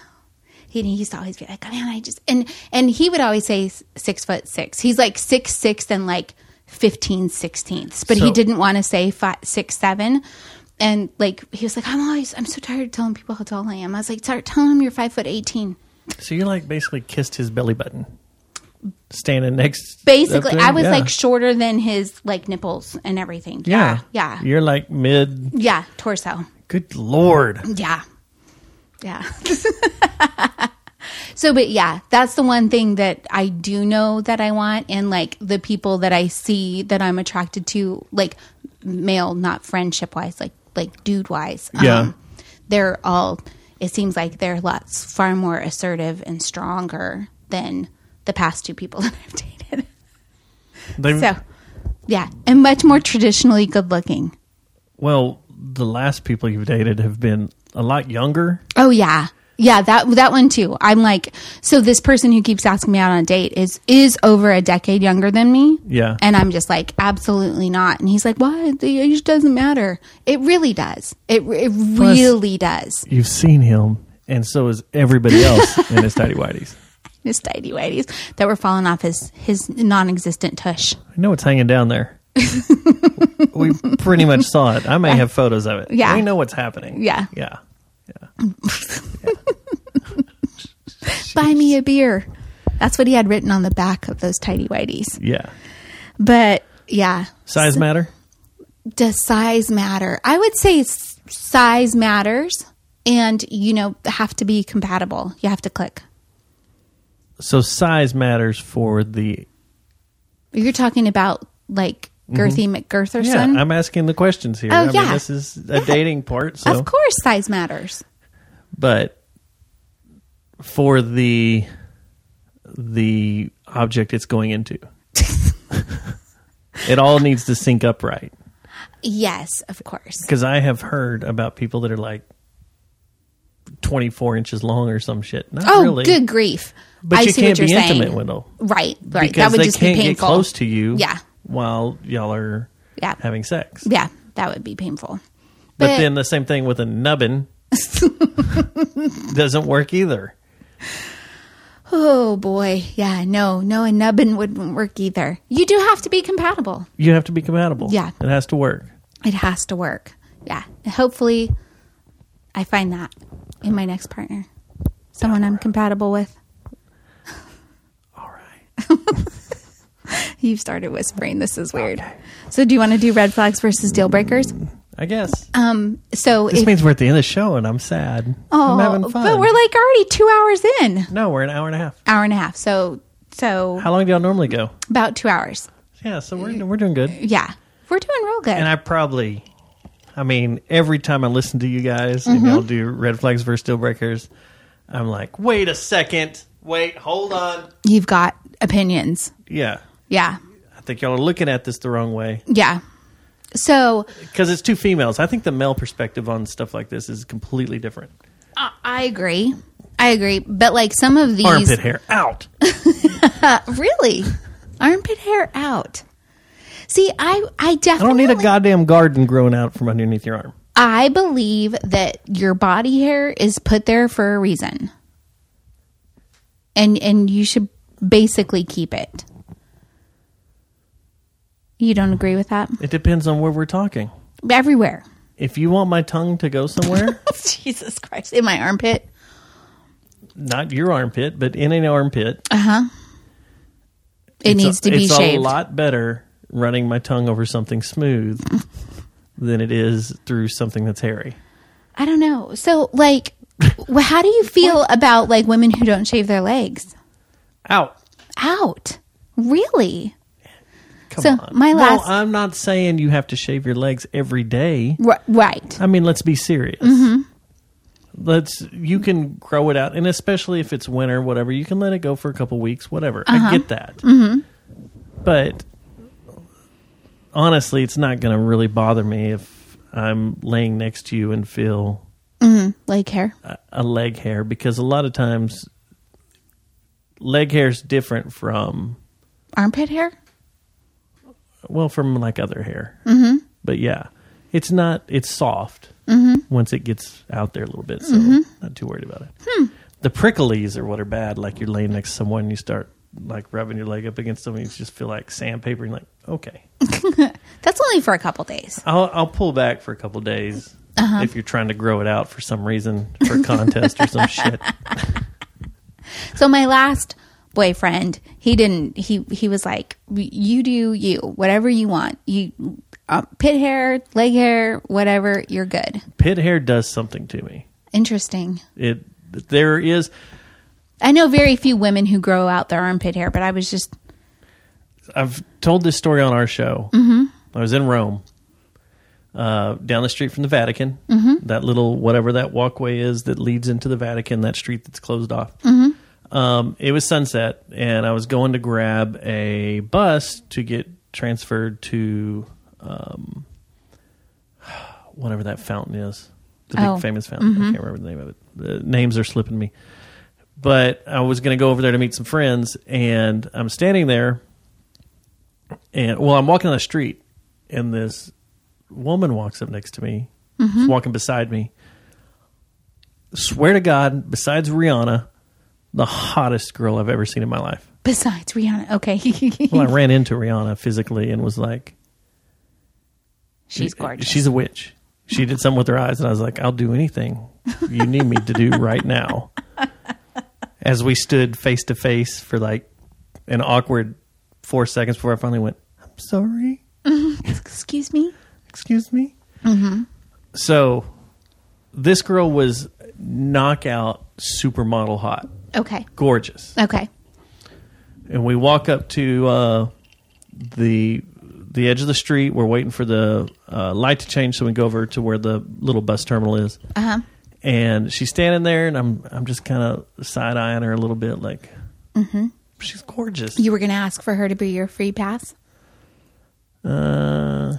Speaker 2: He, he used to always be like, man, I just and and he would always say s- six foot six. He's like six six and like fifteen sixteenths, but he
Speaker 4: So-
Speaker 2: didn't want to say five, six seven. And like he was like, I'm always I'm so tired of telling people how tall I am. I was like, start telling them you're five foot eighteen.
Speaker 4: So you like basically kissed his belly button, standing next. up
Speaker 2: Basically,
Speaker 4: to him?
Speaker 2: I was
Speaker 4: Yeah.
Speaker 2: like shorter than his like nipples and everything.
Speaker 4: yeah,
Speaker 2: yeah, yeah,
Speaker 4: You're like mid.
Speaker 2: yeah torso.
Speaker 4: Good lord.
Speaker 2: Yeah. Yeah. so, but yeah, that's the one thing that I do know that I want. And like the people that I see that I'm attracted to, like male, not friendship wise, like, like dude wise.
Speaker 4: Yeah.
Speaker 2: They're all, it seems like they're lots far more assertive and stronger than the past two people that I've dated.
Speaker 4: They,
Speaker 2: So, yeah. And much more traditionally good looking.
Speaker 4: Well, the last people you've dated have been a lot younger.
Speaker 2: Oh yeah. Yeah, that that one too. I'm like, so this person who keeps asking me out on a date is is over a decade younger than me.
Speaker 4: Yeah.
Speaker 2: And I'm just like, absolutely not. And he's like, "Why? The age doesn't matter." It really does. It it really does.
Speaker 4: You've seen him, and so is everybody else in his tidy whities.
Speaker 2: Miss tidy whities that were falling off his his non-existent tush.
Speaker 4: I know it's hanging down there. we pretty much saw it. I may have photos of it.
Speaker 2: Yeah.
Speaker 4: We know what's happening.
Speaker 2: Yeah.
Speaker 4: Yeah.
Speaker 2: Buy me a beer. That's what he had written on the back of those tidy whities.
Speaker 4: Yeah.
Speaker 2: But yeah,
Speaker 4: Size matter?
Speaker 2: does size matter? I would say s- size matters, and you know have to be compatible. You have to click.
Speaker 4: So size matters for the.
Speaker 2: You're talking about like girthy
Speaker 4: Mm-hmm. Yeah,
Speaker 2: McGirtherson.
Speaker 4: I'm asking the questions here.
Speaker 2: Oh,
Speaker 4: I mean,
Speaker 2: yeah.
Speaker 4: this is a dating part. So,
Speaker 2: of course, size matters.
Speaker 4: but for the the object it's going into, it all needs to sync up right.
Speaker 2: Yes, of course.
Speaker 4: Because I have heard about people that are like twenty four inches long or some shit. Not
Speaker 2: Oh,
Speaker 4: really.
Speaker 2: good grief!
Speaker 4: But
Speaker 2: I
Speaker 4: you
Speaker 2: see
Speaker 4: can't
Speaker 2: what you're
Speaker 4: be
Speaker 2: saying.
Speaker 4: intimate with them.
Speaker 2: Right, right.
Speaker 4: Because
Speaker 2: that would
Speaker 4: they
Speaker 2: just
Speaker 4: can't
Speaker 2: be
Speaker 4: get
Speaker 2: painful.
Speaker 4: close to you
Speaker 2: Yeah.
Speaker 4: while y'all are
Speaker 2: Yeah.
Speaker 4: having sex.
Speaker 2: Yeah, that would be painful.
Speaker 4: But, then the same thing with a nubbin doesn't work either.
Speaker 2: oh boy, yeah, no, no, a nubbin wouldn't work either. You do have to be compatible.
Speaker 4: You have to be compatible.
Speaker 2: Yeah.
Speaker 4: It has to work.
Speaker 2: It has to work. Yeah. Hopefully, I find that in my next partner, someone I'm compatible with.
Speaker 4: All right.
Speaker 2: You've started whispering. This is weird. So, do you want to do red flags versus deal breakers?
Speaker 4: I guess.
Speaker 2: So,
Speaker 4: this
Speaker 2: if,
Speaker 4: means we're at the end of the show and I'm sad.
Speaker 2: oh,
Speaker 4: I'm having fun.
Speaker 2: but we're like already two hours in,
Speaker 4: No, we're an hour and a half.
Speaker 2: hour and a half. So, so
Speaker 4: How long do y'all normally go?
Speaker 2: about two hours.
Speaker 4: Yeah, so we're, we're doing good.
Speaker 2: Yeah, we're doing real good.
Speaker 4: And I probably, I mean, every time I listen to you guys and
Speaker 2: Mm-hmm.
Speaker 4: y'all do red flags versus deal breakers, I'm like, wait a second. Wait, hold on.
Speaker 2: You've got opinions.
Speaker 4: Yeah.
Speaker 2: Yeah,
Speaker 4: I think y'all are looking at this the wrong way
Speaker 2: yeah. So,
Speaker 4: because it's two females. I think the male perspective on stuff like this is completely different.
Speaker 2: I I agree. I agree. But like some of these,
Speaker 4: Armpit hair out.
Speaker 2: really armpit hair out see i i
Speaker 4: I don't
Speaker 2: definitely
Speaker 4: need a goddamn garden growing out from underneath your arm.
Speaker 2: I believe that your body hair is put there for a reason and and you should basically keep it you don't agree with that
Speaker 4: It depends on where we're talking.
Speaker 2: everywhere
Speaker 4: If you want my tongue to go somewhere,
Speaker 2: jesus christ in my armpit
Speaker 4: not your armpit, but in an armpit,
Speaker 2: it
Speaker 4: it's a-
Speaker 2: needs to be
Speaker 4: it's a
Speaker 2: shaved
Speaker 4: lot better running my tongue over something smooth than it is through something that's hairy.
Speaker 2: i don't know so like wh- how do you feel about like women who don't shave their legs
Speaker 4: Out.
Speaker 2: out really
Speaker 4: Come
Speaker 2: So,
Speaker 4: on.
Speaker 2: my last-
Speaker 4: No, I'm not saying you have to shave your legs every day.
Speaker 2: R- right
Speaker 4: I mean, let's be serious. Let's you can grow it out, and especially if it's winter, whatever, you can let it go for a couple weeks, whatever. I get that, but honestly, it's not going to really bother me if I'm laying next to you and feel
Speaker 2: leg hair
Speaker 4: a, a leg hair because a lot of times leg hair is different from
Speaker 2: armpit hair
Speaker 4: well from like other hair, but yeah, it's not it's soft once it gets out there a little bit, so not too worried about it. The pricklies are what are bad. Like you're laying next to someone, and you start like rubbing your leg up against them, and you just feel like sandpaper. And you're like, okay,
Speaker 2: That's only for a couple days.
Speaker 4: I'll I'll pull back for a couple days if you're trying to grow it out for some reason for a contest or some shit.
Speaker 2: So my last boyfriend, he didn't. He he was like, "You do you, whatever you want. You uh, pit hair, leg hair, whatever. You're good."
Speaker 4: Pit hair does something to me.
Speaker 2: Interesting.
Speaker 4: It there is
Speaker 2: I know very few women who grow out their armpit hair, but I was just
Speaker 4: I've told this story on our show. I was in Rome, uh, down the street from the Vatican. That little whatever that walkway is that leads into the Vatican, that street that's closed off. Um, it was sunset, and I was going to grab a bus to get transferred to. Um, whatever that fountain is, the big
Speaker 2: Oh.
Speaker 4: famous fountain. I can't remember the name of it. The names are slipping me. But I was going to go over there to meet some friends, and I'm standing there, and well, I'm walking on the street, and this woman walks up next to me,
Speaker 2: Mm-hmm.
Speaker 4: she's walking beside me. Swear to God, besides Rihanna, the hottest girl I've ever seen in my life.
Speaker 2: Besides Rihanna, okay,
Speaker 4: Well, I ran into Rihanna physically and was like,
Speaker 2: she's gorgeous.
Speaker 4: She's a witch. She did something with her eyes, and I was like, I'll do anything you need me to do right now. As we stood face to face for like an awkward four seconds before I finally went, I'm sorry,
Speaker 2: excuse me.
Speaker 4: excuse me. So this girl was knockout supermodel hot,
Speaker 2: Okay,
Speaker 4: gorgeous.
Speaker 2: okay,
Speaker 4: and we walk up to uh, the the edge of the street. We're waiting for the uh, light to change, so we go over to where the little bus terminal is.
Speaker 2: uh huh,
Speaker 4: And she's standing there, and I'm I'm just kind of side eyeing her a little bit, like she's gorgeous.
Speaker 2: you were gonna ask for her to be your free pass.
Speaker 4: uh,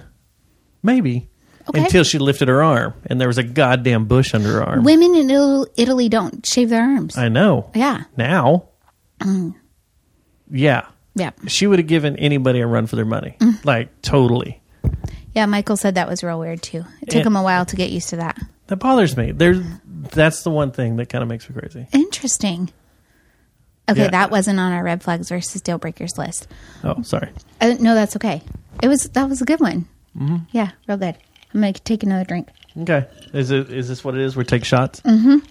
Speaker 4: maybe
Speaker 2: Okay.
Speaker 4: until she lifted her arm, and there was a goddamn bush under her arm.
Speaker 2: Women in Ital- Italy don't shave their arms.
Speaker 4: I know.
Speaker 2: yeah,
Speaker 4: Now, yeah,
Speaker 2: Mm. yeah, Mm.
Speaker 4: she would have given anybody a run for their money, like totally.
Speaker 2: yeah. Michael said that was real weird too. It took
Speaker 4: Yeah.
Speaker 2: him a while to get used to that.
Speaker 4: That bothers me. There's
Speaker 2: Mm.
Speaker 4: that's the one thing that kind of makes me crazy.
Speaker 2: Interesting. Okay,
Speaker 4: Yeah.
Speaker 2: that wasn't on our red flags versus deal breakers list.
Speaker 4: Oh, sorry.
Speaker 2: Uh, no, that's okay. It was that was a good one.
Speaker 4: Mm-hmm.
Speaker 2: Yeah, real good. I'm gonna take another drink.
Speaker 4: Okay, is it is this what it is? We take shots.
Speaker 2: Mm.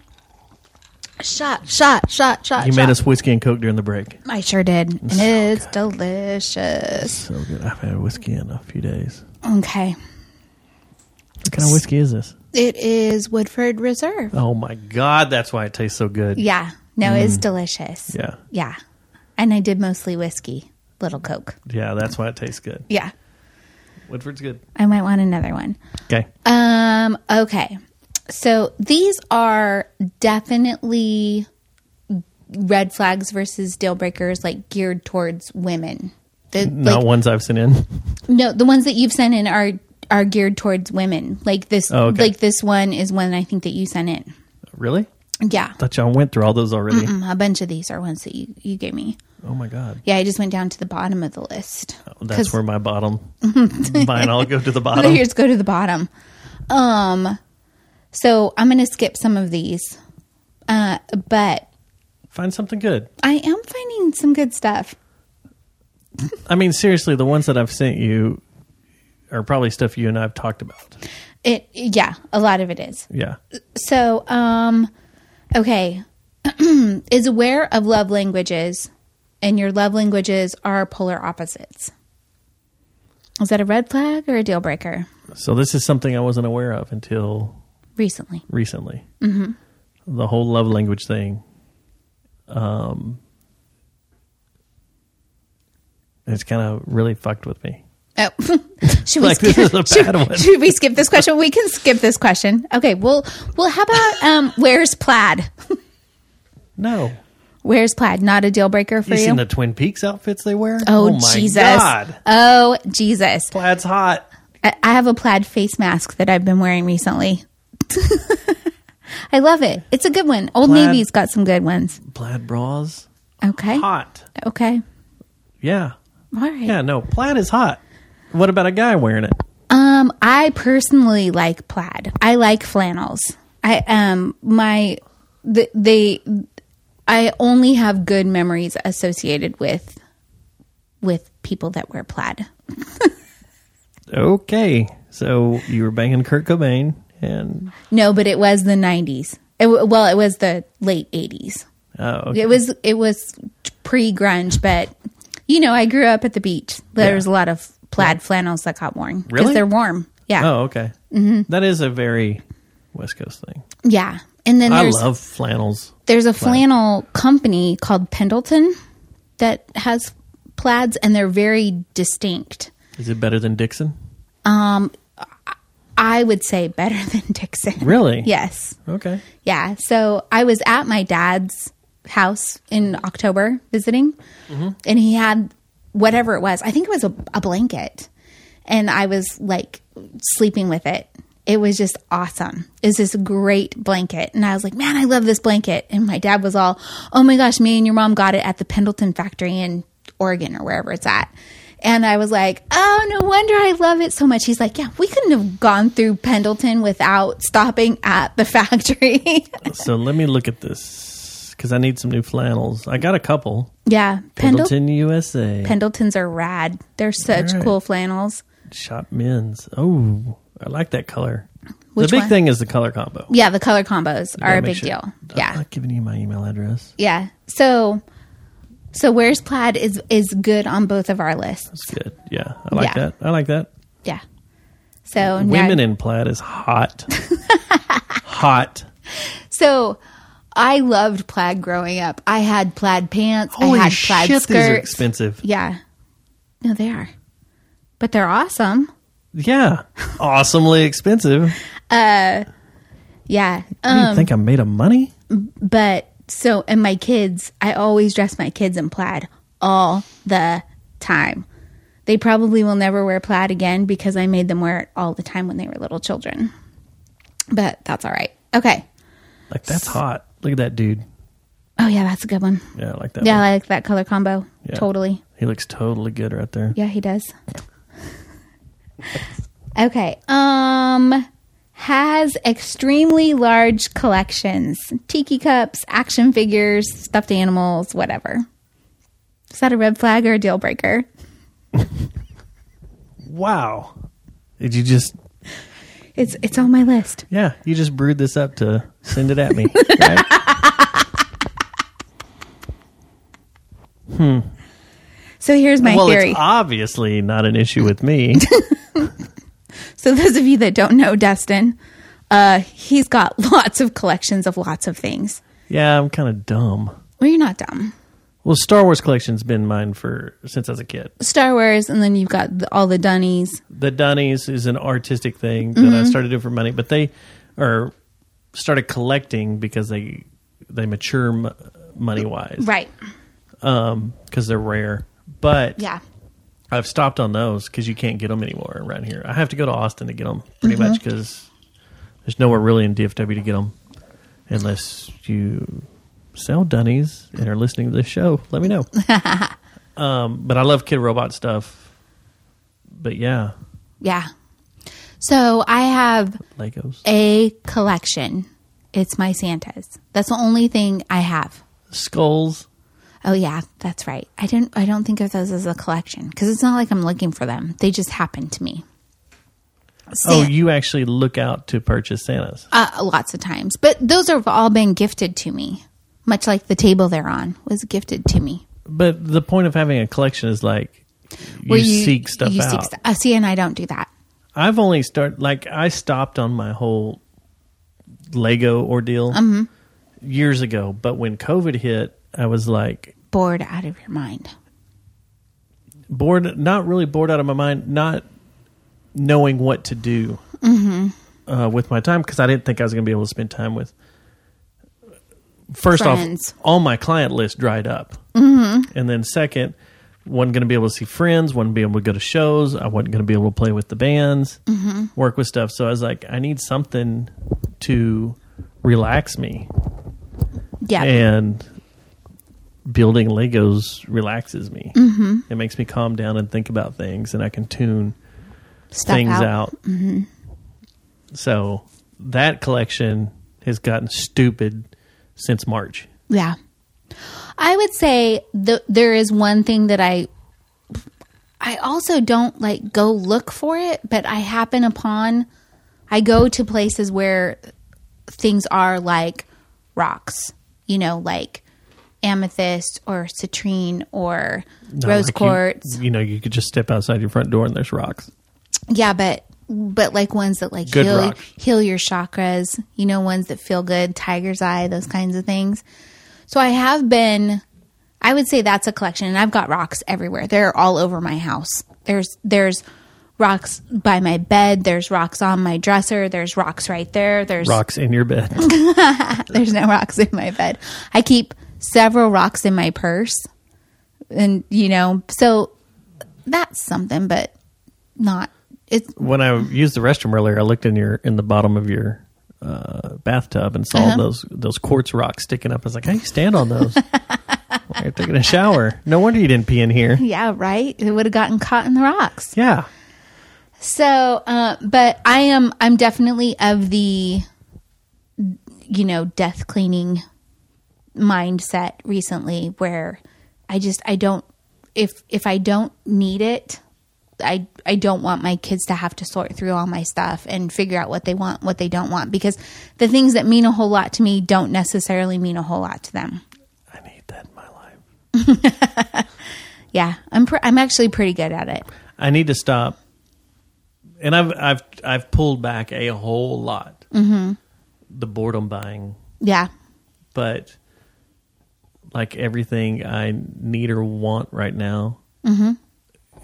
Speaker 2: Shot, shot, shot, shot.
Speaker 4: You
Speaker 2: shot.
Speaker 4: made us whiskey and coke during the break.
Speaker 2: I sure did, and it's delicious.
Speaker 4: So good. I've had whiskey in a few days.
Speaker 2: Okay,
Speaker 4: What kind of whiskey is this?
Speaker 2: it is Woodford Reserve.
Speaker 4: Oh my god, that's why it tastes so good.
Speaker 2: Yeah, no,
Speaker 4: Mm.
Speaker 2: it's delicious.
Speaker 4: yeah,
Speaker 2: yeah, and I did mostly whiskey, little Coke.
Speaker 4: Yeah, That's why it tastes good.
Speaker 2: Yeah,
Speaker 4: Woodford's good.
Speaker 2: I might want another one.
Speaker 4: Okay,
Speaker 2: Um, okay. So these are definitely red flags versus deal breakers like geared towards women. The,
Speaker 4: not
Speaker 2: like,
Speaker 4: ones I've sent in.
Speaker 2: no, the ones that you've sent in are are geared towards women. Like this
Speaker 4: Oh, okay.
Speaker 2: like this one is one I think that you sent in.
Speaker 4: really?
Speaker 2: Yeah.
Speaker 4: Thought y'all went through all those already.
Speaker 2: A bunch of these are ones that you, you gave me.
Speaker 4: Oh my god,
Speaker 2: Yeah, I just went down to the bottom of the list.
Speaker 4: Oh, that's
Speaker 2: 'Cause-
Speaker 4: where my bottom. Mine all go to the bottom.
Speaker 2: Let's go to the bottom. Um so I'm gonna skip some of these. Uh but
Speaker 4: Find something good.
Speaker 2: I am finding some good stuff.
Speaker 4: I mean, seriously, the ones that I've sent you are probably stuff you and I've talked about.
Speaker 2: It yeah, a lot of it is.
Speaker 4: Yeah.
Speaker 2: So, um okay. is aware of love languages and your love languages are polar opposites. Is that a red flag or a deal breaker?
Speaker 4: So this is something I wasn't aware of until
Speaker 2: Recently.
Speaker 4: recently. Mm-hmm. The whole love language thing. Um, it's kind of really fucked with me.
Speaker 2: Oh. should we
Speaker 4: Like,
Speaker 2: skip,
Speaker 4: this is a
Speaker 2: should,
Speaker 4: bad one.
Speaker 2: should we skip this question? We can skip this question. Okay, well, well how about um where's plaid?
Speaker 4: No,
Speaker 2: Where's plaid? Not a deal breaker for
Speaker 4: you
Speaker 2: you?
Speaker 4: seen the Twin Peaks outfits they wear?
Speaker 2: oh, Jesus. Oh, Jesus.
Speaker 4: plaid's hot.
Speaker 2: I I have a plaid face mask that I've been wearing recently. I love it. It's a good one. Old
Speaker 4: Plaid.
Speaker 2: Navy's got some good ones.
Speaker 4: Plaid bras,
Speaker 2: Okay.
Speaker 4: hot.
Speaker 2: Okay.
Speaker 4: Yeah,
Speaker 2: All right.
Speaker 4: yeah. No, plaid is hot. What about a guy wearing it?
Speaker 2: Um, I personally like plaid. I like flannels. I um my th- they I only have good memories associated with with people that wear plaid.
Speaker 4: Okay, so you were banging Kurt Cobain, and
Speaker 2: No, but it was the 90s. It, w- well, it was the late 80s.
Speaker 4: oh, okay.
Speaker 2: It was it was pre grunge, but you know, I grew up at the beach. There
Speaker 4: Yeah.
Speaker 2: was a lot of plaid flannels that got worn because
Speaker 4: Really?
Speaker 2: they're warm. Yeah,
Speaker 4: oh, okay.
Speaker 2: Mm-hmm.
Speaker 4: That is a very West Coast thing.
Speaker 2: yeah. And then
Speaker 4: I
Speaker 2: there's
Speaker 4: love flannels.
Speaker 2: there's a flannel company called Pendleton that has plaids, and they're very distinct.
Speaker 4: Is it better than Dixon?
Speaker 2: I would say better than Dixon.
Speaker 4: Really?
Speaker 2: Yes.
Speaker 4: Okay.
Speaker 2: Yeah. So I was at my dad's house in October visiting, and he had whatever it was. I think it was a, a blanket, and I was like sleeping with it. it was just awesome. It was this great blanket. And I was like, man, I love this blanket. And my dad was all, oh my gosh, me and your mom got it at the Pendleton factory in Oregon or wherever it's at. And I was like, oh, no wonder I love it so much. He's like, yeah, we couldn't have gone through Pendleton without stopping at the factory.
Speaker 4: So let me look at this because I need some new flannels. I got a couple.
Speaker 2: yeah. Pendleton.
Speaker 4: Pendleton, USA.
Speaker 2: Pendletons are rad. They're such
Speaker 4: Alright.
Speaker 2: cool flannels.
Speaker 4: Shop men's. Oh, I like that color.
Speaker 2: Which
Speaker 4: the big
Speaker 2: one?
Speaker 4: thing is the color combo.
Speaker 2: Yeah, the color combos are
Speaker 4: Gotta
Speaker 2: a
Speaker 4: make
Speaker 2: big
Speaker 4: sure-
Speaker 2: deal.
Speaker 4: I'm
Speaker 2: Yeah.
Speaker 4: not giving you my email address.
Speaker 2: Yeah. So so where's plaid is is good on both of our lists.
Speaker 4: It's good. Yeah, I
Speaker 2: Yeah.
Speaker 4: like that. I like that.
Speaker 2: Yeah. So now-
Speaker 4: Women in plaid is hot. hot.
Speaker 2: so I loved plaid growing up. I had plaid pants.
Speaker 4: Holy
Speaker 2: I had plaid
Speaker 4: shit, these are
Speaker 2: skirts.
Speaker 4: expensive.
Speaker 2: Yeah. No, they are. But they're awesome.
Speaker 4: Yeah, awesomely expensive.
Speaker 2: Yeah.
Speaker 4: Do you think I made of money?
Speaker 2: But so, and my kids, I always dress my kids in plaid all the time. They probably will never wear plaid again because I made them wear it all the time when they were little children. But that's all right. Okay.
Speaker 4: Like that's hot. Look at that dude.
Speaker 2: Oh, yeah, that's a good one.
Speaker 4: Yeah, I like that.
Speaker 2: Yeah,
Speaker 4: one.
Speaker 2: I like that color combo.
Speaker 4: Yeah.
Speaker 2: Totally.
Speaker 4: he looks totally good right there.
Speaker 2: Yeah, he does. okay. Um has extremely large collections. Tiki cups, action figures, stuffed animals, whatever. Is that a red flag or a deal breaker?
Speaker 4: Wow. Did you just?
Speaker 2: It's it's on my list.
Speaker 4: Yeah, you just brewed this up to send it at me. right?
Speaker 2: So here's my
Speaker 4: Well,
Speaker 2: theory.
Speaker 4: it's obviously not an issue with me.
Speaker 2: So those of you that don't know Dustin, uh he's got lots of collections of lots of things.
Speaker 4: yeah, I'm kind of dumb.
Speaker 2: Well, you're not dumb.
Speaker 4: Well, Star Wars collection's been mine for since I was a kid.
Speaker 2: Star Wars and then you've got the, all the Dunnies.
Speaker 4: The Dunnies is an artistic thing that I started doing for money, but they or started collecting because they they mature m- money wise
Speaker 2: Right.
Speaker 4: because they're rare. But
Speaker 2: Yeah.
Speaker 4: I've stopped on those because you can't get them anymore around here. I have to go to Austin to get them pretty much 'cause much because there's nowhere really in DFW to get them unless you sell Dunnies and are listening to this show. Let me know. um, but I love Kid Robot stuff. But yeah,
Speaker 2: Yeah. So I have
Speaker 4: Legos,
Speaker 2: a collection. It's my Santas. That's the only thing I have.
Speaker 4: skulls.
Speaker 2: Oh yeah, that's right. I didn't I don't think of those as a collection cuz it's not like I'm looking for them. They just happen to me.
Speaker 4: Oh,
Speaker 2: San-
Speaker 4: you actually look out to purchase Santas.
Speaker 2: uh, lots of times. But those have all been gifted to me. Much like the table they're on was gifted to me.
Speaker 4: But the point of having a collection is like you,
Speaker 2: Where
Speaker 4: seek stuff
Speaker 2: you
Speaker 4: out.
Speaker 2: stu- uh, see, and I don't do that.
Speaker 4: I've only started like I stopped on my whole Lego ordeal years ago, but when COVID hit, I was like
Speaker 2: Bored out of your mind.
Speaker 4: bored, not really bored out of my mind, not knowing what to do uh, with my time because I didn't think I was going to be able to spend time with. First
Speaker 2: Friends.
Speaker 4: off, all my client list dried up, mm-hmm. and then second, wasn't going to be able to see friends, wasn't be able to go to shows. I wasn't going to be able to play with the bands, work with stuff. So I was like, I need something to relax me,
Speaker 2: Yeah.
Speaker 4: and building Legos relaxes me. Mm-hmm. It makes me calm down and think about things, and I can tune
Speaker 2: stuff
Speaker 4: things out. Mm-hmm. So that collection has gotten stupid since March.
Speaker 2: Yeah. I would say th- there is one thing that I I also don't like go look for it, but I happen upon I go to places where things are like rocks, you know, like amethyst or citrine or
Speaker 4: Not
Speaker 2: rose
Speaker 4: like you-
Speaker 2: quartz.
Speaker 4: You, know, you could just step outside your front door and there's rocks.
Speaker 2: Yeah, but but like ones that like
Speaker 4: Good
Speaker 2: heal
Speaker 4: rock.
Speaker 2: heal your chakras, you know, ones that feel good, tiger's eye, those kinds of things. So I have been I would say that's a collection and I've got rocks everywhere. They're all over my house. There's there's rocks by my bed, there's rocks on my dresser, there's rocks right there. There's
Speaker 4: Rocks in your bed.
Speaker 2: there's no rocks in my bed. I keep several rocks in my purse. And you know, so that's something but not It's
Speaker 4: when I used the restroom earlier, I looked in your in the bottom of your uh, bathtub and saw those those quartz rocks sticking up. I was like, how do you stand on those? While you're taking a shower. No wonder you didn't pee in here.
Speaker 2: yeah, right. It would have gotten caught in the rocks.
Speaker 4: Yeah,
Speaker 2: So, uh, but I am I'm definitely of the you know death cleaning mindset recently, where I just I don't if if I don't need it, I I don't want my kids to have to sort through all my stuff and figure out what they want, what they don't want, because the things that mean a whole lot to me don't necessarily mean a whole lot to them.
Speaker 4: I need that in my life.
Speaker 2: Yeah, I'm pr- I'm actually pretty good at it.
Speaker 4: I need to stop. And I've I've I've pulled back a whole lot. Mm-hmm. The boredom buying,
Speaker 2: Yeah,
Speaker 4: but like everything I need or want right now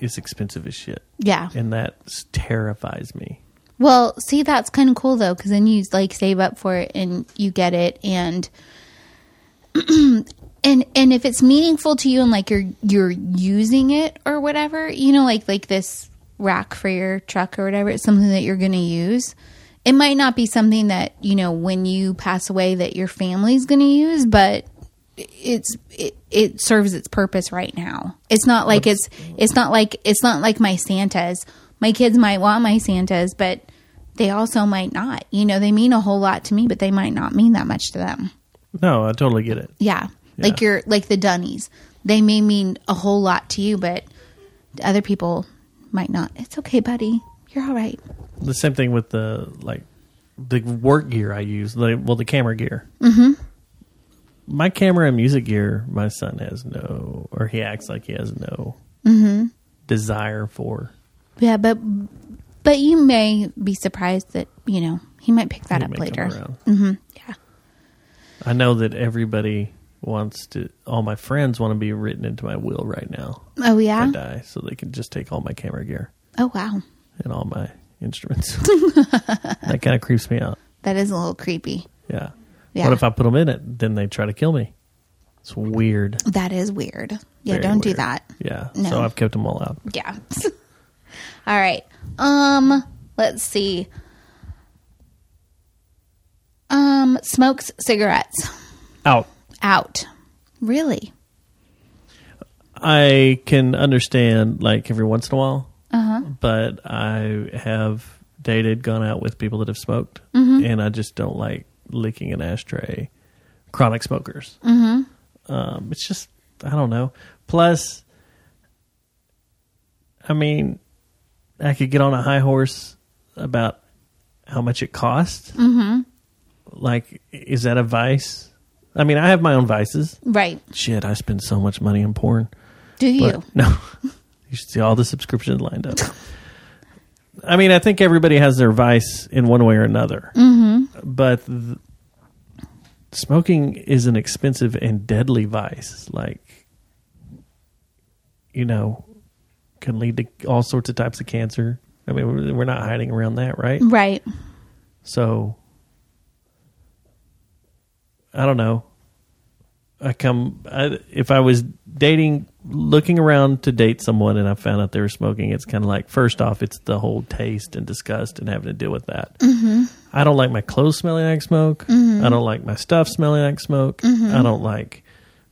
Speaker 4: is expensive as shit,
Speaker 2: yeah.
Speaker 4: and that s- terrifies me.
Speaker 2: Well, see, that's kind of cool though, because then you like save up for it and you get it, and and and if it's meaningful to you and like you're you're using it or whatever, you know, like like this rack for your truck or whatever, it's something that you're going to use. It might not be something that you know when you pass away that your family's going to use, but it's it, it serves its purpose right now. It's not like it's it's not like it's not like my Santas. My kids might want my Santas, but they also might not. You know, they mean a whole lot to me, but they might not mean that much to them.
Speaker 4: No, I totally get it.
Speaker 2: Yeah. Like
Speaker 4: Yeah.
Speaker 2: you're like the Dunnies. They may mean a whole lot to you, but to other people might not. It's okay, buddy. You're all right.
Speaker 4: The same thing with the like the work gear I use. The, well, the camera gear. Mm-hmm. My camera and music gear. My son has no, or he acts like he has no desire for.
Speaker 2: Yeah, but but you may be surprised that, you know, he might pick that
Speaker 4: He
Speaker 2: up
Speaker 4: may come
Speaker 2: later. Mm-hmm.
Speaker 4: around.
Speaker 2: Yeah.
Speaker 4: I know that everybody wants to. All my friends want to be written into my will right now.
Speaker 2: Oh
Speaker 4: if I
Speaker 2: yeah.
Speaker 4: die, so they can just take all my camera gear
Speaker 2: Oh wow.
Speaker 4: and all my instruments. that kind of creeps me out.
Speaker 2: That is a little creepy.
Speaker 4: Yeah.
Speaker 2: Yeah.
Speaker 4: What if I put them in it? Then they try to kill me. It's weird.
Speaker 2: That is weird. Yeah,
Speaker 4: Very
Speaker 2: don't do
Speaker 4: weird.
Speaker 2: that.
Speaker 4: Yeah.
Speaker 2: No.
Speaker 4: So I've kept them all out.
Speaker 2: Yeah. All right. Um, let's see. Um, smokes cigarettes
Speaker 4: Out.
Speaker 2: out. Really?
Speaker 4: I can understand like every once in a while, but I have dated, gone out with people that have smoked, and I just don't like licking an ashtray. Chronic smokers. Mm-hmm. Um, it's just I don't know. Plus, I mean, I could get on a high horse about how much it costs. Mm-hmm. Like, is that a vice? I mean, I have my own vices.
Speaker 2: Right.
Speaker 4: Shit, I spend so much money on porn.
Speaker 2: Do you?
Speaker 4: But- No. you should see all the subscriptions lined up. I mean, I think everybody has their vice in one way or another. Mm-hmm. But th- smoking is an expensive and deadly vice. Like, you know, can lead to all sorts of types of cancer. I mean, we're- we're not hiding around that, right?
Speaker 2: right.
Speaker 4: So I don't know. I come I, if I was dating, looking around to date someone, and I found out they were smoking. It's kind of like first off, it's the whole taste and disgust and having to deal with that. I don't like my clothes smelling like smoke. I don't like my stuff smelling like smoke. I don't like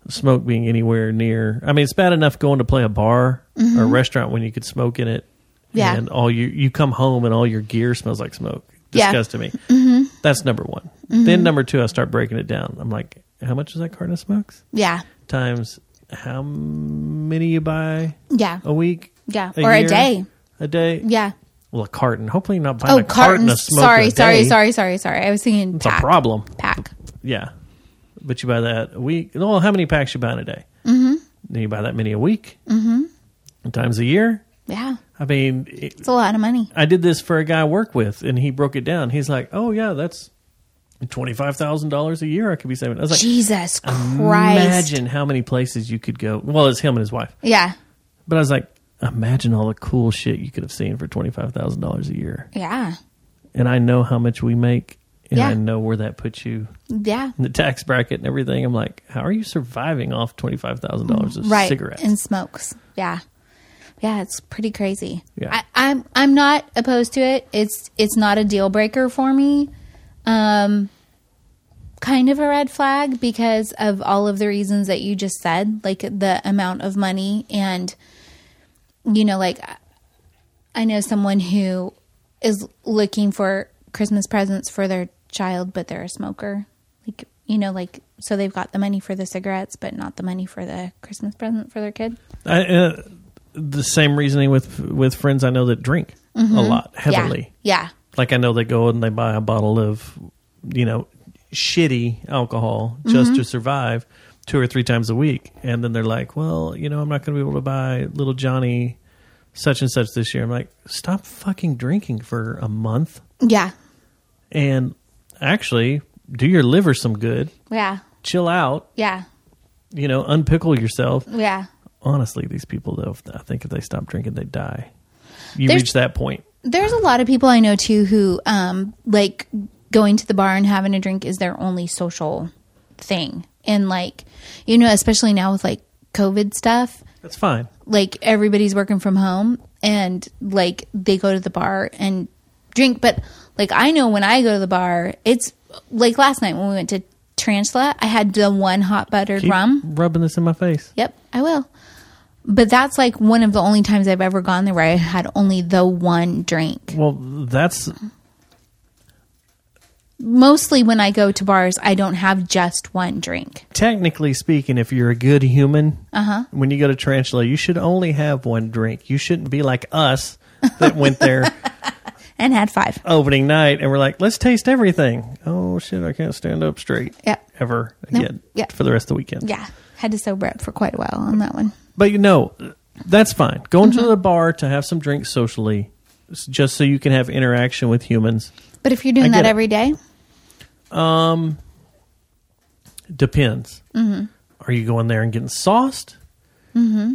Speaker 4: smoke being anywhere near. I mean, it's bad enough going to play a bar or a restaurant when you could smoke in it.
Speaker 2: Yeah.
Speaker 4: And all you you come home and all your gear smells like smoke.
Speaker 2: Yeah. Mm-hmm.
Speaker 4: Disgust to me. That's number one. Then number two, I start breaking it down. I'm like, how much is that carton of smokes?
Speaker 2: Yeah.
Speaker 4: Times how many you buy
Speaker 2: Yeah.
Speaker 4: a week?
Speaker 2: Yeah. Or a
Speaker 4: year?
Speaker 2: day.
Speaker 4: A day?
Speaker 2: Yeah.
Speaker 4: Well, a carton. Hopefully, you're not buying
Speaker 2: Oh,
Speaker 4: a carton of
Speaker 2: cartons.
Speaker 4: smokes.
Speaker 2: Sorry,
Speaker 4: a
Speaker 2: sorry,
Speaker 4: day.
Speaker 2: sorry, sorry, sorry. I was thinking
Speaker 4: It's
Speaker 2: pack.
Speaker 4: a problem.
Speaker 2: Pack.
Speaker 4: Yeah. But you buy that a week. Well, how many packs you buy in a day? Mm-hmm. Then you buy that many a week. Mm-hmm. Times a year.
Speaker 2: Yeah.
Speaker 4: I mean, it,
Speaker 2: It's a lot of money.
Speaker 4: I did this for a guy I work with, and he broke it down. He's like, "Oh yeah, that's twenty five thousand dollars a year I could be saving." I was like,
Speaker 2: Jesus Christ.
Speaker 4: "Imagine how many places you could go." Well, it's him and his wife,
Speaker 2: Yeah.
Speaker 4: but I was like, "Imagine all the cool shit you could have seen for twenty five thousand dollars a year."
Speaker 2: Yeah.
Speaker 4: And I know how much we make, and
Speaker 2: Yeah.
Speaker 4: I know where that puts you
Speaker 2: Yeah.
Speaker 4: in the tax bracket and everything. I'm like, "How are you surviving off twenty five thousand dollars of
Speaker 2: right
Speaker 4: cigarettes?"
Speaker 2: and smokes yeah yeah, it's pretty crazy.
Speaker 4: Yeah.
Speaker 2: I, I'm I'm not opposed to it. It's it's not a deal breaker for me. Um, kind of a red flag because of all of the reasons that you just said, like the amount of money and you know, like I know someone who is looking for Christmas presents for their child, but they're a smoker. Like you know, like so they've got the money for the cigarettes, but not the money for the Christmas present for their kid.
Speaker 4: I, uh, the same reasoning with with friends I know that drink a lot heavily.
Speaker 2: Mm-hmm. Yeah.
Speaker 4: Like I know they go and they buy a bottle of, you know, shitty alcohol just
Speaker 2: Mm-hmm.
Speaker 4: to survive two or three times a week, and then they're like, "Well, you know, I'm not going to be able to buy little Johnny such and such this year." I'm like, "Stop fucking drinking for a month
Speaker 2: Yeah. Yeah.
Speaker 4: and actually do your liver some good.
Speaker 2: Yeah.
Speaker 4: Chill out,
Speaker 2: Yeah.
Speaker 4: you know, unpickle yourself."
Speaker 2: Yeah.
Speaker 4: Honestly, these people though, if- I think if they stop drinking, they die. You
Speaker 2: There's-
Speaker 4: reach that point.
Speaker 2: There's a lot of people I know too who um like going to the bar and having a drink is their only social thing. And like, you know, especially now with like COVID stuff,
Speaker 4: That's fine.
Speaker 2: like everybody's working from home and like they go to the bar and drink but like i know when i go to the bar it's like last night when we went to tarantula i had the one hot buttered
Speaker 4: Keep
Speaker 2: rum
Speaker 4: rubbing this in my face.
Speaker 2: yep i will but that's like one of the only times i've ever gone there where i had only the one drink
Speaker 4: Well, that's
Speaker 2: mostly when i go to bars i don't have just one drink
Speaker 4: technically speaking, if you're a good human, uh-huh. when you go to Tarantula, you should only have one drink. You shouldn't be like us that went there
Speaker 2: and had five
Speaker 4: opening night and we're like, let's taste everything. Oh, shit, I can't stand up straight
Speaker 2: Yep.
Speaker 4: ever
Speaker 2: No,
Speaker 4: again
Speaker 2: yeah.
Speaker 4: for the rest of the weekend.
Speaker 2: yeah had to sober up for quite a while on that one
Speaker 4: But you know, that's fine. Going
Speaker 2: Mm-hmm.
Speaker 4: to the bar to have some drinks socially, s- just so you can have interaction with humans,
Speaker 2: but if you're
Speaker 4: I
Speaker 2: doing
Speaker 4: get
Speaker 2: that
Speaker 4: it.
Speaker 2: every day
Speaker 4: depends. Are you going there and getting sauced?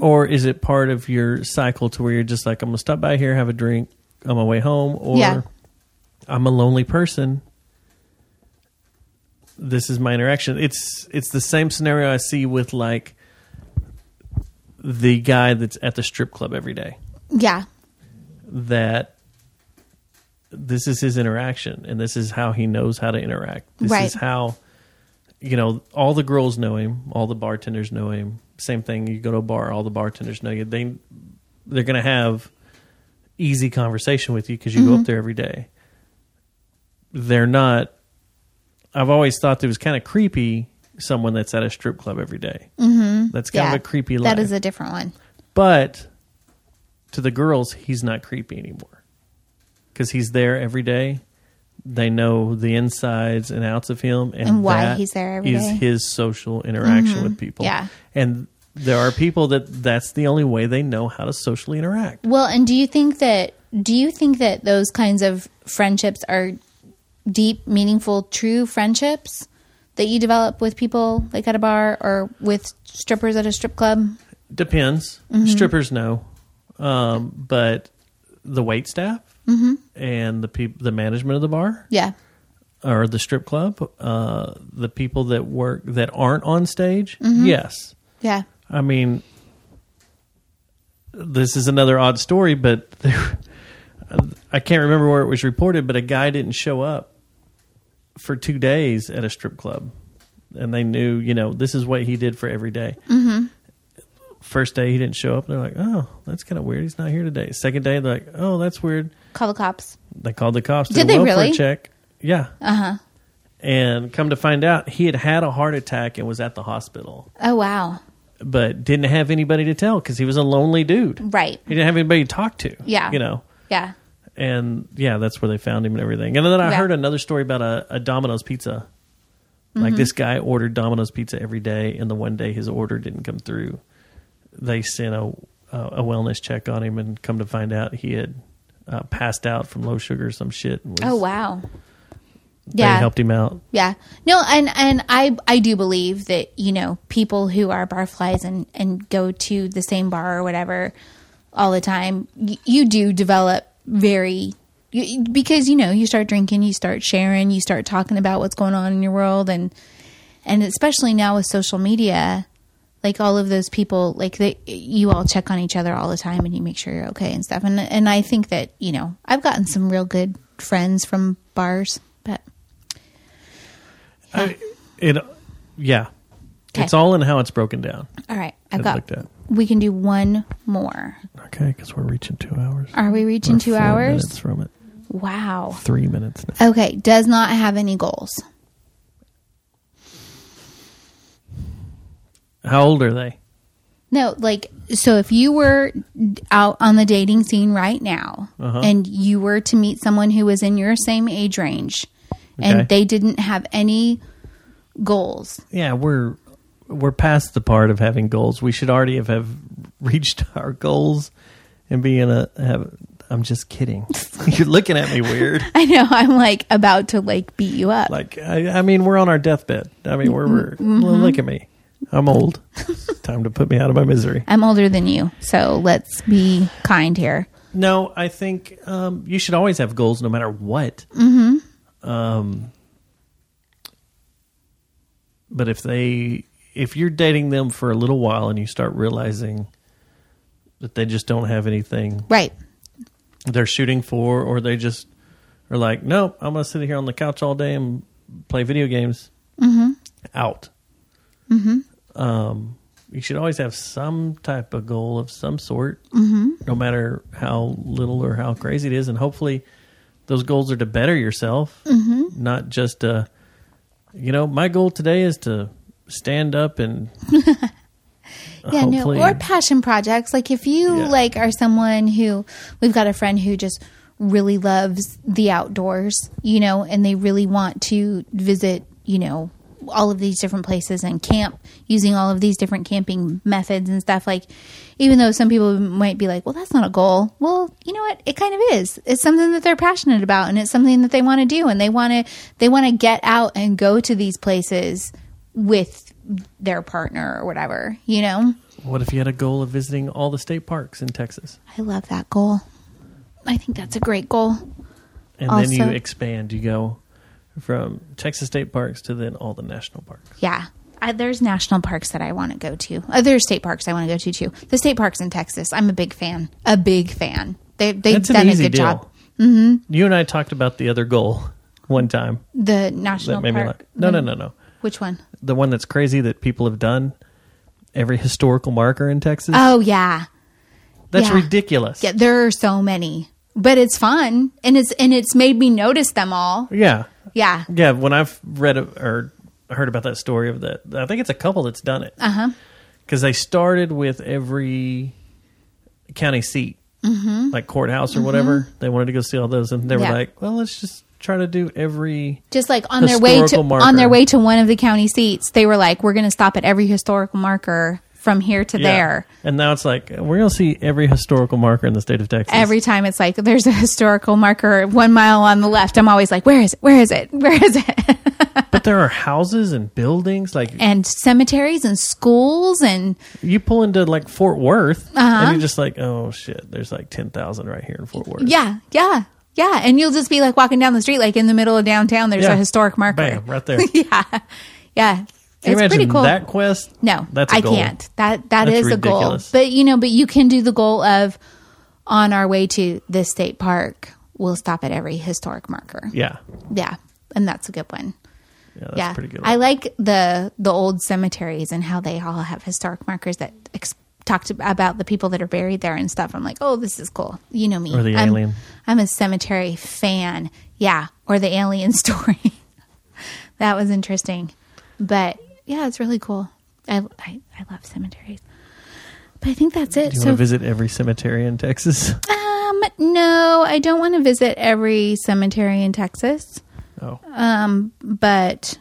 Speaker 4: Or is it part of your cycle to where you're just like, I'm going to stop by here, have a drink on my way home? Or
Speaker 2: Yeah.
Speaker 4: I'm a lonely person. This is my interaction. It's it's the same scenario I see with like the guy that's at the strip club every day.
Speaker 2: yeah
Speaker 4: That this is his interaction and this is how he knows how to interact. This
Speaker 2: Right.
Speaker 4: is how you know, all the girls know him, all the bartenders know him. Same thing, you go to a bar, all the bartenders know you. They they're going to have easy conversation with you because you go
Speaker 2: Mm-hmm.
Speaker 4: up there every day. They're not I've always thought it was kind of creepy someone that's at a strip club every Mm-hmm. That's kind
Speaker 2: yeah
Speaker 4: of a creepy life.
Speaker 2: that is a different one
Speaker 4: But to the girls, he's not creepy anymore because he's there every day. They know the insides and outs of him and,
Speaker 2: And why
Speaker 4: that
Speaker 2: he's there every
Speaker 4: is
Speaker 2: day. Mm-hmm.
Speaker 4: his social interaction with people.
Speaker 2: Yeah.
Speaker 4: And there are people that that's the only way they know how to socially interact.
Speaker 2: Well, and do you think that do you think that those kinds of friendships are deep, meaningful, true friendships that you develop with people like at a bar or with strippers at a strip club?
Speaker 4: Depends.
Speaker 2: Mm-hmm.
Speaker 4: Strippers know, um, but the wait staff
Speaker 2: Mm-hmm.
Speaker 4: and the peop- the management of the bar
Speaker 2: Yeah.
Speaker 4: or the strip club, uh, the people that work that aren't on stage,
Speaker 2: Mm-hmm.
Speaker 4: yes,
Speaker 2: Yeah.
Speaker 4: I mean, this is another odd story, but there, I can't remember where it was reported, but a guy didn't show up for two days at a strip club. And they knew, you know, this is what he did for every Mm-hmm. First day he didn't show up. They're like, oh, that's kind of weird. He's not here today. Second day, they're like, oh, that's weird.
Speaker 2: Call the cops.
Speaker 4: They called the cops.
Speaker 2: Did
Speaker 4: did a
Speaker 2: they
Speaker 4: welfare
Speaker 2: really? Uh-huh.
Speaker 4: check? Yeah. Uh huh. And come to find out, he had had a heart attack and was at the hospital
Speaker 2: Oh wow.
Speaker 4: but didn't have anybody to tell because he was a lonely dude.
Speaker 2: Right.
Speaker 4: He didn't have anybody to talk to.
Speaker 2: Yeah.
Speaker 4: You know,
Speaker 2: Yeah.
Speaker 4: and yeah, that's where they found him and everything. And then I
Speaker 2: Yeah.
Speaker 4: heard another story about a, a Domino's pizza.
Speaker 2: Mm-hmm.
Speaker 4: Like this guy ordered Domino's pizza every day, and the one day his order didn't come through, they sent a a wellness check on him, and come to find out he had uh, passed out from low sugar or some shit. and was-
Speaker 2: Oh wow.
Speaker 4: They
Speaker 2: Yeah.
Speaker 4: helped him out.
Speaker 2: Yeah. No, and and I I do believe that, you know, people who are barflies and and go to the same bar or whatever all the time, y- you do develop very you, because you know, you start drinking, you start sharing, you start talking about what's going on in your world and and especially now with social media, like all of those people like they you all check on each other all the time and you make sure you're okay and stuff and and I think that you know I've gotten some real good friends from bars but
Speaker 4: I, it, yeah.
Speaker 2: Okay.
Speaker 4: It's all in how it's broken down.
Speaker 2: all right I've
Speaker 4: I'd
Speaker 2: got
Speaker 4: like that.
Speaker 2: we can do one more
Speaker 4: Okay, because we're reaching two hours.
Speaker 2: are we reaching
Speaker 4: We're
Speaker 2: two
Speaker 4: four
Speaker 2: hours
Speaker 4: Minutes from it.
Speaker 2: wow
Speaker 4: Three minutes. Now.
Speaker 2: okay does not have any goals
Speaker 4: How old are they?
Speaker 2: No, like so if you were out on the dating scene right now
Speaker 4: Uh-huh.
Speaker 2: and you were to meet someone who was in your same age range
Speaker 4: Okay.
Speaker 2: and they didn't have any goals.
Speaker 4: Yeah, we're we're past the part of having goals. We should already have, have reached our goals and be in a. Have, I'm just kidding. You're looking at me weird.
Speaker 2: I know I'm like about to like beat you up.
Speaker 4: Like I, I mean, we're on our deathbed. I mean, we're, we're well, look at me. I'm old. It's time to put me out of my misery.
Speaker 2: I'm older than you, so let's be kind here.
Speaker 4: No, I think um, you should always have goals, no matter what. Mm-hmm. Um, but if they, if you're dating them for a little while and you start realizing that they just don't have anything
Speaker 2: Right.
Speaker 4: they're shooting for, or they just are like, nope, I'm going to sit here on the couch all day and play video games. Mm-hmm. Out. Mm-hmm. Um, you should always have some type of goal of some sort, no matter how little or how crazy it is. And hopefully, those goals are to better yourself, not just, uh, you know, my goal today is to stand up and.
Speaker 2: Yeah,
Speaker 4: hopefully-
Speaker 2: no, or passion projects. Like if you
Speaker 4: Yeah.
Speaker 2: like are someone who we've got a friend who just really loves the outdoors, you know, and they really want to visit, you know, all of these different places and camp using all of these different camping methods and stuff. Like, even though some people might be like, well, that's not a goal. Well, you know what? It kind of is. It's something that they're passionate about and it's something that they want to do and they want to, they want to get out and go to these places with their partner or whatever, you know?
Speaker 4: What if you had a goal of visiting all the state parks in Texas?
Speaker 2: I love that goal. I think that's a great goal.
Speaker 4: and then
Speaker 2: Also-
Speaker 4: you expand. You go from Texas state parks to then all the national parks.
Speaker 2: Yeah. I, there's national parks that I want to go to. Other state parks I want to go to too. The state parks in Texas, I'm a big fan. A big fan. They, they've
Speaker 4: That's
Speaker 2: done
Speaker 4: an
Speaker 2: a
Speaker 4: easy
Speaker 2: good
Speaker 4: deal.
Speaker 2: job. Mm-hmm.
Speaker 4: You and I talked about the other goal one time
Speaker 2: The
Speaker 4: that
Speaker 2: national
Speaker 4: made me
Speaker 2: park. Mm-hmm.
Speaker 4: laugh. No, no, no, no.
Speaker 2: Which one?
Speaker 4: The one that's crazy that people have done every historical marker in Texas.
Speaker 2: Oh yeah,
Speaker 4: that's
Speaker 2: yeah.
Speaker 4: ridiculous.
Speaker 2: yeah. There are so many, but it's fun and it's and it's made me notice them all.
Speaker 4: Yeah.
Speaker 2: Yeah,
Speaker 4: Yeah, when I've read a- or heard about that story of that, I think it's a couple that's done it. Uh huh.
Speaker 2: Uh-huh.
Speaker 4: Because they started with every county seat, like courthouse or whatever. They wanted to go see all those, and they were
Speaker 2: Mm-hmm. Yeah.
Speaker 4: like, "Well, let's just try to do every."
Speaker 2: just like on their way to
Speaker 4: Historical marker.
Speaker 2: on their way to one of the county seats, they were like, "We're going to stop at every historical marker from here to
Speaker 4: Yeah.
Speaker 2: there."
Speaker 4: And now it's like we're gonna see every historical marker in the state of Texas.
Speaker 2: Every time it's like there's a historical marker one mile on the left. I'm always like, "Where is it? Where is it? Where is it?"
Speaker 4: but there are houses and buildings. Like
Speaker 2: And cemeteries and schools and
Speaker 4: you pull into like Fort Worth,
Speaker 2: Uh-huh.
Speaker 4: and you're just like, "Oh shit!" There's like ten thousand right here in Fort Worth.
Speaker 2: yeah, yeah, yeah. And you'll just be like walking down the street, like in the middle of downtown. There's
Speaker 4: Yeah.
Speaker 2: a historic marker.
Speaker 4: Bam, right there.
Speaker 2: Yeah.
Speaker 4: Can you
Speaker 2: it's
Speaker 4: imagine
Speaker 2: pretty cool.
Speaker 4: that quest?
Speaker 2: no,
Speaker 4: that's a
Speaker 2: I
Speaker 4: goal.
Speaker 2: can't. That that
Speaker 4: That's
Speaker 2: is
Speaker 4: ridiculous.
Speaker 2: a goal. But you know, but you can do the goal of on our way to this state park, we'll stop at every historic marker. Yeah,
Speaker 4: Yeah,
Speaker 2: and that's a good one.
Speaker 4: yeah, that's
Speaker 2: yeah,
Speaker 4: pretty good.
Speaker 2: I like the the old cemeteries and how they all have historic markers that ex- talked ab- about the people that are buried there and stuff. I'm like, oh, this is cool. You know me.
Speaker 4: Or the
Speaker 2: I'm,
Speaker 4: alien.
Speaker 2: I'm a cemetery fan. Yeah, or the alien story. that was interesting, but yeah, it's really cool. I I, I love cemeteries. But I think that's it.
Speaker 4: Do you
Speaker 2: So
Speaker 4: want to visit every cemetery in Texas?
Speaker 2: um, no, I don't want to visit every cemetery in Texas.
Speaker 4: Oh,
Speaker 2: but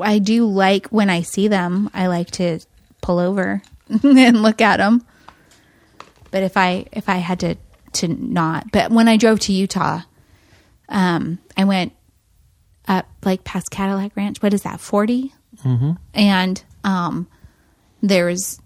Speaker 2: I do like when I see them. I like to pull over and look at them. But if I if I had to to not, but when I drove to Utah, um, I went up like past Cadillac Ranch. What is that? 40 And um, there was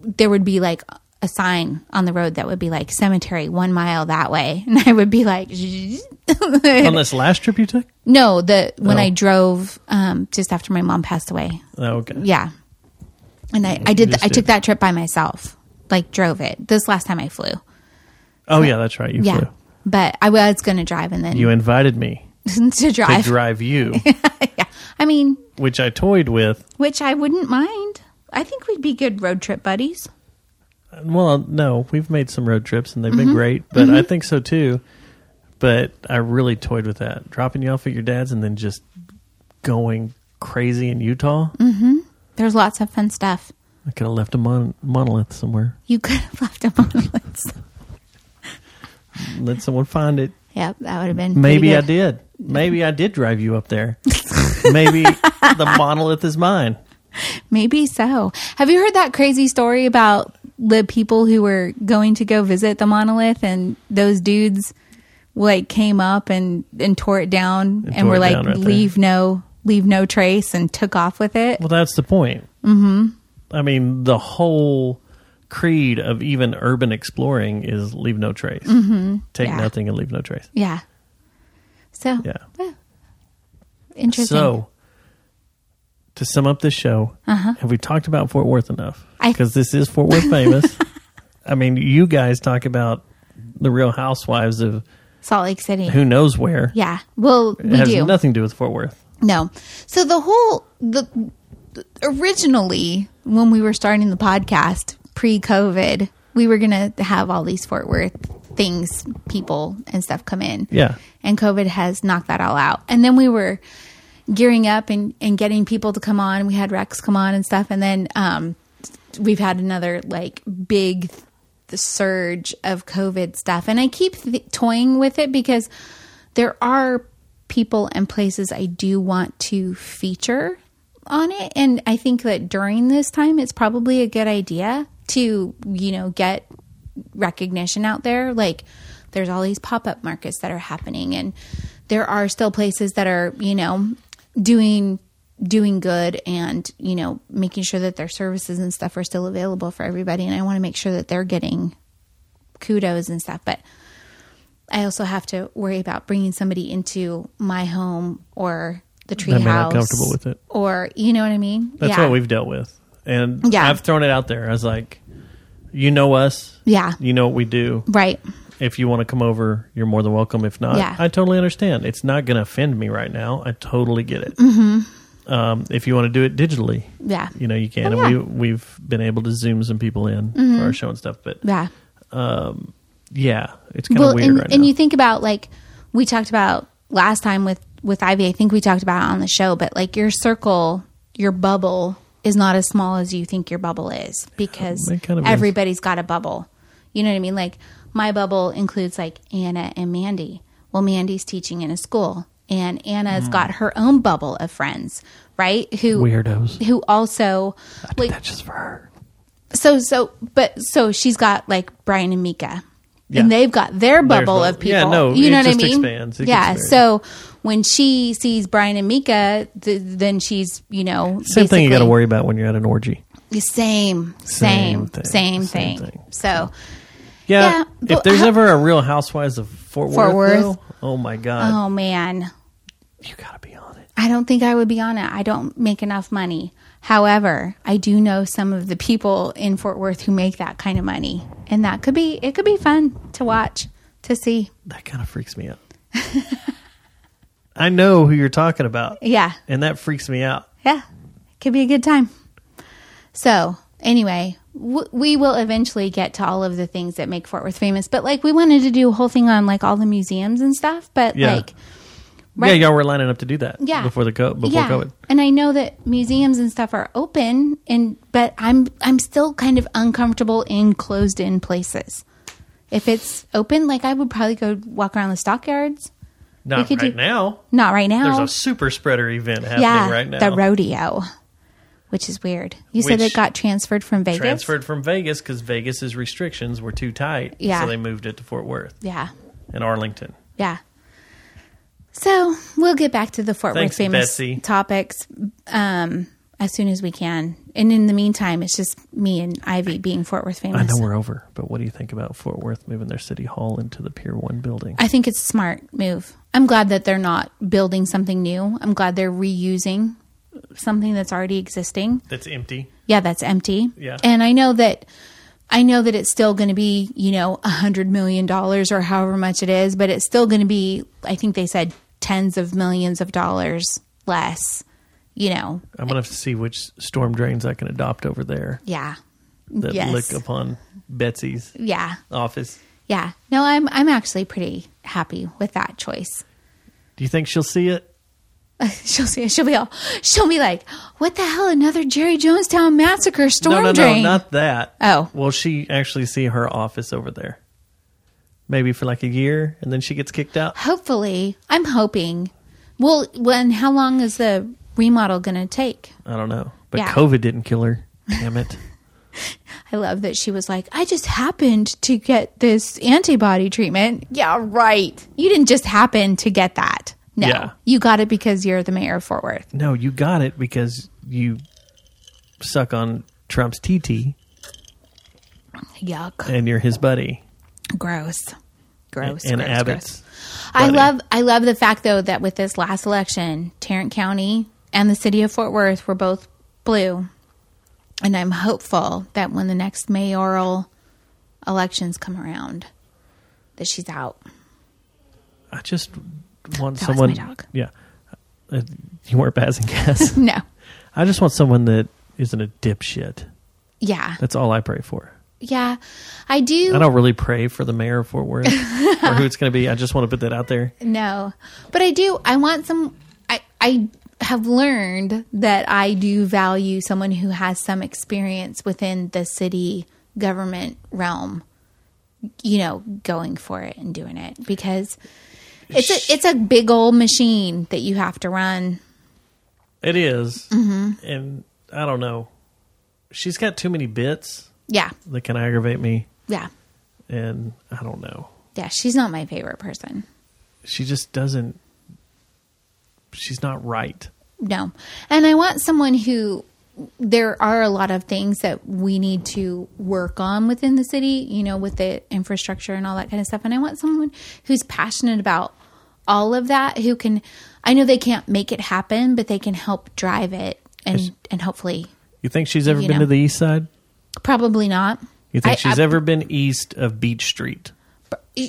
Speaker 2: there would be like a sign on the road that would be like cemetery one mile that way, and I would be like.
Speaker 4: on this last trip you took?
Speaker 2: No, the when
Speaker 4: Oh.
Speaker 2: I drove um, just after my mom passed away.
Speaker 4: Oh, okay.
Speaker 2: Yeah, And I, I did.
Speaker 4: just
Speaker 2: I
Speaker 4: did.
Speaker 2: took that trip by myself. Like drove it this last time I flew.
Speaker 4: Oh yeah, that's right. You
Speaker 2: yeah,
Speaker 4: flew.
Speaker 2: but I was going to drive and then
Speaker 4: You invited me
Speaker 2: to
Speaker 4: to
Speaker 2: drive.
Speaker 4: drive you,
Speaker 2: I mean,
Speaker 4: which I toyed with.
Speaker 2: which I wouldn't mind. I think we'd be good road trip buddies.
Speaker 4: Well, no, we've made some road trips and they've
Speaker 2: Mm-hmm.
Speaker 4: been great, but I think so too. But I really toyed with that, dropping you off at your dad's and then just going crazy in Utah.
Speaker 2: Mm. There's lots of fun stuff.
Speaker 4: I could have left a mon- monolith somewhere.
Speaker 2: You could have left a monolith.
Speaker 4: Let someone find it.
Speaker 2: yep, that would have been.
Speaker 4: Maybe
Speaker 2: pretty
Speaker 4: I
Speaker 2: good.
Speaker 4: did. Maybe I did drive you up there. Maybe the monolith is mine.
Speaker 2: Maybe so. Have you heard that crazy story about the people who were going to go visit the monolith and those dudes like came up and and tore it down and,
Speaker 4: tore
Speaker 2: were
Speaker 4: it
Speaker 2: like
Speaker 4: down right there.
Speaker 2: leave no leave no trace and took off with it.
Speaker 4: Well, that's the point. Mm-hmm. I mean, the whole creed of even urban exploring is leave no trace. Mm-hmm. Take
Speaker 2: Yeah.
Speaker 4: nothing and leave no trace.
Speaker 2: Yeah. So
Speaker 4: Yeah.
Speaker 2: well, interesting.
Speaker 4: So, to sum up this show, have we talked about Fort Worth enough?
Speaker 2: Uh-huh. I-
Speaker 4: Because this is Fort Worth famous. I mean, you guys talk about the Real Housewives of
Speaker 2: Salt Lake City.
Speaker 4: who knows where.
Speaker 2: yeah. Well,
Speaker 4: It
Speaker 2: we
Speaker 4: has
Speaker 2: do.
Speaker 4: nothing to do with Fort Worth.
Speaker 2: No. So the whole the originally when we were starting the podcast pre-COVID, we were going to have all these Fort Worth things, people and stuff come in.
Speaker 4: Yeah.
Speaker 2: And COVID has knocked that all out. And then we were gearing up and and getting people to come on. We had Rex come on and stuff and then um we've had another like big the surge of COVID stuff, and I keep th- toying with it because there are people and places I do want to feature on it, and I think that during this time, it's probably a good idea to you know get recognition out there. Like there's all these pop up markets that are happening, and there are still places that are you know doing doing good and you know making sure that their services and stuff are still available for everybody and i want to make sure that they're getting kudos and stuff but i also have to worry about bringing somebody into my home or the tree
Speaker 4: may
Speaker 2: house
Speaker 4: not comfortable with it.
Speaker 2: or you know what i mean
Speaker 4: That's
Speaker 2: yeah.
Speaker 4: what we've dealt with. And
Speaker 2: Yeah.
Speaker 4: I've thrown it out there. I was like, you know us.
Speaker 2: Yeah.
Speaker 4: You know what we do.
Speaker 2: right
Speaker 4: If you want to come over, you're more than welcome. If not,
Speaker 2: Yeah.
Speaker 4: I totally understand. It's not going to offend me right now. I totally get it. Mm-hmm. Um, if you want to do it digitally,
Speaker 2: yeah
Speaker 4: you know, you can.
Speaker 2: Oh,
Speaker 4: and
Speaker 2: yeah. Mm-hmm.
Speaker 4: we, we've been able to zoom some people in for our show and stuff. But
Speaker 2: yeah
Speaker 4: yeah, it's kind of weird
Speaker 2: and,
Speaker 4: right
Speaker 2: and
Speaker 4: now.
Speaker 2: you think about like we talked about last time with with Ivy. I think we talked about it on the show, but like your circle, your bubble is not as small as you think your bubble is because
Speaker 4: it kind of is.
Speaker 2: everybody's got a bubble. You know what I mean? Like my bubble includes like Anna and Mandy. Well, Mandy's teaching in a school, and
Speaker 4: Mm.
Speaker 2: Anna's got her own bubble of friends, right? Who
Speaker 4: Weirdos.
Speaker 2: who also like
Speaker 4: That's just for her.
Speaker 2: so so but so she's got like Brian and Mika.
Speaker 4: Yeah.
Speaker 2: And they've got their bubble
Speaker 4: both.
Speaker 2: of people.
Speaker 4: Yeah, no,
Speaker 2: you
Speaker 4: it
Speaker 2: know what I
Speaker 4: just
Speaker 2: mean?
Speaker 4: expands. It gets
Speaker 2: yeah.
Speaker 4: very-
Speaker 2: So when she sees Brian and Mika, th- then she's, you know,
Speaker 4: Same thing you got to
Speaker 2: basically-
Speaker 4: worry about when you're at an orgy.
Speaker 2: Same,
Speaker 4: Same
Speaker 2: same, same
Speaker 4: thing,
Speaker 2: thing.
Speaker 4: same thing.
Speaker 2: So
Speaker 4: Yeah.
Speaker 2: Yeah,
Speaker 4: if
Speaker 2: but
Speaker 4: there's
Speaker 2: how-
Speaker 4: ever a real housewives of Fort,
Speaker 2: Fort
Speaker 4: Worth,
Speaker 2: Worth.
Speaker 4: though, oh my God.
Speaker 2: oh man,
Speaker 4: You got to be on it.
Speaker 2: I don't think I would be on it. I don't make enough money. However, I do know some of the people in Fort Worth who make that kind of money. And that could be it could be fun to watch, to see.
Speaker 4: That kind of freaks me out. I know who you're talking about.
Speaker 2: Yeah.
Speaker 4: And that freaks me out.
Speaker 2: yeah, could be a good time. So, anyway, w- we will eventually get to all of the things that make Fort Worth famous, but like we wanted to do a whole thing on like all the museums and stuff, but
Speaker 4: Yeah.
Speaker 2: like Right.
Speaker 4: Yeah, y'all were lining up to do that
Speaker 2: yeah.
Speaker 4: before the co- before
Speaker 2: Yeah.
Speaker 4: COVID.
Speaker 2: And I know that museums and stuff are open and but I'm I'm still kind of uncomfortable in closed in places. If it's open, like I would probably go walk around the stockyards.
Speaker 4: Not right
Speaker 2: could do-
Speaker 4: now.
Speaker 2: Not right now.
Speaker 4: There's a super spreader event happening
Speaker 2: yeah,
Speaker 4: right now.
Speaker 2: the rodeo, which is weird. You said
Speaker 4: Which-
Speaker 2: it got transferred from Vegas.
Speaker 4: Transferred from Vegas because Vegas's restrictions were too tight.
Speaker 2: Yeah.
Speaker 4: So they moved it to Fort Worth
Speaker 2: Yeah,
Speaker 4: and Arlington.
Speaker 2: yeah. So we'll get back to the Fort
Speaker 4: Thanks,
Speaker 2: Worth famous
Speaker 4: Betsy.
Speaker 2: topics um, as soon as we can. And in the meantime, it's just me and Ivy being Fort Worth
Speaker 4: I
Speaker 2: famous.
Speaker 4: know we're over, but what do you think about Fort Worth moving their city hall into the Pier 1 building?
Speaker 2: I think it's a smart move. I'm glad that they're not building something new. I'm glad they're reusing something that's already existing.
Speaker 4: That's empty.
Speaker 2: yeah, that's empty.
Speaker 4: Yeah.
Speaker 2: And I know that I know that it's still going to be, you know, a hundred million dollars or however much it is, but it's still going to be, I think they said tens of millions of dollars less, you know.
Speaker 4: I'm gonna have to see which storm drains I can adopt over there
Speaker 2: Yeah.
Speaker 4: that
Speaker 2: yes.
Speaker 4: lick upon Betsy's
Speaker 2: yeah.
Speaker 4: office.
Speaker 2: Yeah. No, I'm, I'm actually pretty happy with that choice.
Speaker 4: Do you think she'll see it?
Speaker 2: She'll see it. She'll be all, she'll be like, what the hell? Another Jerry Jonestown massacre storm
Speaker 4: no, no,
Speaker 2: drain.
Speaker 4: no, not that.
Speaker 2: Oh.
Speaker 4: will she actually see her office over there? Maybe for like a year, and then she gets kicked out.
Speaker 2: Hopefully, I'm hoping. Well, when how long is the remodel going to take?
Speaker 4: I don't know, but
Speaker 2: Yeah.
Speaker 4: COVID didn't kill her. Damn it!
Speaker 2: I love that she was like, "I just happened to get this antibody treatment." Yeah, right. You didn't just happen to get that. No.
Speaker 4: Yeah.
Speaker 2: You got it because you're the mayor of Fort Worth.
Speaker 4: no, you got it because you suck on Trump's TT,
Speaker 2: Yuck.
Speaker 4: and you're his buddy,
Speaker 2: Gross. Gross.
Speaker 4: and
Speaker 2: gross, gross.
Speaker 4: Abbott's.
Speaker 2: I
Speaker 4: buddy.
Speaker 2: love I love the fact though that with this last election, Tarrant County and the city of Fort Worth were both blue. And I'm hopeful that when the next mayoral elections come around that she's out.
Speaker 4: I just want
Speaker 2: That was
Speaker 4: someone.
Speaker 2: my dog.
Speaker 4: Yeah, Uh, you weren't passing gas.
Speaker 2: No.
Speaker 4: I just want someone that isn't a dipshit.
Speaker 2: Yeah.
Speaker 4: That's all I pray for.
Speaker 2: Yeah. I do
Speaker 4: I don't really pray for the mayor of Fort Worth or who it's going to be. I just want to put that out there.
Speaker 2: No, but I do. I want some. I I have learned that I do value someone who has some experience within the city government realm. You know, going for it and doing it because it's a it's a big old machine that you have to run.
Speaker 4: It is.
Speaker 2: Mm-hmm.
Speaker 4: and I don't know. She's got too many bits
Speaker 2: Yeah,
Speaker 4: that can aggravate me,
Speaker 2: yeah,
Speaker 4: and I don't know.
Speaker 2: yeah. She's not my favorite person.
Speaker 4: She just doesn't. She's not right.
Speaker 2: No. And I want someone who there are a lot of things that we need to work on within the city, you know, with the infrastructure and all that kind of stuff. And I want someone who's passionate about all of that, who can I know they can't make it happen, but they can help drive it and and hopefully
Speaker 4: You think she's ever
Speaker 2: You
Speaker 4: been
Speaker 2: know.
Speaker 4: to the east side?
Speaker 2: probably not.
Speaker 4: You think
Speaker 2: I-
Speaker 4: she's
Speaker 2: I-
Speaker 4: ever been east of Beach Street?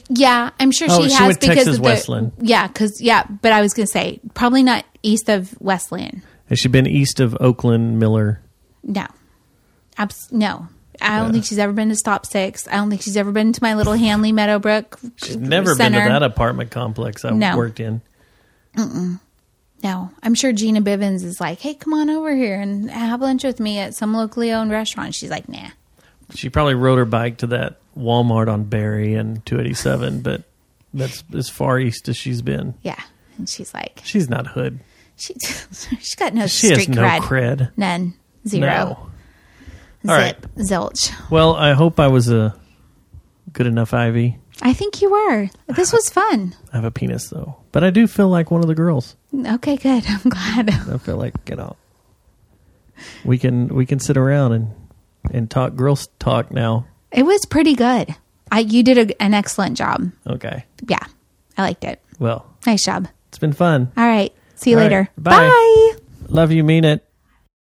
Speaker 2: Yeah, I'm sure
Speaker 4: Oh,
Speaker 2: she,
Speaker 4: she
Speaker 2: has
Speaker 4: went
Speaker 2: because
Speaker 4: Texas
Speaker 2: of the
Speaker 4: Westland.
Speaker 2: Yeah, cuz yeah, but I was going to say probably not east of Westland.
Speaker 4: Has she been east of Oakland, Miller?
Speaker 2: No, Abs- no. I don't
Speaker 4: Yeah.
Speaker 2: think she's ever been to Stop Six. I don't think she's ever been to my little Hanley Meadowbrook.
Speaker 4: She's never been to that apartment complex I
Speaker 2: No.
Speaker 4: worked in.
Speaker 2: No, I'm sure Gina Bivens is like, "Hey, come on over here and have lunch with me at some locally owned restaurant." She's like, "Nah."
Speaker 4: She probably rode her bike to that Walmart on Barry and 287, but that's as far east as she's been.
Speaker 2: Yeah, and she's like,
Speaker 4: She's not hood.
Speaker 2: she she's got no
Speaker 4: She
Speaker 2: street
Speaker 4: has no
Speaker 2: cred.
Speaker 4: cred.
Speaker 2: None. Zero.
Speaker 4: No.
Speaker 2: Zip.
Speaker 4: All right.
Speaker 2: Zilch.
Speaker 4: Well, I hope I was a good enough Ivy.
Speaker 2: I think you were. This was fun.
Speaker 4: I have a penis though, but I do feel like one of the girls.
Speaker 2: Okay, good. I'm glad.
Speaker 4: I feel like get out. We can we can sit around and and talk girls talk now.
Speaker 2: It was pretty good. I you did a, an excellent job.
Speaker 4: Okay.
Speaker 2: Yeah, I liked it.
Speaker 4: Well,
Speaker 2: Nice job.
Speaker 4: it's been fun.
Speaker 2: All right. See you
Speaker 4: All right.
Speaker 2: later.
Speaker 4: Bye.
Speaker 2: Bye.
Speaker 4: Love you, mean it.